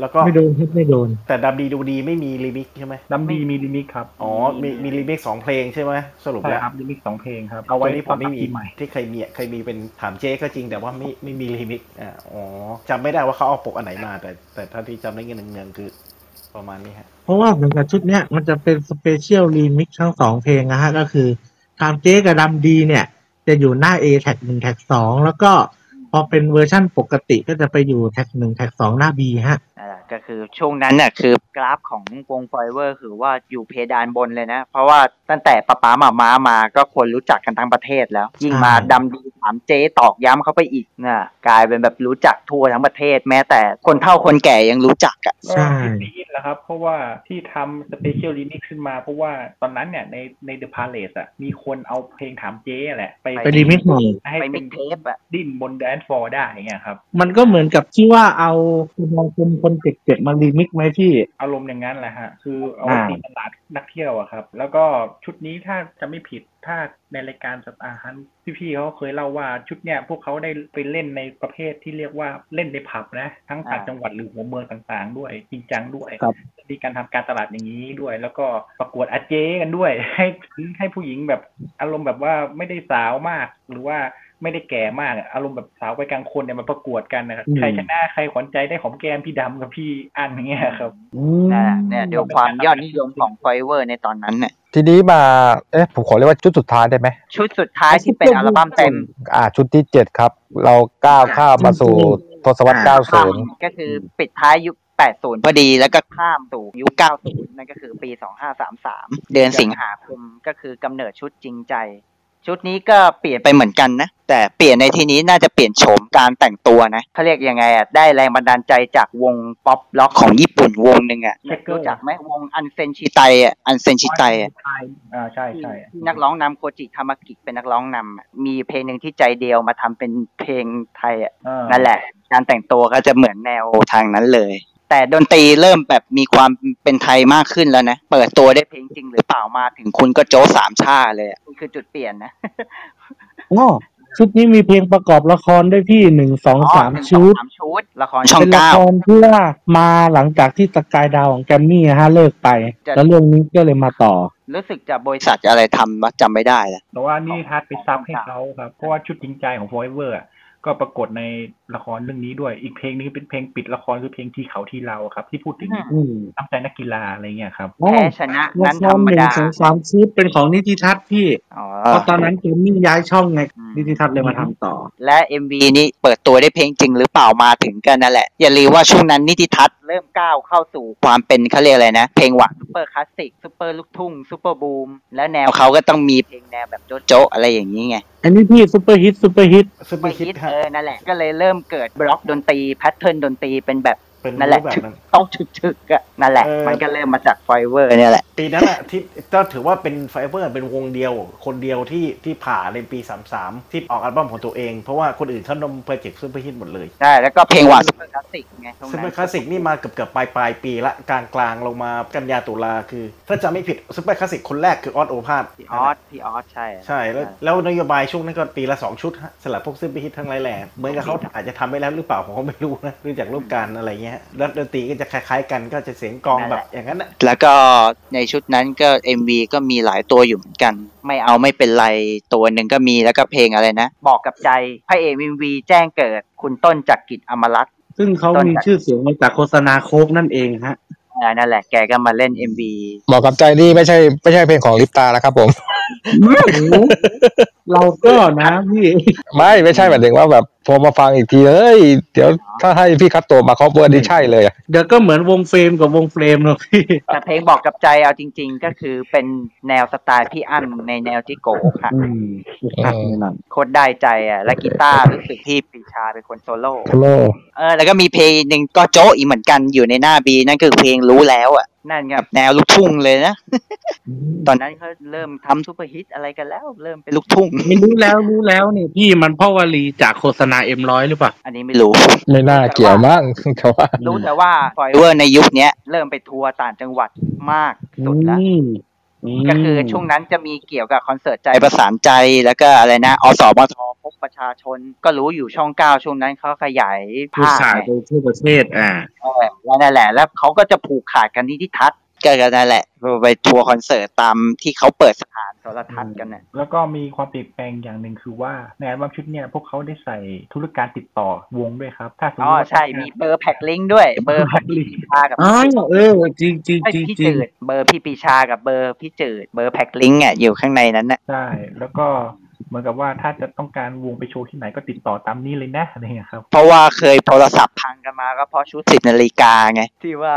E: แล้วก็
M: ไม่โดนครับไม่โดน
E: แต่ดัมดีดูดีไม่มีรีมิกใช่ไหม
K: ดัมดีมีรีมิกครับ
E: อ๋อมีมีรีมิกสองเพลงใช่ไหมสรุป
K: ใช่
E: แล้ว
K: ครับรีมิกสองเพลงครับเอาไว้
E: ตัวนี้ผ
K: ตอน
E: มไม่มี
K: ปีใหม่
E: ที่เคยมีเคยมีเป็นถามเจ๊ก็จริงแต่ว่าไม่ไม่มีรีมิกอ่าอ๋อจำไม่ได้ว่าเขาเอาปกอันไหนมา แต่แต่เท่าที่จำได้เงินเนืองๆคือประมาณนี้ฮะ
C: เพราะว่าเหมือนกับชุดเนี้ยมันจะเป็นสเปเชียลรีมิกทั้งสองเพลงนะฮะ ก็คือตามเจ๊กับดำดีเนี่ย จะอยู่หน้า A แท็กหนึ่งแท็กสองแล้วก็พอเป็นเวอร์ชั่นปกติก็จะไปอยู่แท็กหนึ่งแท็กสองหน้า B ฮะ
D: นั่นแหละก็คือช่วงนั้นน่ะคือกราฟของวงไฟเวอร์คือว่าอยู่เพดานบนเลยนะ เพราะว่าตั้งแต่ป๊าป๊ามาม้ามาก็คนรู้จักกันทั้งประเทศแล้ว ยิ่งมา
C: ใช่
D: ดำดีถามเจ๊ตอกย้ำเขาไปอีกน่ะกลายเป็นแบบรู้จักทั่วทั้งประเทศ แม้แต่คนเฒ่าคนแก่ยังรู้จักอ่ะ
K: ก็คิดดีนแหละครับ เพราะว่าที่ทำสเปเชียลรีมิกขึ้นมา เพราะว่าตอนนั้นเนี่ยในในเดอะพาเลสอ่ะมีคนเอาเพลงถามเจ๊อะแหละ ไป
C: ไป remix ใหม่
K: ให้เป็นเท
D: ปอ่ะ
K: ดิ้นบนแดนฟอร์ได้อย่างเงี้ยครับ
C: มันก็เหมือนกับที่ว่าเอาคนมองคนคนเจ็บๆมารีมิกไหมพี่
K: อารมณ์อย่างนั้นแหละฮะ คือเอา
C: อ่า
K: ตีตลาดนักเที่ยวอะครับ แล้วก็ชุดนี้ถ้าจะไม่ผิด ถ้าในรายการสตาร์ฮันพี่ๆเขาเคยเล่าว่าชุดเนี้ยพวกเขาได้ไปเล่นในประเภทที่เรียกว่าเล่นในผับนะ ทั้งต่างจังหวัดหรือหัวเมืองต่างๆ ด้วย จริงจังด้วย
C: ครับ
K: มีการทำการตลาดอย่างนี้ด้วย แล้วก็ประกวดอาเจกันด้วย ให้ให้ผู้หญิงแบบอารมณ์แบบว่าไม่ได้สาวมาก หรือว่าไม่ได้แก่มากอะอารมณ์แบบสาวไปกลางคนเนี่ยมาประกวดกันนะครับ
D: อืม
K: ใครชนะใครขวัญใจได้หอมแก้มพี่ดำกับพี่อันอย่างเงี้ยครับ
D: นั่นแหละเนี่ยเดี๋ยวความยอดนิยมของไฟเวอร์ในตอนนั้นเนี่ย
N: ทีนี้มา เอ๊ะ ผมขอเรียกว่าชุดสุดท้ายได้ไหม
D: ชุดสุดท้ายที่เป็นอัลบั้มเต็ม
N: อ่า ชุดที่เจ็ดครับ เราก้าวข้ามมาสู่ทศวรรษ 90
D: ก็คือปิดท้ายยุค 80 พอดีแล้วก็ข้ามสู่ยุค 90 นั่นก็คือปี 2533 เดือนสิงหาคมก็คือกำเนิดชุดจริงใจ ชุดนี้ก็เปลี่ยนไปเหมือนกันนะ แต่เปลี่ยนในที่นี้น่าจะเปลี่ยนโฉมการแต่งตัวนะเขาเรียกยังไงอ่ะได้แรงบันดาลใจจากวงป๊อปล็อกของญี่ปุ่นวงหนึ่งอ่ะรู้จักไหมวงอันเซนชิไตอ่ะอันเซนชิไตอ่ะ
K: อ่าใช่ใช่
D: ที่นักร้องนำโคจิทามากิเป็นนักร้องนำอะมีเพลงหนึ่งที่ใจเดียวมาทำเป็นเพลงไทยอะ
K: อ่า
D: นั่นแหละ การแต่งตัวก็จะเหมือนแนวทางนั้นเลย แต่ดนตรีเริ่มแบบมีความเป็นไทยมากขึ้นแล้วนะ เปิดตัวได้เพลงจริงหรือเปล่ามาถึงคุณก็โจ๊ะสามชาเลยอะนี่คือจุดเปลี่ยนนะ
C: อ๋อชุดนี้มีเพลงประกอบละครด้วยพี่หนึ่งสองสาม
D: หนึ่งสอ
C: ชุ
D: ง
C: ด
D: สามชุดละครช่อง
C: เป็นละ
D: เก้า
C: ครเพื่อมาหลังจากที่สกายดาวของแกรมมี่ฮะเลิกไป
D: จะ
C: แล้วเรื่องนี้ก็เลยมาต่อ
D: รู้สึกจะบริษัทอะไรทำวะจำไม่ได้ละ
K: แต่ว่านี่ทัดไปซับให้เขาครับ เพราะว่าชุดจริงใจของ Forever อะก็ปรากฏในละครเรื่องนี้ด้วย อีกเพลงนึงเป็นเพลงปิดละครคือเพลงที่เขาที่เราครับ ที่พูดถึง
C: อืม
K: น้ำใจนักกีฬาอะไรเงี้ยครับ
C: โอ้
D: แพ้ชนะ
C: ละ
D: นั้น
C: ค
D: ธร
C: ร
D: รม
C: หนึ่ง
D: ดา
C: สองสามชุดเป็นของนิติทัศน์พี่เพราะตอนนั้นแกรมมี่ย้ายช่องไงนิติทัศน์เลยมาทำต่อ
D: และ MV นี้เปิดตัวได้เพลงจริงหรือเปล่ามาถึงกันนั่นแหละ อย่าลืมว่าช่วงนั้นนิติทัศน์เริ่มก้าวเข้าสู่ความเป็นเขาเรียกอะไรนะ เพลงหวานซูเปอร์คลาสสิกซูเปอร์ลูกทุ่งซูเปอร์บูม และแนวเขาก็ต้องมีเพลงแนวแบบโจ๊ะๆอะไรอย่างนี้ไง
C: อันนี้พี่ซุปเปอร์ฮิตซุปเปอร์ฮิต
E: ซุปเปอร์ฮิต
D: เออ นั่นแหละ ก็เลยเริ่มเกิดบล็อกดนตรีแพทเทิร์นดนตรีเป็นแบบ
E: เป็น
D: นั่นแหละ
E: รูปแบบนั้น
D: ต้องถึกๆอะนั่นแหละ มันก็เริ่มมาจากไฟเวอร์เนี่ยแหละ
E: ปีนั้นอะที่ก็ถือว่าเป็นไฟเบอร์เป็นวงเดียว คนเดียวที่ที่ผ่าในปี 33 ที่ออกอัลบั้มของตัวเอง เพราะว่าคนอื่นเขานำโปรเจกต์ซุปเปอร์ฮิตหมดเลย
D: ใช่ แล้วก็เพลงหวานซูเปอร์คลาสสิกไงตรง
E: ซูเปอ
D: นั้น
E: ร์คลาสสิกนี่มาเกือบเกือบๆปลายปลายปีละกลางกลางๆลงมากันยาตุลาคือ ถ้าจำไม่ผิดซูเปอร์คลาสสิกคนแรกคือออสโอภาส
D: ออสพี่ออสใช่
E: ใช่แล้วแล้วนโยบายช่วงนั้นก็ปีละ 2 ชุดฮะสลับพวกซูเปอร์ฮิตทั้งหลายแหล่เหมือนกับเขาอาจจะทำไปแล้วหรือเปล่า ผมก็ไม่รู้นะดูจากรูปการณ์อะไรเงี้ยแล้วดนตรีก็จะคล้ายๆกันก็จะเสียงกลองแบบอย่างนั้นนะ
D: แล้วก็ในชุดนั้นก็ MV ก็มีหลายตัวอยู่เหมือนกัน ไม่เอาไม่เป็นไรตัวหนึ่งก็มีแล้วก็เพลงอะไรนะ บอกกับใจพระเอก MV แจ้งเกิดคุณต้นจักรกิจอมรัตน์
C: ซึ่งเขามีชื่อเสียงมาจากโฆษณาโค้กนั่นเองฮะ
D: เออนั่นแหละแกก็มาเล่น MV
N: บอกกับใจนี่ไม่ใช่ไม่ใช่เพลงของลิปตานะครับผม
C: เราก็นะพี่
N: ไม่ไม่ใช่หมายถึงว่าแบบพอมาฟังอีกทีเฮ้ย เดี๋ยวถ้าให้พี่คัตโตะมาคอเวอร์นี่ใช่เลยอะ
C: เดี๋ยวก็เหมือนวงเฟรมกับวงเฟรมเนอะพี่
D: แต่เพลงบอกกับใจเอาจริง ๆ ก็คือเป็นแนวสไตล์พี่อั้นในแนวจิโกะค่ะ
C: อืมครับนี่นั่น
D: โคตรได้ใจอ่ะและกีตาร์รู้สึกที่ปรีชาเป็นคนโซโล่
N: โล
D: เออแล้วก็มีเพลงหนึ่งก็โจ๊ะอีกเหมือนกันอยู่ในหน้าบีนั่นคือเพลงรู้แล้วอ่ะนั่นก็แนวลูกทุ่งเลยนะ ตอนนั้นเขาเริ่มทำซูเปอร์ฮิตอะไรกันแล้ว เริ่มเป็นลูกทุ่ง
C: ไม่รู้แล้วรู้แล้วนี่พี่มันเพ่อวลีจากโฆษณาเอ็มร้อยหรือเปล่า
D: อันนี้ไม่รู้
N: ไม่น่าเกี่ยวมั้งเขาว่า
D: รู้แต่ว่าฟอยเวอร์ในยุคเนี้ยเริ่มไปทัวร์ต่างจังหวัดมาก
C: สุดละ
D: ก็คือช่วงนั้นจะมีเกี่ยวกับคอนเสิร์ตใจประสานใจแล้วก็อะไรนะ อสมท พบประชาชน ก็รู้อยู่ช่องเก้าช่วงนั้นเขาขยายภาค
O: สาย
D: ไง
O: ไปทั่วประเทศอ่า
D: เออแล้วนั่นแหละ แล้วเขาก็จะผูกขาดกันที่ที่ทัศน์ก็กันนั่นแหละ ไปทัวร์คอนเสิร์ตตามที่เขาเปิดสถานโทรทัศน์กันน่ะ
K: แล้วก็มีความเปลี่ยนแปลงอย่างหนึ่งคือว่าในอัลบั้มชุดเนี่ยพวกเขาได้ใส่ธุรการติดต่อวงด้วยครับ ถ้าสมม
D: อ๋อ
K: ติว่า
D: ใช่ มีเบอร์แพ็กลิงก์ด้วย เบอร์ของพี่ปีชากับ
O: อ๋อเออจริงจริง
D: เอ้ย
O: จริง
D: พี่
O: จริง
D: จืดเบอร์พี่ปีชากับเบอร์พี่จืดเบอร์แพ็กลิงก์อ่ะอยู่ข้างในนั้นน่ะ
K: ใช่แล้วก็เหมือนกับว่าถ้าจะต้องการวงไปโชว์ที่ไหนก็ติดต่อตามนี้เลยนะอะไรเงี้ยครับ
D: เพราะว่าเคยโทรศัพท์พังกันมาก็เพราะชุดสิบนาฬิกาไง ที่ว่า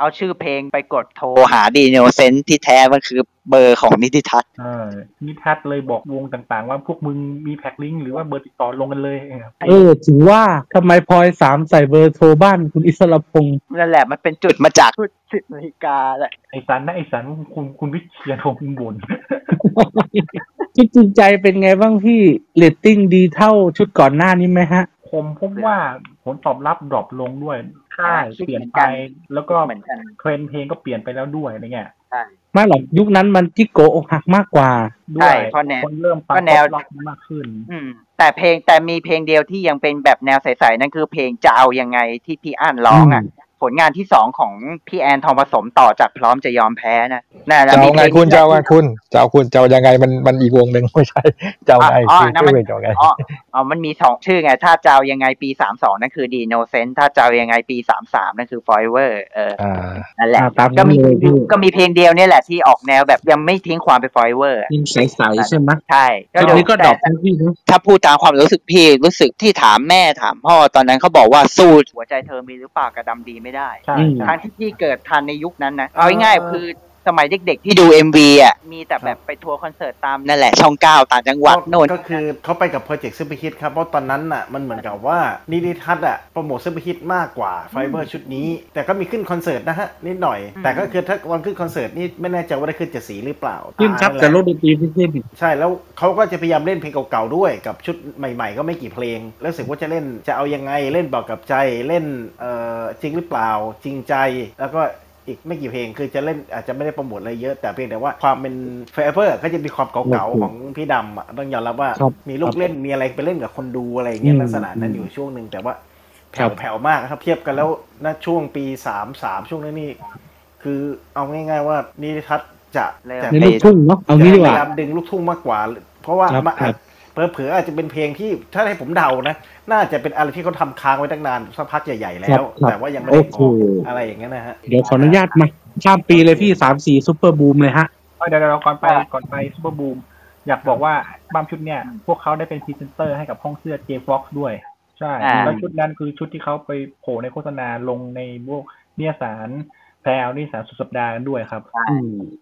D: เอาชื่อเพลงไปกดโทรหาดีเนลเซนที่แท้มันคือเบอร์ของนิติทัศน์
K: เออนิทัศน์เลยบอกวงต่างๆ ว่าพวกมึงมีแพ็คลิงก์หรือว่าเบอร์ติดต่อลงกันเลยครับ
M: เออถือว่าทำไมพลอยสามใส่เบอร์โทรบ้านคุณอิสรพงษ์
D: นั่นแหละมันเป็นจุดมาจากชุดสิบนาฬิกาแหละ
K: ไอสันนะไอสันคุณคุณวิเชียรโทรคุณบ น
M: ชุดจริงใจเป็นไงบ้างพี่เรตติ้งดีเท่าชุดก่อนหน้านี้ไหมฮะ
K: ผมพบว่าผลตอบรับดรอปลงด้วยค่ายเปลี่ยนไป แล้วก็เทรนด์เพลงก็เปลี่ยนไปแล้วด้วยอะไรเงี้ย
M: ไม่หรอกยุคนั้นมันจิโกะอกหักมากกว่า
K: ด้วย
D: เพราะแนว
K: คนเริ่มฟัง
D: เพราะแนว
K: ล็อกมากขึ้น
D: อืม แต่เพลงแต่มีเพลงเดียวที่ยังเป็นแบบแนวใสๆนั่นคือเพลงจะเอายังไงที่พี่อั้นร้องอ่ะ ผลงานที่สองของพี่แอนทองผสมต่อจากพร้อมจะยอมแพ้นะน่า
N: จะเอาไงคุณจะเอาไง
D: อ
N: คุณจะเอาคุณจะเอายังไงมันมันอีกวงหนึ่ งไม่ใช่จะเอา
D: ๋อ
N: ไง
D: อ๋อ
N: คือ
D: นั่น
N: ชื่
D: มั
N: อน เพลงจะเอาไง
D: อ๋ออ๋อมันมีสองชื่อไง ถ้าจะเอายังไงปีสามสองนั่นคือดีโนเซนถ้าจะเอายังไงปีสามสามนั่นคือฟอยเวอร์เอออนั่นแหละ
M: อ่าตามนั้น
D: ก็มี
M: เลยพี่
D: ก็มีเพลงเดียวเนี่ยแหละที่ออกแนวแบบยังไม่ทิ้งความเป็นฟอยเวอร์
O: ยังใสๆใช่ไหม
D: ใช่
O: ตอนนี้ก็ดรอปทั้งพี่นะ
D: ถ้าพูดตามความรู้สึกพี่รู้สึกที่ถามแม่ถามพ่อตอนนั้นเขาบอกว่าสู้หัวใจเธอมีหรือเปล่ากระดำดีไม่ได้
K: ใช่
D: ทั้งที่พี่เกิดทันในยุคนั้นนะเอาง่ายๆคือสมัยเด็กๆที่ดูเอ็มวีอ่ะมีแต่แบบไปทัวร์คอนเสิร์ตตามนั่นแหละช่องเก้าต่างจังหวัดโน่น
E: ก็คือเขาไปกับโปรเจกต์ซูเปอร์ฮิตครับ เพราะตอนนั้นน่ะมันเหมือนกับว่านิติทัศน์อ่ะโปรโมทซูเปอร์ฮิตมากกว่าไฟเบอร์ชุดนี้ แต่ก็มีขึ้นคอนเสิร์ตนะฮะ นิดหน่อย
D: อืม
E: แต่ก็คือถ้าวันขึ้นคอนเสิร์ตนี่ไม่แน่ใจว่าได้ขึ้นเจ็ดสีหรือเปล่า
M: ขึ้นครับ
E: อ่า
M: แต่ร
E: แห
M: ถ
E: ละ
M: ดนตรีพี่ขึ้น
E: ใช่แล้วเขาก็จะพยายามเล่นเพลงเก่าๆด้วยกับชุดใหม่ๆ ก็ไม่กี่เพลง แล้วรู้สึกว่าจะเล่นจะเอายังไงเล่นบอกกับใจเล่นเอ่อจริงหรือเปล่า จริงใจแล้วก็อีกไม่กี่เพลงคือจะเล่นอาจจะไม่ได้โปรโมทอะไรเยอะแต่เพียงแต่ว่าความเป็นเฟเวอร์ก็จะมีความเก่าๆของ ของพี่ดำอะต้องยอมรับว่า
M: ครับ
E: มีลูกเล่นมีอะไรไปเล่นกับคนดูอะไรอย่างเงี้ย
M: อืม
E: ลักษณะนั้นอยู่ช่วงหนึ่งแต่ว่า
M: ครั
E: แผ่ว
M: บ
E: แผ่วมากครับเทียบกันแล้วณช่วงปีสามสามช่วงนั้นนี่คือเอาง่าย ๆ ว่านิทัศน์จะจะ
M: ในลูกทุ่งเนาะเอางี้ดีกว่า
E: พยายามดึงลูกทุ่งมากกว่า เพราะว่า
M: ครับ
E: มา
M: ครับ
E: เผลอๆอาจจะเป็นเพลงที่ถ้าให้ผมเดานะ น่าจะเป็นอะไรที่เขาทำค้างไว้ตั้งนานสักพักใหญ่ๆแล้ว
M: ครับ
E: แต่ว่ายังไม่ได้อ
M: โอ
E: อก
M: เค
E: อะไรอย่างเงี้ยนะฮะ
M: เดี๋ยวขออนุญาตมาข้ามปีเลยพี่สามสี่ซูเปอร์บูมเลยฮะ
K: เดี๋ยวเราก่อนไปก่อนไปซูเปอร์บูมอยากบอกว่าอัลบัมชุดเนี่ย พวกเขาได้เป็นพรีเซนเตอร์ให้กับห้องเสื้อ J-Fox ด้วย ใช่
D: อ่า
K: แล้วชุดนั้นคือชุดที่เขาไปโผล่ในโฆษณาลงในพวกนิยสารแพรวนิยสารสุดสัปดาห์ด้วยครับ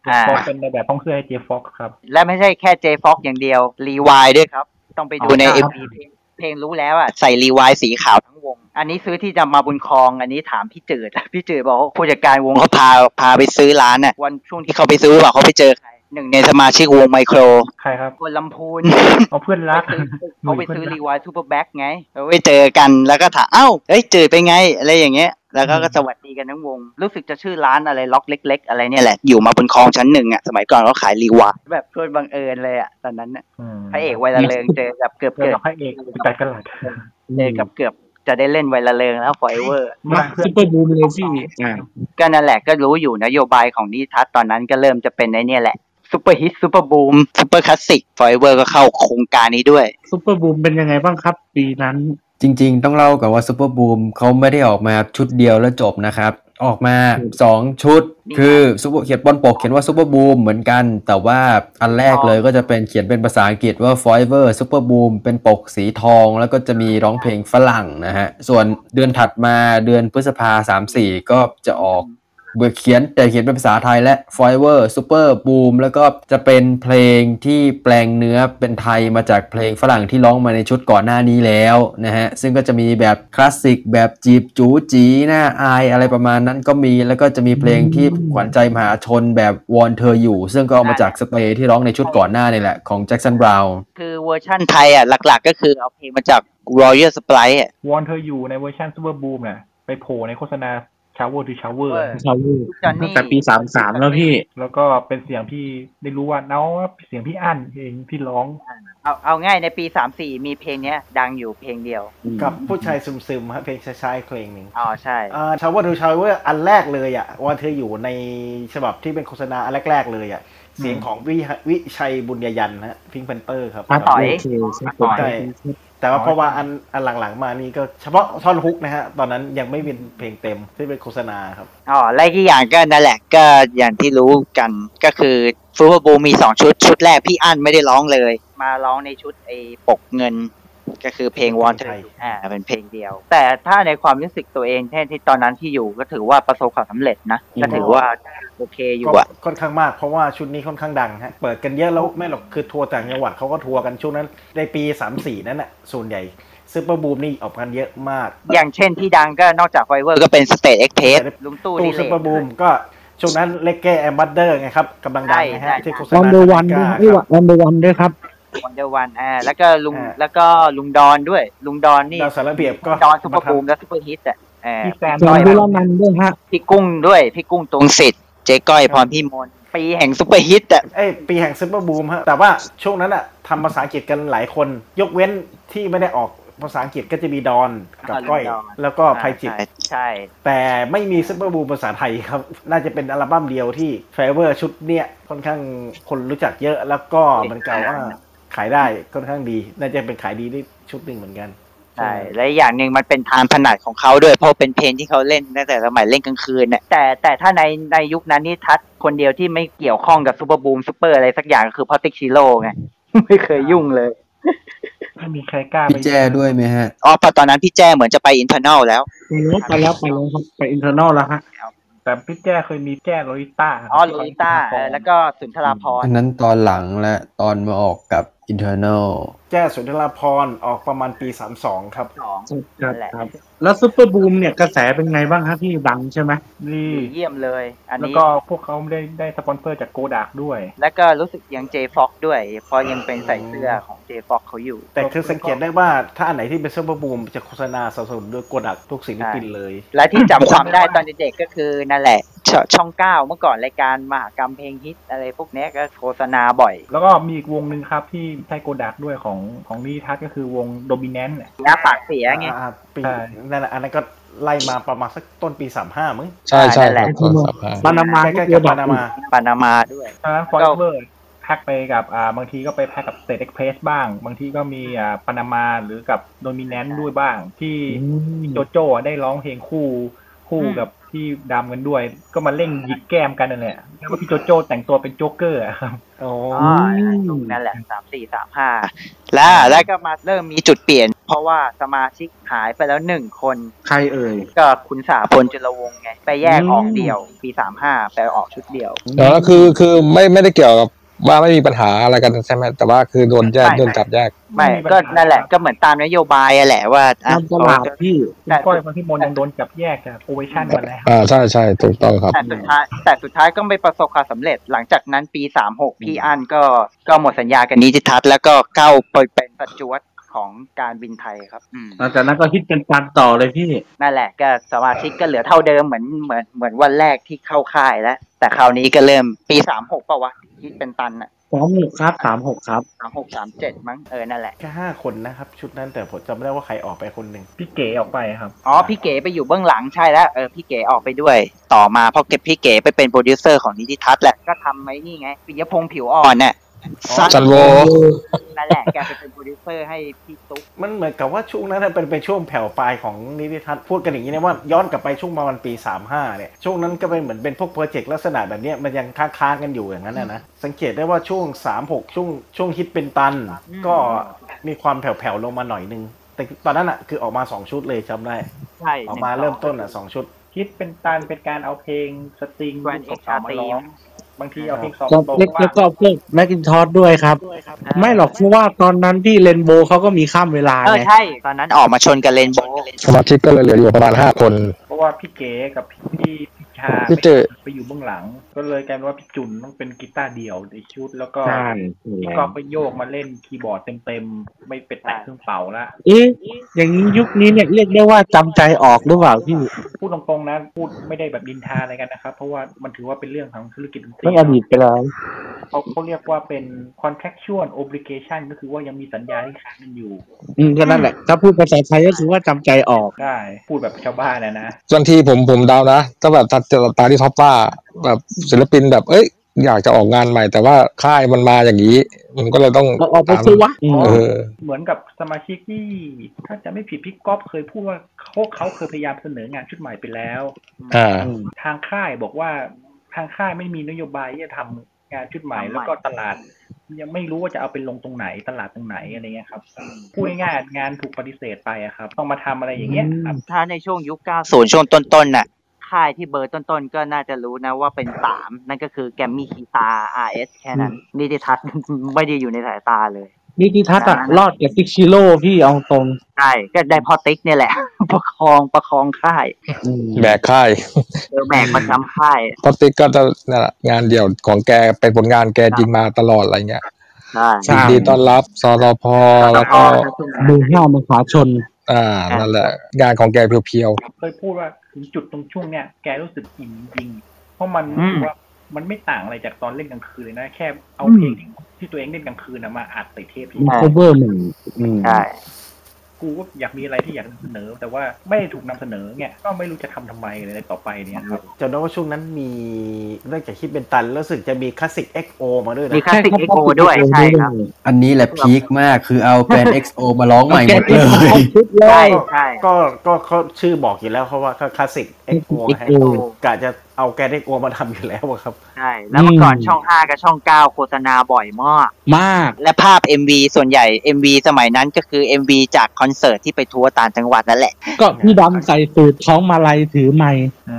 D: อ่า
K: ก็เป็นในแบบห้องเสื้อให้ J-Fox ครับ
D: และไม่ใช่แค่เจฟ็อกอย่างเดียวรีวายด้วยครับ ต้องไปดูใน
K: อ๋
D: เอ็
K: อครั
D: ม
K: บ
D: วีเพลงเพลงรู้แล้วอ่ะใส่รีวายสีขาวทั้งวง อันนี้ซื้อที่จะมาบุญคลอง อันนี้ถามพี่จืด พี่จืดบอกว่าผู้จัดการวงเขาพาพาไปซื้อร้านอ่ะวันช่วงที่เขาไปซื้อว่าเขาไปเจอใครหนึ่งในสมาชิกวงไมโคร
K: ใครครับ
D: คนลำพูน
K: เอาเพื่อนรัก
D: เขาไปซื้อรีวายซูเปอร์แบ็กไงเราไปเจอกันแล้วก็ถามเอ้าเอ้ยจืดไปนไง อะไรอย่างเงี้ย แล้วก็ก็สวัสดีกันทั้งวง รู้สึกจะชื่อร้านอะไรล็อกเล็ก ๆ อะไรเนี่ยแหละ อยู่มาบนคลองชั้นหนึ่งอ่ะ สมัยก่อนเขาขายรีวายแบบโดนบังเอิญเลยอ่ะ ตอนนั้นน่ะพระเอกวัยละเลงเจอกับเกือบ
K: เจอกับพระเอก แปดกระหลัด
D: เจอกับเกือบจะได้เล่นวัยละเลงแล้วฟอยเวอร์
M: มาซูเปอร์บูมเลยพี่
O: อ่า
D: ก็นั่นแหละก็รู้อยู่นโยบายของนิทัศน์ตอนนั้นก็เริ่มจะเป็นในเนี่ยแหละซูเปอร์ฮิตซูเปอร์บูมซูเปอร์คลาสสิกฟอยเวอร์ก็เข้าโครงการนี้ด้วย
M: ซูเปอร์บูมเป็นยังไงบ้างครับ ปีนั้น
J: จริงๆ ต้องเล่าก่อนว่าซูเปอร์บูมเขาไม่ได้ออกมาชุดเดียวแล้วจบนะครับ ออกมา 2 ชุด คือซูเปอร์เขียนบนปกเขียนว่าซูเปอร์บูมเหมือนกัน แต่ว่าอันแรกเลยก็จะเป็นเขียนเป็นภาษาอังกฤษว่า Forever Super Boom เป็นปกสีทอง แล้วก็จะมีร้องเพลงฝรั่งนะฮะ ส่วนเดือนถัดมาเดือนพฤษภา 34 ก็จะออก เบื่อเขียนแต่เขียนเป็นภาษาไทยและ Forever Super Boom แล้วก็จะเป็นเพลงที่แปลงเนื้อเป็นไทยมาจากเพลงฝรั่งที่ร้องมาในชุดก่อนหน้านี้แล้วนะฮะ ซึ่งก็จะมีแบบคลาสสิกแบบจีบจูจีหน้าอายอะไรประมาณนั้นก็มีแล้วก็จะมีเพลงที่ขวัญใจมหาชนแบบวอนเธออยู่ ซึ่งก็เอามาจากสเปรย์ที่ร้องในชุดก่อนหน้านี่แหละของแจ็คสันบราวน์
D: คือเวอร์ชั่นไทยอ่ะหลักๆ ก็คือเอาเพลงมาจาก Royal Sprite อ่ะ
K: วอนเธออยู่ในเวอร์ชันซูเปอร์บูมน่ะไปโผล่ในโฆษณา ชาวเวอร์ทูชาวเวอร์
O: ชาวเวอร์ตั้งแต่ปีสามสามแล้วพี่
K: แล้วก็เป็นเสียงที่ได้รู้ว่าเนาเสียงพี่อั้นเองที่ร้อง
D: เอาเอาง่ายในปีสามสี่มีเพลงเนี้ย ดังอยู่เพลงเดียว
E: กับผู้ชายซึมๆฮะเพลงช้าๆเพลงหนึ่ง
D: อ๋อใช่
E: ชาวเวอร์ดูชาวเวอร์อันแรกเลยอ่ะวันเธออยู่ในฉบับที่เป็นโฆษณาอันแรกๆเลยอ่ะ เสียงของวิวิชัยบุญยยันต์นะพิงพันเตอร์ครับ
O: อ่ะต่อยโอเคใช่ผม
E: ใช่แต่ว่าเพราะว่าอันอันหลังๆมานี่ก็เฉพาะท่อนฮุกนะฮะ ตอนนั้นยังไม่เป็นเพลงเต็มที่เป็นโฆษณาครับ
D: อ๋อและอีกอย่างก็นั่นแหละก็อย่างที่รู้กันก็คือฟูเบอร์บูมีสองชุด ชุดแรกพี่อั้นไม่ได้ร้องเลย มาร้องในชุดไอ้ปกเงิน ก็คือเพลงวอนเธออ่าเป็นเพลงเดียว แต่ถ้าในความรู้สึกตัวเองแท่ที่ตอนนั้นที่อยู่ก็ถือว่าประสบความสำเร็จนะ ก็ถือว่าโอเคอยู่อะ
E: ก็ค่อนข้างมากเพราะว่าชุดนี้ค่อนข้างดังฮะเปิดกันเยอะแล้วไม่หรอกคือทัวร์ต่างจังหวัดเขาก็ทัวร์กันช่วงนั้นในปีสามสี่นั่นแหละส่วนใหญ่ซูเปอร์บูมนี่ออกกันเยอะมาก
D: อย่างเช่นที่ดังก็นอกจากไฟเวอร์ก็เป็นสเตทเอ็กเพสลุงตู้
E: ตู้
D: ดีเล
E: ซู
D: ย
E: เปอร์บูมก็ช่วงนั้นเลกเก้แอมบัตเดอร์ไงครับกำลังดังนะ
D: ใช่
E: ฮะ
D: ใช่
E: ที่โฆษ
M: วัน
E: ณา
M: เดอร์วันด้วยครับพี่
E: ค
M: วั
E: รับ
M: นวันเดอร์วันด้วยครับ
D: วันเดอร์วันอ่าแล้วก็ลุงแล้วก็ลุงดอนด้วย ลุงดอนนี่
E: ดอนสารเบียบก็
D: ดอนซุปเปอร์บูมและซุปเปอร์ฮิตอ่ะเออ
M: พี่แซมจอมวิรนันท์ด้วยฮะ
D: พี่กุ้งด้วยพี่กุ้งตรงสิทธิ์เจ๊ก้อยพรพี่มนต์ปีแห่งซุปเปอร์ฮิตอ่ะ
E: เอ้ยปีแห่งซูเปอร์บูมฮะแต่ว่าช่วงนั้นอะทำภาษาอังกฤษกันหลายคน ยกเว้นที่ไม่ได้ออกภาษาอังกฤษก็จะมีดอนกับก้อย
D: อ่าดอน
E: แล้วก็ภัยจิต
D: ใช่
E: แต่ไม่มีซ u เปอร์บูมภาษาไทยครับ น่าจะเป็นอัลบั้มเดียวที่เฟเวอร์ชุดเนี้ยค่อนข้างคนรู้จักเยอะแล้วก็มันกล่าวว่าขายได้ค่อนข้างดี น่าจะเป็นขายดีได้ชุดหนึ่งเหมือนกัน
D: ใช่และอีกอย่างหนึ่งมันเป็นทางถนัดของเขาด้วยเพราะเป็นเพลงที่เขาเล่นตั้งแต่สมัยเล่นกลางคืนน่ะแต่แต่ถ้าในในยุคนั้นนี่ทัดคนเดียวที่ไม่เกี่ยวข้องกับซุปเปอร์บูมซุปเปอร์อะไรสักอย่างก็คือพอติกชิโร่ไง ไม่เคยยุ่งเลย
K: ไม่มีใครกล้าไป
J: พี่แจ้ด้วยไหมฮะ
D: อ๋อตอนนั้นพี่แจ้เหมือนจะไปอินเทอร์นอลแล้ว
M: ไปแล้วไปแล้วไปแล้วครับไปอินเทอร์นอลแล้วฮะ
K: แต่พี่แจ้เคยมีแจ้โรลิต้า
D: อ๋อโลลิต้าเออแล้วก็สุนทราพร
J: อั
D: ณ์
J: นนั้นตอนหลังและตอนมาออกกับ Internal
E: แจ้สุนทราพรออกประมาณปี 32 ครับ
D: นั่นแหละ
M: แล้วซูเปอร์บูมเนี่ยกระแสเป็นไงบ้างฮะพี่ดังใช่ไหม
K: นี่
D: เยี่ยมเลย อัน
K: แล้ว
D: นี้
K: ก็พวกเขาได้ได้สปอนเซอร์จากโกดากด้วย
D: แล้วก็รู้สึกยังเจฟ็อกด้วย เพราะยังเป็นใส่เสื้อของเจฟ็อกเขาอยู่
E: แต่คือสังเกตได้ว่าถ้าอันไหนที่เป็นซ u เปอร์บูมจะโฆษณาสนับสนุนโดวยโกดักทุกศิลปินเลย
D: และที่จำความได้ตอนเด็กๆก็คือนั่นแหละชช่องเก้าเมื่อก่อนรายการมหากรรมเพลงฮิตอะไรพวกเนี้ยก็โฆษณาบ่อย
K: แล้วก็มีอีกวงหนึ่งครับที่ใช่โกดากด้วยของของนิทัศน์ก็คือวงโดมิเนนต์
D: หน้าปากเสียไง
E: อ่าปีนั่นแหละอันนั้นก็ไล่มาประมาณสักต้นปี 35มั้ง
D: ใช่ใช่นั่นแหละ
E: ปานามาใกล้ๆกับปานามา
D: ปานามาด้วย
K: ตอนนั้นฟอยเวอร์แพ็กไปกับอ่าบางทีก็ไปแพ็กกับสเตทเอ็กเพรสบ้าง บางทีก็มีอ่าปานามาหรือกับโดมิเนนต์ด้วยบ้าง ที่โจโจ้ได้ร้องเพลงคู่คู่
D: อืม
K: กับที่ดำกันด้วย ก็มาเล่นหยิกแก้มกันนั่นแหละแล้วก็พี่โจโจ้แต่งตัวเป็นโจ๊กเกอร์อะครับ
E: โอ้
D: อ๋อยุคนั่นแหละสามสี่สามห้าแล้ว แล้วก็มาเริ่มมีจุดเปลี่ยน เพราะว่าสมาชิกหายไปแล้วหนึ่งคน
O: ใครเอ่ย
D: ก็คุณสาพลจุลวงศ์ไง ไปแยกออก
O: อืม
D: เดี่ยว ปีสามห้าไปออกชุดเดี่ยว
N: แต่ว่าคือคือไม่ไม่ได้เกี่ยวกับว่าไม่มีปัญหาอะไรกันใช่ไหมแต่ว่าคือโดนแยก
D: ใช่
N: โดนจับแยก
D: ไม่ก็นั่นแหละก็เหมือนตามนโยบายอะแหละว่าอ่ะ
N: ตามตลาด
M: พี่
K: คุณก้อยบางที่มนต์ยังโดนจับแยกจากโอเวชั่นมาแล้ว
N: อ่าใช่ใช่ถูกต้องครับ
D: แต่สุดท้ายแต่สุดท้ายก็ไม่ประสบความสำเร็จ หลังจากนั้นปีสามหกพี่อันก็ก็หมดสัญญากับนิติทัศน์แล้วก็เข้าไปเป็นประจวดของการบินไทยครับอืม
O: หลังจากนั้นก็ฮิตเป็นปันต่อเลยพี่
D: นั่นแหละก็สมาชิกก็เหลือเท่าเดิมเหมือนเหมือนเหมือนวันแรกที่เข้าค่ายแล้ว แต่คราวนี้ก็เริ่มปีสามหกป่าวะคิดเป็นตันอะ
M: สามหกครับสามหกครับ
D: สามหกสามเจ็ดมั้งเออนั่นแหละ
E: แค่ห้าคนนะครับ ชุดนั้นแต่ผมจำไม่ได้ว่าใครออกไปคนหนึ่ง
K: พี่เก๋ออกไปครับ
D: อ๋อ พี่เก๋ไปอยู่เบื้องหลังใช่แล้วเออพี่เก๋ออกไปด้วย ต่อมาพอเก็บพี่เก๋ไปเป็นโปรดิวเซอร์ของนิติทัศน์แหละก็ทำไอ้นี่ไงปิยพงษ์ผิวอ่อนน่ะ
N: จันโว
D: นั่นแหละแกไปเป็นโปรดิวเซอร์ให้พี่ตุ๊ก
E: มันเหมือนกับว่าช่วงนั้นน่ะเป็นเป็นช่วงแผ่วปลายของนิติทัศน์พูดกันอย่างนี้นะว่าย้อนกลับไปช่วงประมาณปี 35 เนี่ย ช่วงนั้นก็เป็นเหมือนเป็นพวกโปรเจกต์ลักษณะแบบเนี้ยมันยังค้างๆกันอยู่อย่างนั้นนะนะ สังเกตได้ว่าช่วง 36 ช่วงช่วงฮิตเป็นตัน
D: อืม
E: ก็มีความแผ่วๆลงมาหน่อยนึง แต่ตอนนั้นอ่ะคือออกมาสองชุดเลยจำได้
D: ใช่
E: ออกมาเริ่มต้นอ่ะสองชุด
K: คิดเป็นตันเป็นการเอาเพลงสตริง
D: วันเอกชา
K: มา
D: ตรี
K: ร้องบางทีเอาเพลงสอง
M: แล้ว
K: ตรง
M: เล็ก
K: ว่า
M: แล้วก็พวกแมคกินทอสด้วยครับ ไม่หรอกเพราะว่าตอนนั้นพี่เรนโบว์เขาก็มีข้ามเวลา
D: เออ
M: ไง
D: ใช่ ตอนนั้นออกมาชนกันเลนโบว์
N: สมาชิกก็เลยเหลืออยู่ประมาณห้าคน
K: เพราะว่าพี่เก๋กับพี่พี่ช
I: ชา
B: พี่เจอ
I: ไปอยู่เบื้องหลัง ก็เลยกลายเป็นว่าพี่จุนต้องเป็นกีตาร์เดี่ยวในชุด แล้วก็
P: ใช่
I: พี่กอฟก็โยกมาเล่นคีย์บอร์ดเต็มๆไม่ไปแตะเครื่องเป่าละ
C: เอ๊ะอย่างนี้ยุคนี้เนี่ยเรียกได้ว่าจำใจออกหรือเปล่าพี่
I: พูดตรงๆนะพูดไม่ได้แบบดินทาอะไรกันนะครับ เพราะว่ามันถือว่าเป็นเรื่องของธุรกิจดนตรี
C: เรื่องอดีตไปแล้ว
I: เขาเขาเรียกว่าเป็น contractual obligation ก็คือว่ายังมีสัญญาที่ค้างกันอยู่
C: อืมก็นั่นแหละ ถ้าพูดภาษาไทยก็คือว่าจำใจออก
I: ได้พูดแบบชาวบ้านนะนะ
B: บางทีผมผมเดาวนะถ้าแบบตาตาที่ท็อปป้าแบบศิลปินแบบเอ้ย อยากจะออกงานใหม่ แต่ว่าค่ายมันมาอย่างนี้ มันก็เลยต้อง
C: เอาออกไป
B: ตาม
C: สิวะ
B: เออ
I: เหมือนกับสมาชิกที่ ถ้าจะไม่ผิดพี่ก๊อฟเคยพูดว่าเขาเขาเคยพยายามเสนองานชุดใหม่ไปแล้ว
B: อ่า
I: ทางค่ายบอกว่าทางค่ายไม่มีนโยบายที่จะทำงานชุดให
D: ทำ
I: ม่
D: ใหม่
I: แล้วก็ตลาด ยังไม่รู้ว่าจะเอาไปลงตรงไหนตลาดตรงไหนอะไรเงี้ยครับพูดง่ายๆงานถูกปฏิเสธไปอะครับ ต้องมาทำอะไรอย่างเงี้ยครับ
D: ถ้าในช่วงยุค 90 ช่วงต้นๆน่ะ ค่ายที่เบอร์ต้นๆ ก็น่าจะรู้นะว่าเป็นสามนั่นก็คือแกมมี่คีตา RS แค่นั้นนิติทัศน์ ไม่ได้อยู่ในสายตาเลย
C: นิติทัศน์อะรอดจากพิกชิโร่พี่เอาตรง
D: ใช่ ก็ได้พอติ๊กเนี่ยแหละ ประคองประคองค่าย
B: แบกค่าย
D: เดลแมกมันทำค่าย
B: พอติกก็จะนั่นแหละงานเดี่ยวของแกเป็นผลงานแกจริงมาตลอดอะไรเงี้ย
D: ใช่
B: ยินดีต้อนรับสรพแล้วก็
C: ดูห้ามหาชน
B: อ่านั่นแหละงานของแกเพียว
I: เคยพูดว่าถึงจุดตรงช่วงเนี้ยแกรู้สึกอิ่มจริงๆเพราะมัน
B: อืม
I: ว่ามันไม่ต่างอะไรจากตอนเล่นกลางคืนเลยนะ แค่เอา
C: อืม
I: เพลงที่ที่ตัวเองเล่นกลางคืนนะมาอัดใส่เทป
C: มีโคเวอร์หนึ่งอืม
D: ใช่
I: กูก็อยากมีอะไรที่อยากนำเสนอ แต่ว่าไม่ได้ถูกนำเสนอเนี่ยก็ไม่รู้จะทำทำไมเลยในต่อไปเนี่ยครับ
E: จำได้ว่าช่วงนั้นมีเรื่องจากฮิตเป็นตันแล้วรู้สึกจะมีคลาสสิก XO มาด้วยนะ
D: มีคลาสสิกเอ็กโอด้วยใช่ครับ
J: อันนี้แหละพีคมากคือเอาแบรนด์ XO มาร้องใหม่หมดเลย
E: ใช่
D: ใช่
E: ก็ก็เขาชื่อบอกอยู่แล้วเขาว่าคลาสสิกเอ็กโอ
J: XO
E: กะจะเอาแกเอ็กโอมาทำอยู่แล้วอะครับ
D: ใช่ แล้วเมื่อก่อนช่อง 5 กับช่อง 9 โฆษณาบ่อยมาก
C: มาก
D: และภาพ MV ส่วนใหญ่ MV สมัยนั้นก็คือ MV จากคอนเสิร์ตที่ไปทัวร์ต่างจังหวัดนั่นแหละ
C: ก็พี่ดำใส่สูตรท้องมาลัยถือไม้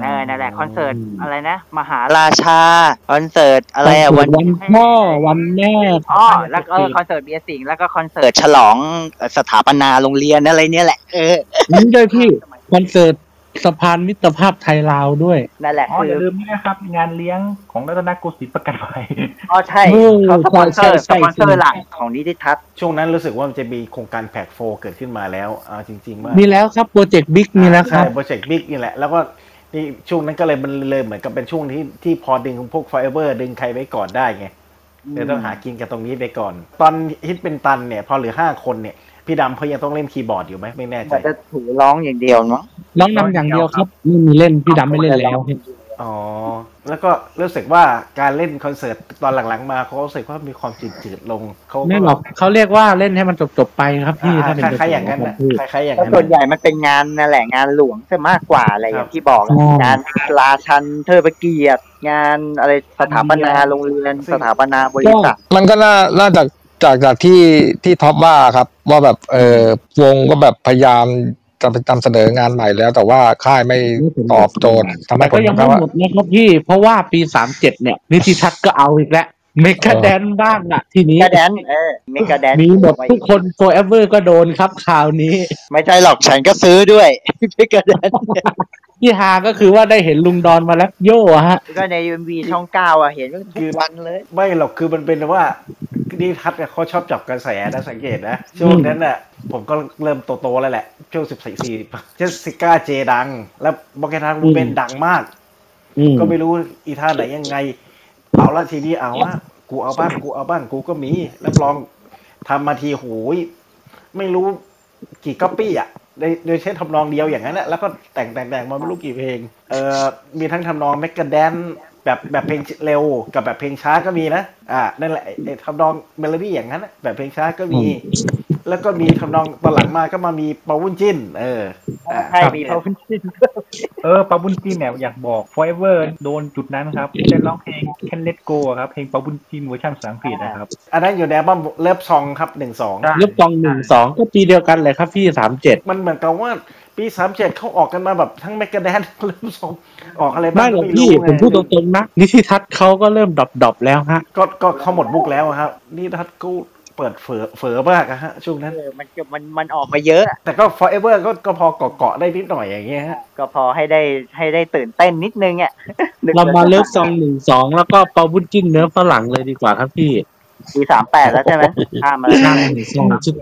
D: เออ นั่นแหละ คอนเสิร์ตอะไรนะ มหาราชา คอนเสิร์ตอะไรอะ
C: วั
D: วัน น
C: วันพ่อวันแม่
D: อ๋อแล้วก็เออคอนเสิร์ตเบียร์สิงห์แล้วก็คอนเสิร์ตฉลองเอ่อสถาปนาโรงเรียนอะไรเนี่ยแหละ เออ
C: นี่ด้วยพี่คอนเสิร์ตสะพานมิตรภาพไทยลาวด้วย
D: นั่นแหละ
I: อ๋
D: คือ อย่
I: อาลืมนี่นะครับ งานเลี้ยงของรัตนโกสินทร์ประกันภัย
D: อ๋อใช่
C: เออ
D: เขาสปอนเซอร์
C: ใช่
D: ส
C: ใช่
D: ปอนเซอร์หลักของนิติทัศน์
E: ช่วงนั้นรู้สึกว่ามันจะมีโครงการแพลตโฟเกิดขึ้นมาแล้วอ่าจริงๆว่า
C: มีแล้วครับโปรเจกต์บิ๊กมีแล้วค
E: ใช่
C: รับ
E: โปรเจกต์บิ๊กนี่แหละ แล้วก็นี่ช่วงนั้นก็เลยมันเลยเหมือนกับเป็นช่วงที่ที่พอดึงพวกไฟเบอร์ดึงใครไว้ก่อนได้ไงเลยต้องหากินกับตรงนี้ไปก่อน ตอนฮิตเป็นตันเนี่ย พอเหลือห้าคนเนี่ย พี่ดำเขายังต้องเล่นคีย์บอร์ดอยู่ไหมไม่แน่ใจ
D: แต่จะถือร้องอย่างเดียวเนาะ
C: น้องนำอย่างเดียวครับไม่มีเล่นพี่ดำไม่เล่นแล้ว
E: อ๋อ แล้วก็รู้สึกว่าการเล่นคอนเสิร์ตตอนหลังๆมาเขารู้สึกว่ามีความจืดๆลงเขา
C: ไม่หรอกเขาเรียกว่าเล่นให้มันจบๆไปครับพี่ถ้าเป็น
E: คล้ายๆอย่างนั้น
C: ผม
E: นะ
C: พูด
E: คล้ายๆอย่าง
D: แล้ว
E: นั้น
D: ส่วนให
E: น่ะ
D: ญ่มันเป็นงานนั่นแหละงานหลวงซะมากกว่าอะไรอ
E: ค
D: ย่า
E: รับ
D: งที่บอกอะ
C: อ๋อ
D: งานลาชันเทอร์เกียรติ งานอะไรสถาปนาโรงเรียนสถาปนาบริษัท
B: มันก็น่าน่าจากจากจากที่ที่ท็อปว่าครับ ว่าแบบเออวงก็แบบพยายามจะไปนำเสนองานใหม่แล้ว แต่ว่าค่ายไม่ตอบโจทย์ทำให้
C: แต่
B: ผ
C: ก็
B: ล
C: ยัง
B: ก
C: ไม่
B: ระทบ
C: หม
B: ว่า
C: ดนะครับพี่ เพราะว่าปีสามเจ็ดเนี่ย นิติทัศน์ก็เอาอีกแล้วเมกาแดนบ้างอ่ะ ทีนี้
D: กระแดนเออเมกระแดน
C: มีหมดทุกคนโฟเอเวอร์ก็โดนครับคราวนี้
D: ไม่ใช่หรอกฉันก็ซื้อด้วย เมกระแดน
C: ที่ฮาก็คือว่าได้เห็นลุงดอนมาแล้วโย่อะฮะ
D: ก็ในยูมีช่องเก้าอ่ะเห็นว่าทุกวันเลย
E: ไม่หรอกคือมันเป็นว่านิทัศน์เนี่ยเขาชอบจับกระแสนะสังเกตนะ ช่วงนั้นน่ะผมก็เริ่มโตๆแล้วแหละ ช่วงสิบสี่สี่เจสสิก้าเจดัง แล้วบอกแกทางเป็นดังมาก
C: อืม
E: ก็ไม่รู้อีท่าไหนยังไง เอาละทีนี้เอาละกูเอาบ้างกูเอาบ้างกูก็มีรับรองทำมาทีโหยไม่รู้กี่ก๊อปปี้อ่ะโดยโดยใช้ทำนองเดียวอย่างนั้นแหละแล้วก็แต่งแต่งแต่งมาไม่รู้กี่เพลงเออมีทั้งทำนองแมกกาแดนแบบแบบเพลงเร็ว กับแบบเพลงช้าก็มีนะอ่านั่นแหละไอ้ไอ้ทำนองเมโลดี้อย่างนั้นน่ะแบบเพลงช้าก็มี แล้วก็มีทำนองตอนหลังมาก็มามีปาวุ้นจิ้น เอออ่า
D: ใช่มีเขาเป็นชื่อ
I: เออปาบุญจินเนี่ยอยากบอก forever โดนจุดนั้น ครับเล่นร้องเพลง Can Let Go อะครับเพลงปาบุญจินเวอร์ชันภาษาอังกฤษนะครับ
E: อันนั้นอยู่ในอัลบั้มเลิฟซองครับหนึ่งสอง
C: ยกกองหนึ่งสองก็ปีเดียวกันเลยครับพี่สามเจ็ด
E: มันเหมือนกับว่าปีสามเจ็ดเขาออกกันมาแบบทั้งแมกกาแดนเริ่มส่งออกอะไรบ้า
C: ไม่
E: ง
C: หรอก
E: ไม่
C: พี่
E: รู้
C: ผมพูดต
E: ไง
C: รงๆนะนิติทัศน์เขาก็เริ่มดรอปๆแล้วฮะ
E: ก็ก็เขาหมดบุกแล้วอะครับ นี่ทัดกู เปิดเฝอเฝอมากอะฮะ ช่วงนั้น
D: มันมันมันออกมาเยอะ
E: แต่ก็ forever ก็ก็พอเกาะๆได้นิดหน่อยอย่างเงี้ยฮะ
D: ก็พอให้ได้ให้ได้ตื่นเต้นนิดนึงอ่ะ
C: เรามาเลิฟซองหนึ่งสองแล้วก็เปาบุญจิ้นเนื้อฝรั่งเลยดีกว่าครับพี่
D: ปีสามแปดแล้วใช่ไหมข้ามมาแล้ว
C: ใช่ใช่ชุด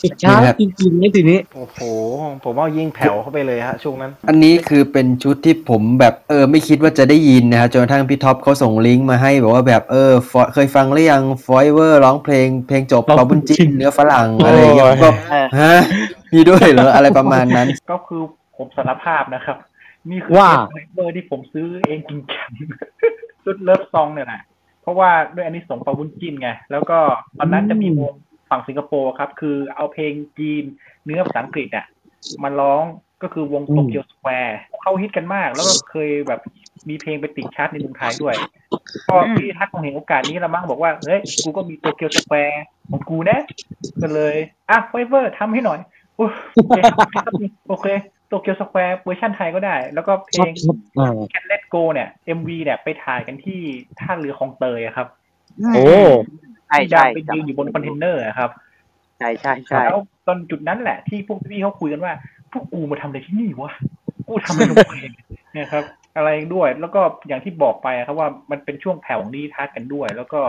C: ชุดเช้าจริงๆนะทีนี้
E: โอ้โห ผมว่ายิงแผ่วเข้าไปเลยฮะ ช่วงนั้น
J: อันนี้คือเป็นชุดที่ผมแบบเออไม่คิดว่าจะได้ยินนะฮะจนกระทั่งพี่ท็อปเขาส่งลิงก์มาให้บอกว่าแบบเออ For- เคยฟังหรือยังฟอยเวอร์ร้องเพลงเพลงจบปอบุญจิ้นเนื้อฝรั่งอะไรอย่างเงี้ยผมก็ฮะมีด้วยเหรออะไรประมาณ นั้น
I: ก็คือผมสารภาพนะครับ นี่คื
J: ว่า
I: เทปเบอร์ที่ผมซื้อเองจริงจัง ชุดเลิฟซองเนี่ยแหละเพราะว่าด้วยอันนี้สงส์ปาวุ้นจินไง แล้วก็ตอนนั้นจะมีวงฝั่งสิงคโปร์ครับ คือเอาเพลงจีนเนื้อภาษาอังกฤษอ่ะมาร้องก็คือวงโตเกียวสแควร์เขาฮิตกันมาก แล้วก็เคยแบบมีเพลงไปติดชาร์ตในเมืองไทยด้วย ก็พี่ทักคงเห็นโอกาสนี้ละมั้งบอกว่า เฮ้ย กูก็มีโตเกียวสแควร์ของกูนะ ก็เลย อ่ะไฟเวอร์ทำให้หน่อยอุ๊ยโอเคโอเคโตเกียวสแควร์เวอร์ชันไทยก็ได้ แล้วก็เพลง Can Let Go เนี่ย MV เนี่ยไปถ่ายกันที่ท่าเรือคลองเตยอะครับ
D: โอ้ใช่
I: ที่ดาวไป
D: ใช่
I: ยืนอยู่บนคอนเทนเนอร์อะครับ
D: ใช่ใช่ใช่
I: แล้วตอนจุดนั้นแหละที่พวกพี่เขาคุยกันว่า พวกกูมาทำอะไรที่นี่วะ กูทำอะไรลงไปเนี่ยครับ อะไรด้วยแล้วก็อย่างที่บอกไปอะครับว่ามันเป็นช่วงแผ่วของดีทัศน์กันด้วย แล้วก็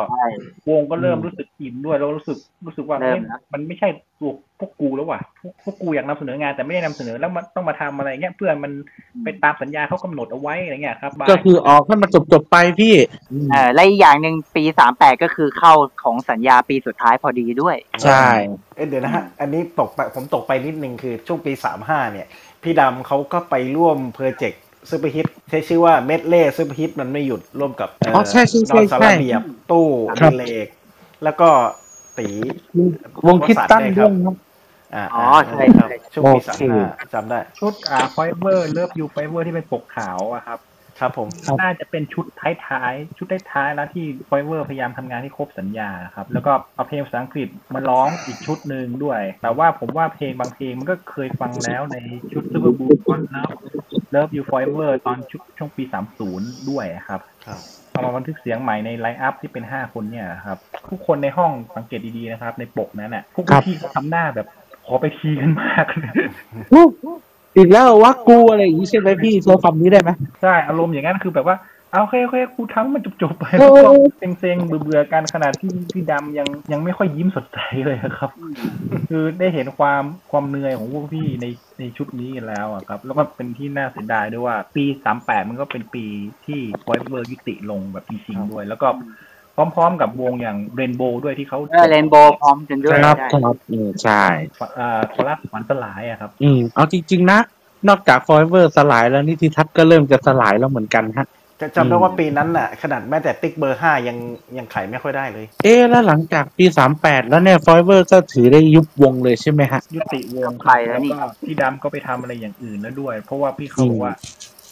I: วงก็เริ่มรู้สึกอิ่มด้วย แล้วรู้สึกรู้สึกว่า
D: เริ่ม
I: เฮ้ย
D: แล้ว
I: มันไม่ใช่ตัวพวกกูแล้วว่ะพวกพวกกูอยากนำเสนองานแต่ไม่ได้นำเสนอแล้วมันต้องมาทำอะไรเงี้ยเพื่อมันไปตามสัญญาเขากำหนดเอาไว้อะไรเงี้ยครับบาย
C: ก็คือออกให้มันจบๆไปพี่
D: เออและอีกอย่างหนึ่งปีสามแปดก็คือเข้าของสัญญาปีสุดท้ายพอดีด้วย
C: ใช่
E: เอ้ยเดี๋ยวนะฮะ อันนี้ตกไปผมตกไปนิดนึงคือช่วงปี 35 เนี่ย พี่ดำเขาก็ไปร่วมโปรเจกต์ซูเปอร์ฮิตใช้ชื่อว่าเมดเล่ซูเปอร์ฮิตมันไม่หยุดร่วมกับเอ่อ
C: อใช่ใช่ใช่
E: นอนสารเบียบ ตู้
C: ครับ
E: ดิเลก แล้วก็ตี
C: วงคิดตั้น
E: ค
C: ด้
E: รั
C: ว
E: บ
C: ยครับ
E: อ่า
C: อ๋อใช่
E: ค
C: ใช่
E: รับช่วงปี 35จำได้
I: ชุดอ่าไฟเบอร์เลิฟยูไฟเบอร์ที่เป็นปกขาวอะครับ
E: ครับผม
I: น่าจะเป็นชุดท้ายๆ ชุดท้ายๆแล้วที่ไฟเบอร์พยายามทำงานให้ครบสัญญาครับ แล้วก็เอาเพลงภาษาอังกฤษมาร้องอีกชุดหนึ่งด้วย แต่ว่าผมว่าเพลงบางเพลงมันก็เคยฟังแล้วในชุดซูเปอร์บูมก้อนเลิฟเลิฟยูไฟเบอร์ตอนชุดช่วงปี 30 ด้วยครับ เอามาบันทึกเสียงใหม่ในไลน์อัพที่เป็นห้าคนเนี่ยครับทุกคนในห้องสังเกตดีๆนะครับ ในปกนั้นน่ะพวกพี่ก็ทำหน้าแบบขอไปทีกันมากเลย
C: อีกแล้วว่ากูอะไรอย่างนี้ใช่ไหมพี่ใช้คำนี้ได้ไหม
I: ใช่อารมณ์อย่างนั้นคือแบบว่าเอาโอเคโอเคกูทั้งมันจบๆไป
C: โอ้
I: แล้วก็เซ็งๆเบื่อๆกันขนาดที่พี่ดำยังยังไม่ค่อยยิ้มสดใสเลยอะครับ คือได้เห็นความความเหนื่อยของพวกพี่ในในชุดนี้กันแล้วอะครับ แล้วก็เป็นที่น่าเสียดายด้วยว่า ปีสามแปดมันก็เป็นปีที่ไวเบอร์ยุติลงแบบจริงๆด้วย แล้วก็พร้อมๆกับวงอย่างเรนโบว์ด้วยที่เขา
D: เออเรนโบว์พร้อมกันด้วย
C: ครับ
D: ใช่
C: ครับอืมใช่
I: เอ่อคอรัสฝันสลายอะครับ
C: อืมเอาจริงๆนะ นอกจากฟอยเวอร์สลายแล้วนิติทัศน์ก็เริ่มจะสลายแล้วเหมือนกันฮะ
E: จะจำได้ว่าปีนั้นน่ะ ขนาดแม้แต่ติ๊กเบอร์ 5 ยังยังไขไม่ค่อยได้เลย
C: เอ๊ะแล้วหลังจากปีสามแปดแล้วเนี่ยฟอยเวอร์ก็ถือได้ยุบวงเลยใช่ไหมฮะ
I: ยุติวงครับ
D: ไปแล้วนี่
I: ก็พี่ดำก็ไปทำอะไรอย่างอื่นแล้วด้วย เพราะว่าพี่เขาบอกว่า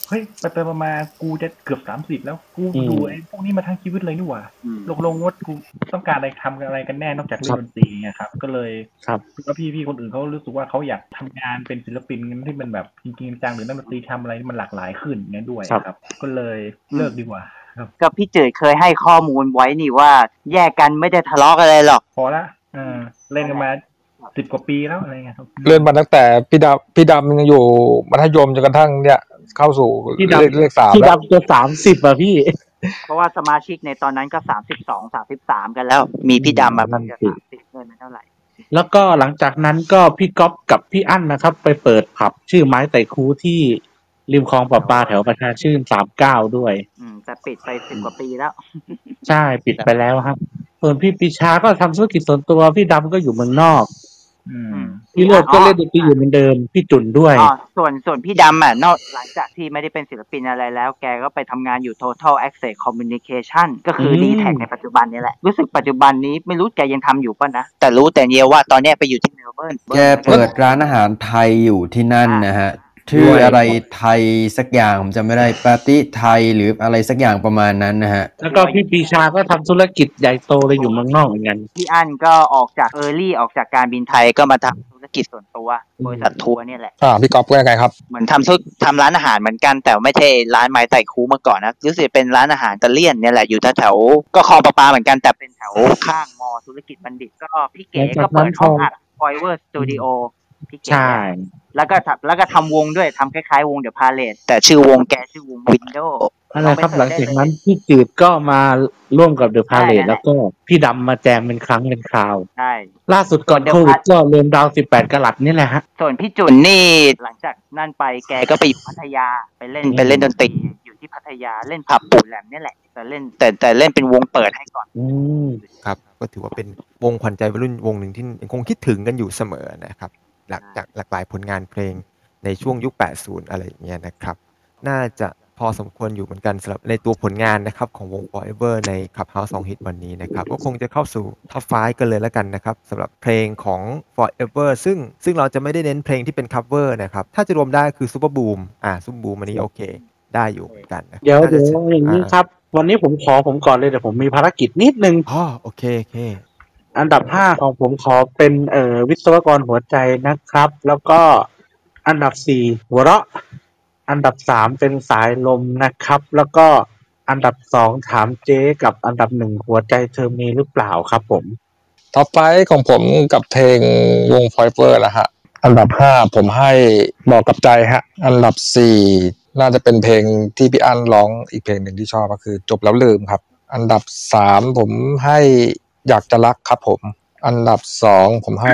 I: เฮ้ย ไปไปมามาๆกูจะเกือบสามสิบแล้ว กู
C: อืม
I: ดูไอ้พวกนี้มาทั้งชีวิตเลยนี่หว่า
D: อืม
I: ลงลงๆว่ากูต้องการอะไรทำอะไรกันแน่นอกจากเล่นดนตรีไงครับ ก็เลย
C: ครับ
I: แล้วพี่พี่คนอื่นเขารู้สึกว่าเขาอยากทำงานเป็นศิลปินที่มันแบบจริงๆจังๆหรือนักดนตรีทำอะไรที่มันหลากหลายขึ้นเงี้ยด้วย
C: ครับ
I: ครับ ก็เลยเลิกดีกว่า
D: ก็พี่จืดเคยให้ข้อมูลไว้นี่ว่า แยกกันไม่ได้ทะเลาะกันเลยหรอก
I: พอละเออเล่นกันมาสิบกว่าปีแล้วอะไรเงี้ยครับ
B: เล่นมาตั้งแต่พี่ดำพี่ดำยังอยู่มัธยมจนกระทั่งเนี่ย เข้าสู่
C: พี่
B: เลข
C: ดำ
B: เลขสาม
C: พี่
B: แล้ว
C: ดำจะสามสิบอะพี่
D: เพราะว่าสมาชิกในตอนนั้นก็สามสิบสองสามสิบสามกันแล้ว มีพี่ดำมาเพิ่งจะสามสิบเงินเท่าไหร่
C: แล้วก็หลังจากนั้นก็พี่ก๊อฟกับพี่อั้นนะครับ ไปเปิดผับชื่อไม้ไต่คูที่ริมคลองประปาแถวประชาชื่นสามเก้าด้วย
D: อืมแต่ปิดไปสิบกว่าปีแล้ว
C: ใช่ปิดไปแล้วครับ ส่วนพี่ปีชาก็ทำธุรกิจส่วนตัว พี่ดำก็อยู่เมืองนอก
I: อืม
C: พี่เลิศก็เล่นดนตรีอยู่เหมือนเดิม พี่จุนด้วย
D: อ๋อส่วนส่วนพี่ดำอ่ะนอกหลังจากที่ไม่ได้เป็นศิลปินอะไรแล้ว แกก็ไปทำงานอยู่ Total Access Communication ก็คือ
C: ม
D: ดีแท็ในปัจจุบันนี่แหละ รู้สึกปัจจุบันนี้ไม่รู้แกยังทำอยู่ป่ะนะ แต่รู้แต่เนียว่าตอนเนี้ยไปอยู่ที่เมลเบิร์น
J: แกเปิดร้านอาหารไทยอยู่ที่นั่นนะฮะชื่ออะไรไทยสักอย่างผมจำไม่ได้ปาร์ตี้ไทยหรืออะไรสักอย่างประมาณนั้นนะฮะ
C: แล้วก็พี่ปีชาก็ทำธุรกิจใหญ่โตเลยอยู่เมืองนอกเหมือนกัน
D: พี่อั้นก็ออกจากเออร์ลี่ออกจากการบินไทยก็มาทำธุร กิจส่วนตัวบริษัททัวร์เนี่ยแหละ
B: อ่าพี่ก๊อฟว่ายังไงครับ
D: เหมือนทำธุรทำร้านอาหารเหมือนกันแต่ไม่ใช่ร้านไม้ไต่คูมาก่อนนะรู้สึกเป็นร้านอาหารอิตาเลียนเนี่ยแหละอยู่แถวๆก็คลองประปาเหมือนกันแต่เป็นแถวข้างมอธุรกิจบัณฑิตก็พี่เก๋ก็เปิดห้องอัดฟอยเวอร์สตูดิโอพี่เก๋
C: ใช่
D: แล้วก็ทำแล้วก็ทำวงด้วยทำคล้ายๆ วงเดอะพาเลตแต่ชื่อวงแกชื่อวงวินโดว์
C: อะไรครับหลังจากนั้นพี่จืดก็มาร่วมกับเดอะพาเลตแล้วก็พี่ดำมาแจมเป็นครั้งเป็นคราว
D: ใช่
C: ล่าสุดก่อนโควิดก็เริ่มดาวสิบแปดกะลัดนี่แหละฮะ
D: ส่วนพี่จุนนี่หลังจากนั่นไปแกก็ไปอยู่พัทยาไปเล่นไปเล่นดนตรีอยู่ที่พัทยาเล่นผับปู่แหลมเนี่ยแหละแต่เล่นแต่แต่เล่นเป็นวงเปิดให้ก่อน
A: ครับก็ถือว่าเป็นวงขวัญใจวัยรุ่นวงหนึ่งที่ยังคงคิดถึงกันอยู่เสมอนะครับ หลักจากหลากหลายผลงานเพลงในช่วงยุค 80 อะไรอย่างเงี้ยนะครับ น่าจะพอสมควรอยู่เหมือนกันสำหรับในตัวผลงานนะครับของวง Forever ใน Clubhouse 2 Hit วันนี้นะครับ ก็คงจะเข้าสู่ท็อป5กันเลยแล้วกันนะครับสำหรับเพลงของ Forever ซึ่งซึ่งเราจะไม่ได้เน้นเพลงที่เป็น cover นะครับ ถ้าจะรวมได้คือ Super Boom อ่า Super Boom อันนี้โอเค ได้อยู่เหมือนกันนะครับ
C: เดี๋ยว
A: น่า
C: เดี๋
A: จะ
C: ยว
A: ใช้
C: อย่างนี้
A: อ่า
C: ครับ วันนี้ผมขอผมก่อนเลยเดี๋ยวผมมีภารกิจนิดนึง
A: อ๋อโอเคโอเค
C: อันดับห้าของผมขอเป็นเอ่อวิศวกรหัวใจนะครับ แล้วก็อันดับสี่หัวเราะ อันดับสามเป็นสายลมนะครับ แล้วก็อันดับสองถามเจ๊กับอันดับหนึ่งหัวใจเธอมีหรือเปล่าครับผม
B: ท็อปไฟของผมกับเพลงวงฟอยเฟอร์ละฮะ อันดับห้าผมให้บอกกับใจฮะ อันดับสี่น่าจะเป็นเพลงที่พี่อั้นร้องอีกเพลงหนึ่งที่ชอบก็คือจบแล้วลืมครับ อันดับสามผมให้อยากจะรักครับผม อันดับสองผมให้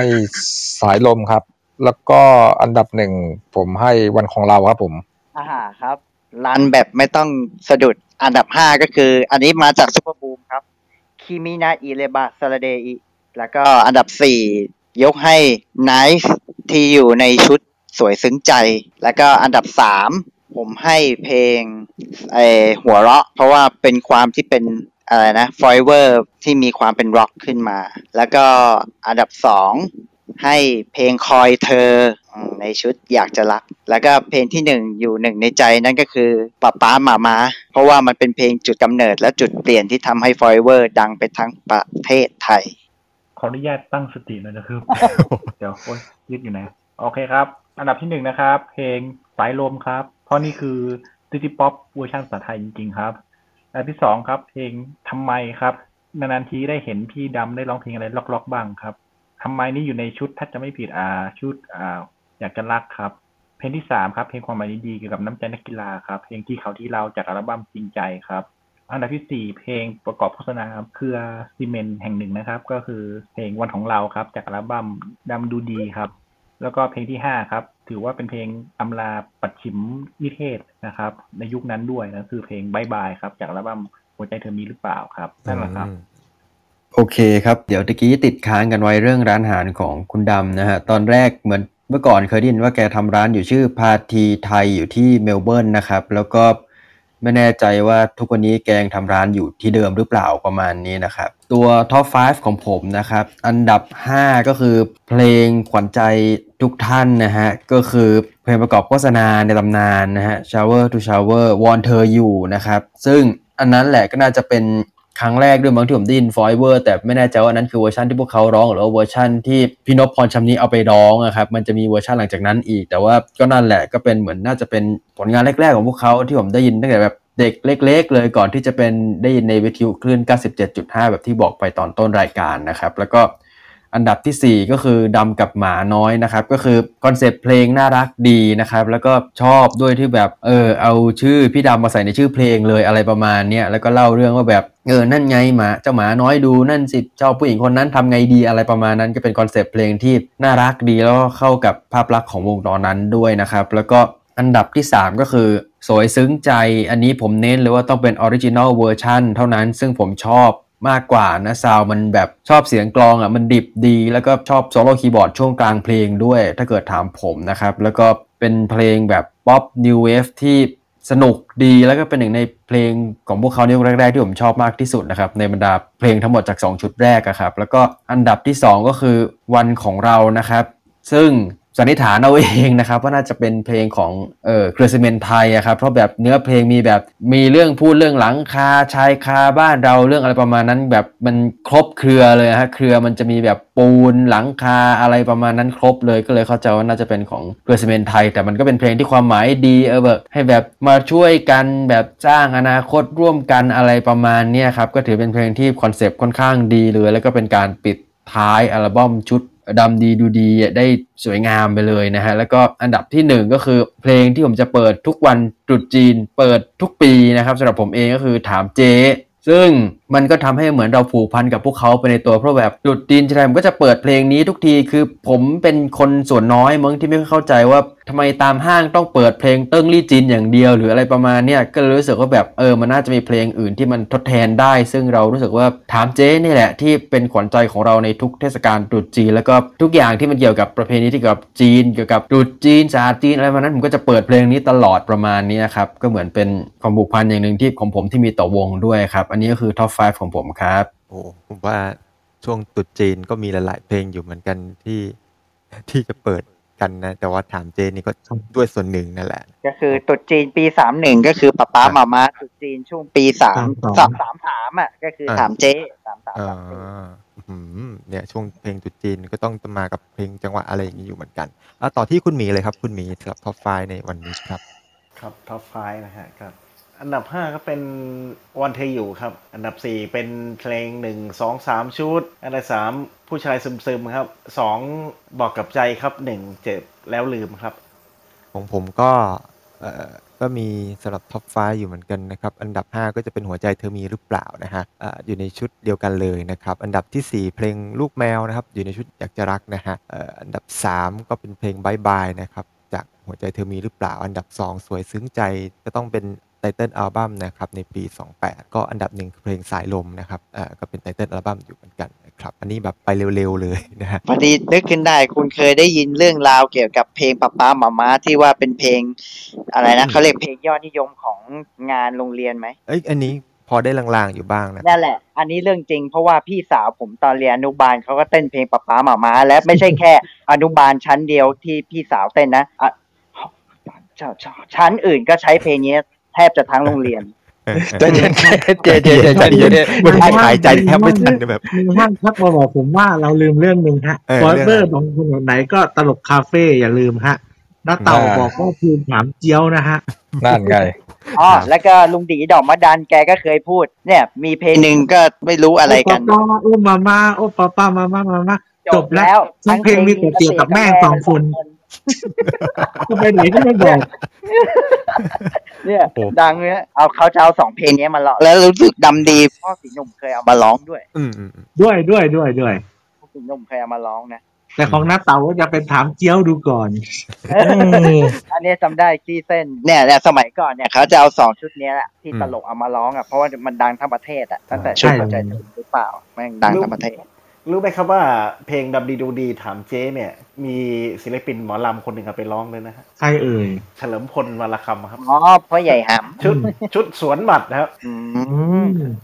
B: สายลมครับ แล้วก็อันดับหนึ่งผมให้วันของเราครับผม
D: อาหารครับรันแบบไม่ต้องสะดุดอันดับห้าก็คือ อันนี้มาจากซุปเปอร์บูมครับคิมินาอิเลบะซาลเดอิแล้วก็อันดับสี่ยกให้ไนฟ์ที่อยู่ในชุดสวยซึ้งใจ แล้วก็อันดับสามผมให้เพลงไอหัวเราะ เพราะว่าเป็นความที่เป็นอะไรนะฟอยเวอร์ที่มีความเป็นร็อกขึ้นมา แล้วก็อันดับสอง ให้เพลงคอยเธออืมในชุดอยากจะรัก แล้วก็เพลงที่หนึ่งอยู่หนึ่งในใจนั่นก็คือป๊าป๊าหมามาเพราะว่ามันเป็นเพลงจุดกำเนิดและจุดเปลี่ยนที่ทำให้ฟอยเวอร์ดังไปทั้งประเทศไทย
E: ขออนุญาตตั้งสติหน่อยนะครับ เดี๋ยวโอ๊ยยืดอยู่นะ โอเคครับ อันดับที่หนึ่งนะครับ เพลงสายลมครับ เพราะนี่คือซิตี้ป๊อปเวอร์ชันภาษาไทยจริงๆครับ อันดับที่สองครับ เพลงทำไมครับ นานๆทีได้เห็นพี่ดำได้ร้องเพลงอะไรล็อกๆบ้างครับทำไมนี่อยู่ในชุดถ้าจะไม่ผิดอ่า ชุดอ่า อยากจะรักครับ เพลงที่สามครับ เพลงความหมายดีๆเกี่ยวกับน้ำใจนักกีฬาครับ เพลงที่เขาที่เราจากอัลบั้มจริงใจครับ อันดับที่สี่เพลงประกอบโฆษณาครับเครือซีเมนต์แห่งหนึ่งนะครับ ก็คือเพลงวันของเราครับ จากอัลบั้มดำดูดีครับ แล้วก็เพลงที่ห้าครับ ถือว่าเป็นเพลงอำลาปัดฉิมวิเทศนะครับ ในยุคนั้นด้วยนะคือเพลงบายบายครับ จากอัลบั้มหัวใจเธอมีหรือเปล่าครับนั่นแหละครับ
J: โอเคครับ เดี๋ยวตะกี้ติดค้างกันไว้เรื่องร้านอาหารของคุณดำนะฮะ ตอนแรกเหมือนเมื่อก่อนเคยได้ยินว่าแกทำร้านอยู่ชื่อพาทีไทยอยู่ที่เมลเบิร์นนะครับ แล้วก็ไม่แน่ใจว่าทุกวันนี้แกยังทำร้านอยู่ที่เดิมหรือเปล่าประมาณนี้นะครับ ตัวท็อป 5 ของผมนะครับ อันดับ 5 ก็คือเพลงขวัญใจทุกท่านนะฮะ ก็คือเพลงประกอบโฆษณาในตำนานนะฮะ Shower to Shower วอนเธออยู่นะครับ ซึ่งอันนั้นแหละก็น่าจะเป็น ครั้งแรกด้วยมั้งที่ผมได้ยินฟอยเวอร์แต่ไม่แน่ใจว่าอันนั้นคือเวอร์ชันที่พวกเขาร้อง หรือว่าเวอร์ชันที่พี่นพพรชำนี้เอาไปร้องนะครับมันจะมีเวอร์ชันหลังจากนั้นอีก แต่ว่าก็นั่นแหละก็เป็นเหมือนน่าจะเป็นผลงานแรกๆของพวกเขาที่ผมได้ยินตั้งแต่แบบเด็กเล็ก ๆ เลยก่อนที่จะเป็นได้ยินในวิทยุคลื่น 97.5 แบบที่บอกไปตอนต้นรายการนะครับแล้วก็ อันดับทีสี่ 4 ก็คือดำกับหมาน้อยนะครับ ก็คือคอนเซปต์เพลงน่ารักดีนะครับ แล้วก็ชอบด้วยที่แบบเออเอาชื่อพี่ดำมาใส่ในชื่อเพลงเลยอะไรประมาณเนี้ยแล้วก็เล่าเรื่องว่าแบบเออนั่นไงหมาเจ้าหมาน้อยดูนั่นสิเจ้าผู้หญิงคนนั้นทำไงดีอะไรประมาณนั้นก็เป็นคอนเซปต์เพลงที่น่ารักดีแล้วก็เข้ากับภาพลักษณ์ของวงตอนนั้นด้วยนะครับ แล้วก็อันดับที่ 3 ก็คือ สวยซึ้งใจอันนี้ผมเน้นเลยว่าต้องเป็นออริจินอลเวอร์ชันเท่านั้นซึ่งผมชอบ มากกว่านะซาวมันแบบชอบเสียงกลองอ่ะมันดิบดี แล้วก็ชอบโซโล่คีย์บอร์ดช่วงกลางเพลงด้วย ถ้าเกิดถามผมนะครับ แล้วก็เป็นเพลงแบบป๊อปนิวเวฟที่สนุกดีแล้วก็เป็นหนึ่งในเพลงของพวกเขาในยุคแรกๆ ที่ผมชอบมากที่สุดนะครับ ในบรรดาเพลงทั้งหมดจาก 2 ชุดแรกอะครับ แล้วก็อันดับที่ 2 ก็คือวันของเรานะครับ ซึ่ง สันนิษฐานเอาเองนะครับ ว่าน่าจะเป็นเพลงของเออเครือซีเมนไทยอะครับเพราะแบบเนื้อเพลงมีแบบมีเรื่องพูดเรื่องหลังคาชายคาบ้านเราเรื่องอะไรประมาณนั้น แบบมันครบเครือเลยฮะเครือมันจะมีแบบปูนหลังคาอะไรประมาณนั้นครบเลยก็เลยเข้าใจว่าน่าจะเป็นของเครือซีเมนไทย แต่มันก็เป็นเพลงที่ความหมายดีเออแบบให้แบบมาช่วยกันแบบสร้างอนาคตร่วมกันอะไรประมาณเนี้ยครับก็ถือเป็นเพลงที่คอนเซปต์ค่อนข้างดีเลย แล้วก็เป็นการปิดท้ายอัลบั้มชุด ดำดีดูดีได้สวยงามไปเลยนะฮะ แล้วก็อันดับที่หนึ่งก็คือเพลงที่ผมจะเปิดทุกวันตรุษจีน เปิดทุกปีนะครับสำหรับผมเองก็คือถามเจ๊ซึ่งมันก็ทำให้เหมือนเราผูกพันกับพวกเขาไปในตัวเพราะแบบตรุษจีนทีไรผมก็จะเปิดเพลงนี้ทุกทีคือผมเป็นคนส่วนน้อยมั้งที่ไม่เข้าใจว่าทำไมตามห้างต้องเปิดเพลงเติ้งลี่จีนอย่างเดียวหรืออะไรประมาณเนี้ยก็เลยรู้สึกว่าแบบเออมันน่าจะมีเพลงอื่นที่มันทดแทนได้ ซึ่งเรารู้สึกว่าถามเจ๊นี่แหละที่เป็นขวัญใจของเราในทุกเทศกาลตรุษจีนแล้วก็ทุกอย่างที่มันเกี่ยวกับประเพณีที่เกี่ยวกับจีนเกี่ยวกับตรุษจีนศาสตร์จีนอะไรประมาณนั้นผมก็จะเปิดเพลงนี้ตลอดประมาณเนี้ยครับก็เหมือนเป็นความผูกพันอย่างหนึ่งที่ของผมที่มีต่อวงด้วยครับอันนี้ก็คือท็อป5ของผมครับ
A: โอ้ผมว่าช่วงตรุษจีนก็มีหลาย ๆ เพลงอยู่เหมือนกันที่ ที่จะเปิดกันนะ แต่ว่าถามเจนี่ก็ด้วยส่วนหนึ่งนั่นแหละ
D: ก็คือตรุดจีนปีสามหนึ่งก็คือป๊าป๊ามามาตรุดจีนช่วงปีสาม
A: สามสอง
D: สามสามสามอ่ะ ก็คือถามเจ๊สามสาม
A: อ่าอืมเนี่ยช่วงเพลงตรุษจีนก็ต้องมากับเพลงจังหวะอะไรอย่างนี้อยู่เหมือนกันอ่ะต่อที่คุณหมีเลยครับ คุณหมีสำหรับท็อปไฟในวันนี้ครับ
E: ครับท็อปไฟนะฮะครับ อันดับห้าก็เป็นวันเทอยู่ครับ อันดับสี่เป็นเพลงหนึ่งสองสามชุด อันดับสามผู้ชายซึมซึมๆครับสองบอกกับใจครับหนึ่งเจ็บแล้วลืมครับ
A: ของผมก็เอ่อก็มีสำหรับท็อปฟ้าอยู่เหมือนกันนะครับ อันดับ 5 ก็จะเป็นหัวใจเธอมีหรือเปล่านะฮะอ่าอยู่ในชุดเดียวกันเลยนะครับ อันดับทีสี่4 เพลงลูกแมวนะครับ อยู่ในชุดอยากจะรักนะฮะเอ่ออันดับ 3 ก็เป็นเพลงบายบายนะครับจากหัวใจเธอมีหรือเปล่า อันดับ 2 สวยซึ้งใจจะต้องเป็นไตเติลอัลบั้มนะครับในปี 28 ก็อันดับหนึ่งคือเพลงสายลมนะครับเอ่อก็เป็นไตเติลอัลบั้มอยู่เหมือนกันนะครับอันนี้แบบไปเร็วๆเลยนะฮะ
D: พอดีนึกขึ้นได้คุณเคยได้ยินเรื่องราวเกี่ยวกับเพลงป๊าป๊ามามาที่ว่าเป็นเพลง อะไรนะเขาเรียกเพลงยอดนิยมของงานโรงเรียนไหม
A: เอ้ยอันนี้พอได้ลางๆอยู่บ้างนะ
D: นั่นแหละ อันนี้เรื่องจริงเพราะว่าพี่สาวผมตอนเรียนอนุบาลเขาก็เต้นเพลงป๊าป๊าหมามาและไม่ใช่แค่ อนุบาลชั้นเดียวที่พี่สาวเต้นนะอ่ะชั้นอื่นก็ใช้เพลงนี้แทบจะทั้งโรงเรียน
A: ใจเย็น
H: เจเจเจเจเจเจ
A: มันหายใจแทบไม่ทันเลยแบบ
C: มีห้างครับมาบอกผมว่าเราลืมเรื่องหนึ่งฮะ
A: เออ
C: ฟอ
A: เรื่
C: ย
A: อง
C: เบอ
A: อะไร
C: ร์บางถนนไหนก็ตลกคาเฟ่อย่าลืมฮะน้าเต่า
H: อ่า
C: บอกว่าภูมิถามเจียวนะฮะ
N: นั่นไง
D: อ๋อแล้วก็ลุงดีดอกมะดันแกก็เคยพูด เนี่ย มีเพลงหนึ่งก็ไม่รู้อะไรกัน
C: โอ้ป้าป้าโอ้มาม่าโอ้ป้าป้ามาม่ามาม่าจบแล้ว
D: จบแล้ว
C: ทั้งเพลงมีแต่เกี่ยวกับแม่สองคนจะไปไหนก็ไม่บอก
D: เนี่ยดังเนี่ยเอาเขาจะเอาสองเพลงนี้มาร้องแล้วรู้สึกดำดีพ่อสีหนุ่มเคยเอามาร้องด้วย
A: อืม
C: ด้วยด้วยด้วยด้วย
D: พ่อสีหนุ่มเคยเอามาร้องนะ
C: แต่ของน้าเต๋าก็จะเป็นถามเจียวดูก่อน
D: อันนี้จำได้ขี้เส้นเนี่ยเนี่ยสมัยก่อนเนี่ยเขาจะเอาสองชุดเนี้ยแหละที่ตลกเอามาร้องอ่ะเพราะว่ามันดังทั้งประเทศอ่ะตั้งแต่ชุด
C: ใช่
D: เข้าใจถึงหรือเปล่าแม่งดังทั้งประเทศ
E: รู้ไหมครับว่าเพลงดับดีดูดีถามเจ๊เนี่ย มีศิลปินหมอลำคนหนึ่งเอาไปร้องเลยนะฮะ
C: ใครเอ่ย
E: เฉลิมพลวรคำครับ
D: อ๋อพ่อใหญ่ห
E: ชุดชุดสวนหมัดนะครับ
D: ม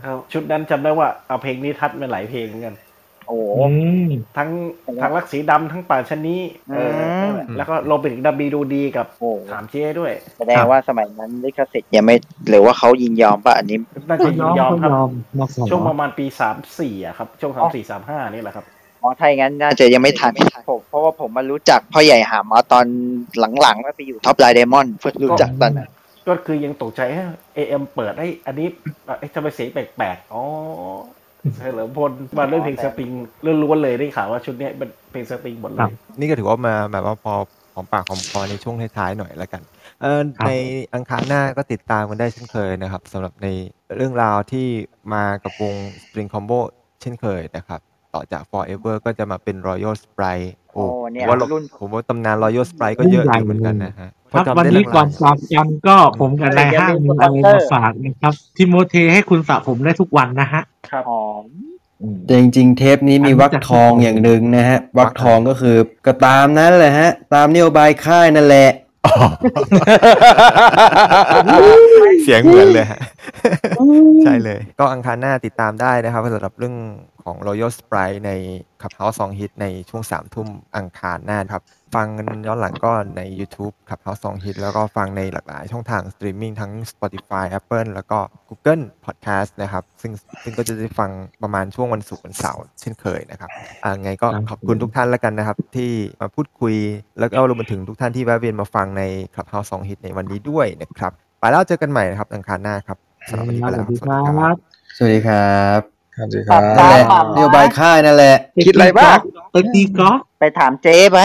E: ครับชุดนั้นจำได้ว่าเอาเพลงนี้ทัดมาหลายเพลงเหมือนกัน
D: โอ้
E: ทั้งทั้งรักสีดำทั้งป่าชะนี้เออ
D: ม
E: นั่นแหละแล้วก็ลงไปถึงดับดีดูดีกับถามเจ๊ด้วย
D: แสดงว่าสมัยนั้นลิขสิทธิ์ยังไม่หรือว่าเขายินยอมป่ะอันนี้
E: น่าจะยินยอมครับ
C: มาขอ
E: ช่วงประมาณปีสามสี่อะครับ ช่วงสามสี่สามห้านี่แหละครับ
D: อ๋อถ้าอย่างนั้นน่าจะยังไม่ทันผมเพราะว่าผมมารู้จักพ่อใหญ่หามเอาตอนหลังๆว่าไปอยู่ท็อปไลน์เดมอนเพิ่งรู้จักตอนนั้น
E: ก็คือยังตกใจเอเอ็มเปิดไอ้ยอันนี้ไอ้ยทำไมเสียงแปลกๆอ๋อเฉลิมพลมาเรื่องเพลงสปริงล้วนๆเลยได้ข่าวว่าชุดเนี้ยเป็นเพลงสปริงหมดเลย
A: นี่ก็ถือว่ามาแบบว่าพอหอมปากหอมคอในช่วงท้ายๆหน่อยละกันเอ่อ
E: ครับ
A: ในอังคารหน้าก็ติดตามกันได้เช่นเคยนะครับสำหรับในเรื่องราวที่มากับวง Spring Combo เช่นเคยนะครับ ต่อจาก Forever ก็จะมาเป็น Royal Sprite โอ้
D: โอ้เนี่ย
A: ผมว่าเรา
D: รุ่น
A: ผมว่าตำนาน Royal Sprite ก็เยอะอยู่เหมือนกันนะฮะเพ
C: ครั
A: ราะ
C: บ
A: จำ
C: วัน
A: ได้
C: นี้
A: ห
C: ก่
A: ลั
C: อน
A: ง
C: จากกันก็ผมกับนายห้างมีอะไรมาฝากนะครับทิโมเทให้คุณสระผมได้ทุกวันนะฮะ
K: ครับ
D: อ๋อ
J: แต่จริงๆ เทปนี้มีวักทองอย่างหนึ่งนะฮะวักทองก็คือก็ตามนั้นแหละฮะ ตามนโยบายค่ายนั่นแหละ
A: ๆเสียงเหมือนเลยฮะ ใช่เลย ก็อังคารหน้าติดตามได้นะครับสำหรับเรื่องของ Royal Sprite ใน Clubhouse Song Hit ในช่วง3ทุ่มอังคารหน้าครับ ฟังกันย้อนหลังก็ใน YouTube ขับ House 2 Hit แล้วก็ฟังในหลากหลายช่องทางสตรีมมิ่งทั้ง Spotify Apple แล้วก็ Google Podcast นะครับ ซึ่งซึ่งก็จะได้ฟังประมาณช่วงวันศุกร์วันเสาร์เช่นเคยนะครับอ่าไงก็ขอบคุณทุกท่านแล้วกันนะครับ ที่มาพูดคุยแล้วก็รวมไปถึงทุกท่านที่แวะเวียนมาฟังในขับ House 2 Hit ในวันนี้ด้วยนะครับ ไปแล้วเจอกันใหม่นะครับอังคารหน้าครับสำหรับวันนี้ไปแล้ว
C: ครับ
J: สวัสดีครับ
N: สวัสดีครับ
J: นั่นแหละนโยบายค่ายนั่นแหละ
N: คิดอะไรบ้าง
D: ไปตีกอล์ฟไปถามเจ๊ไหม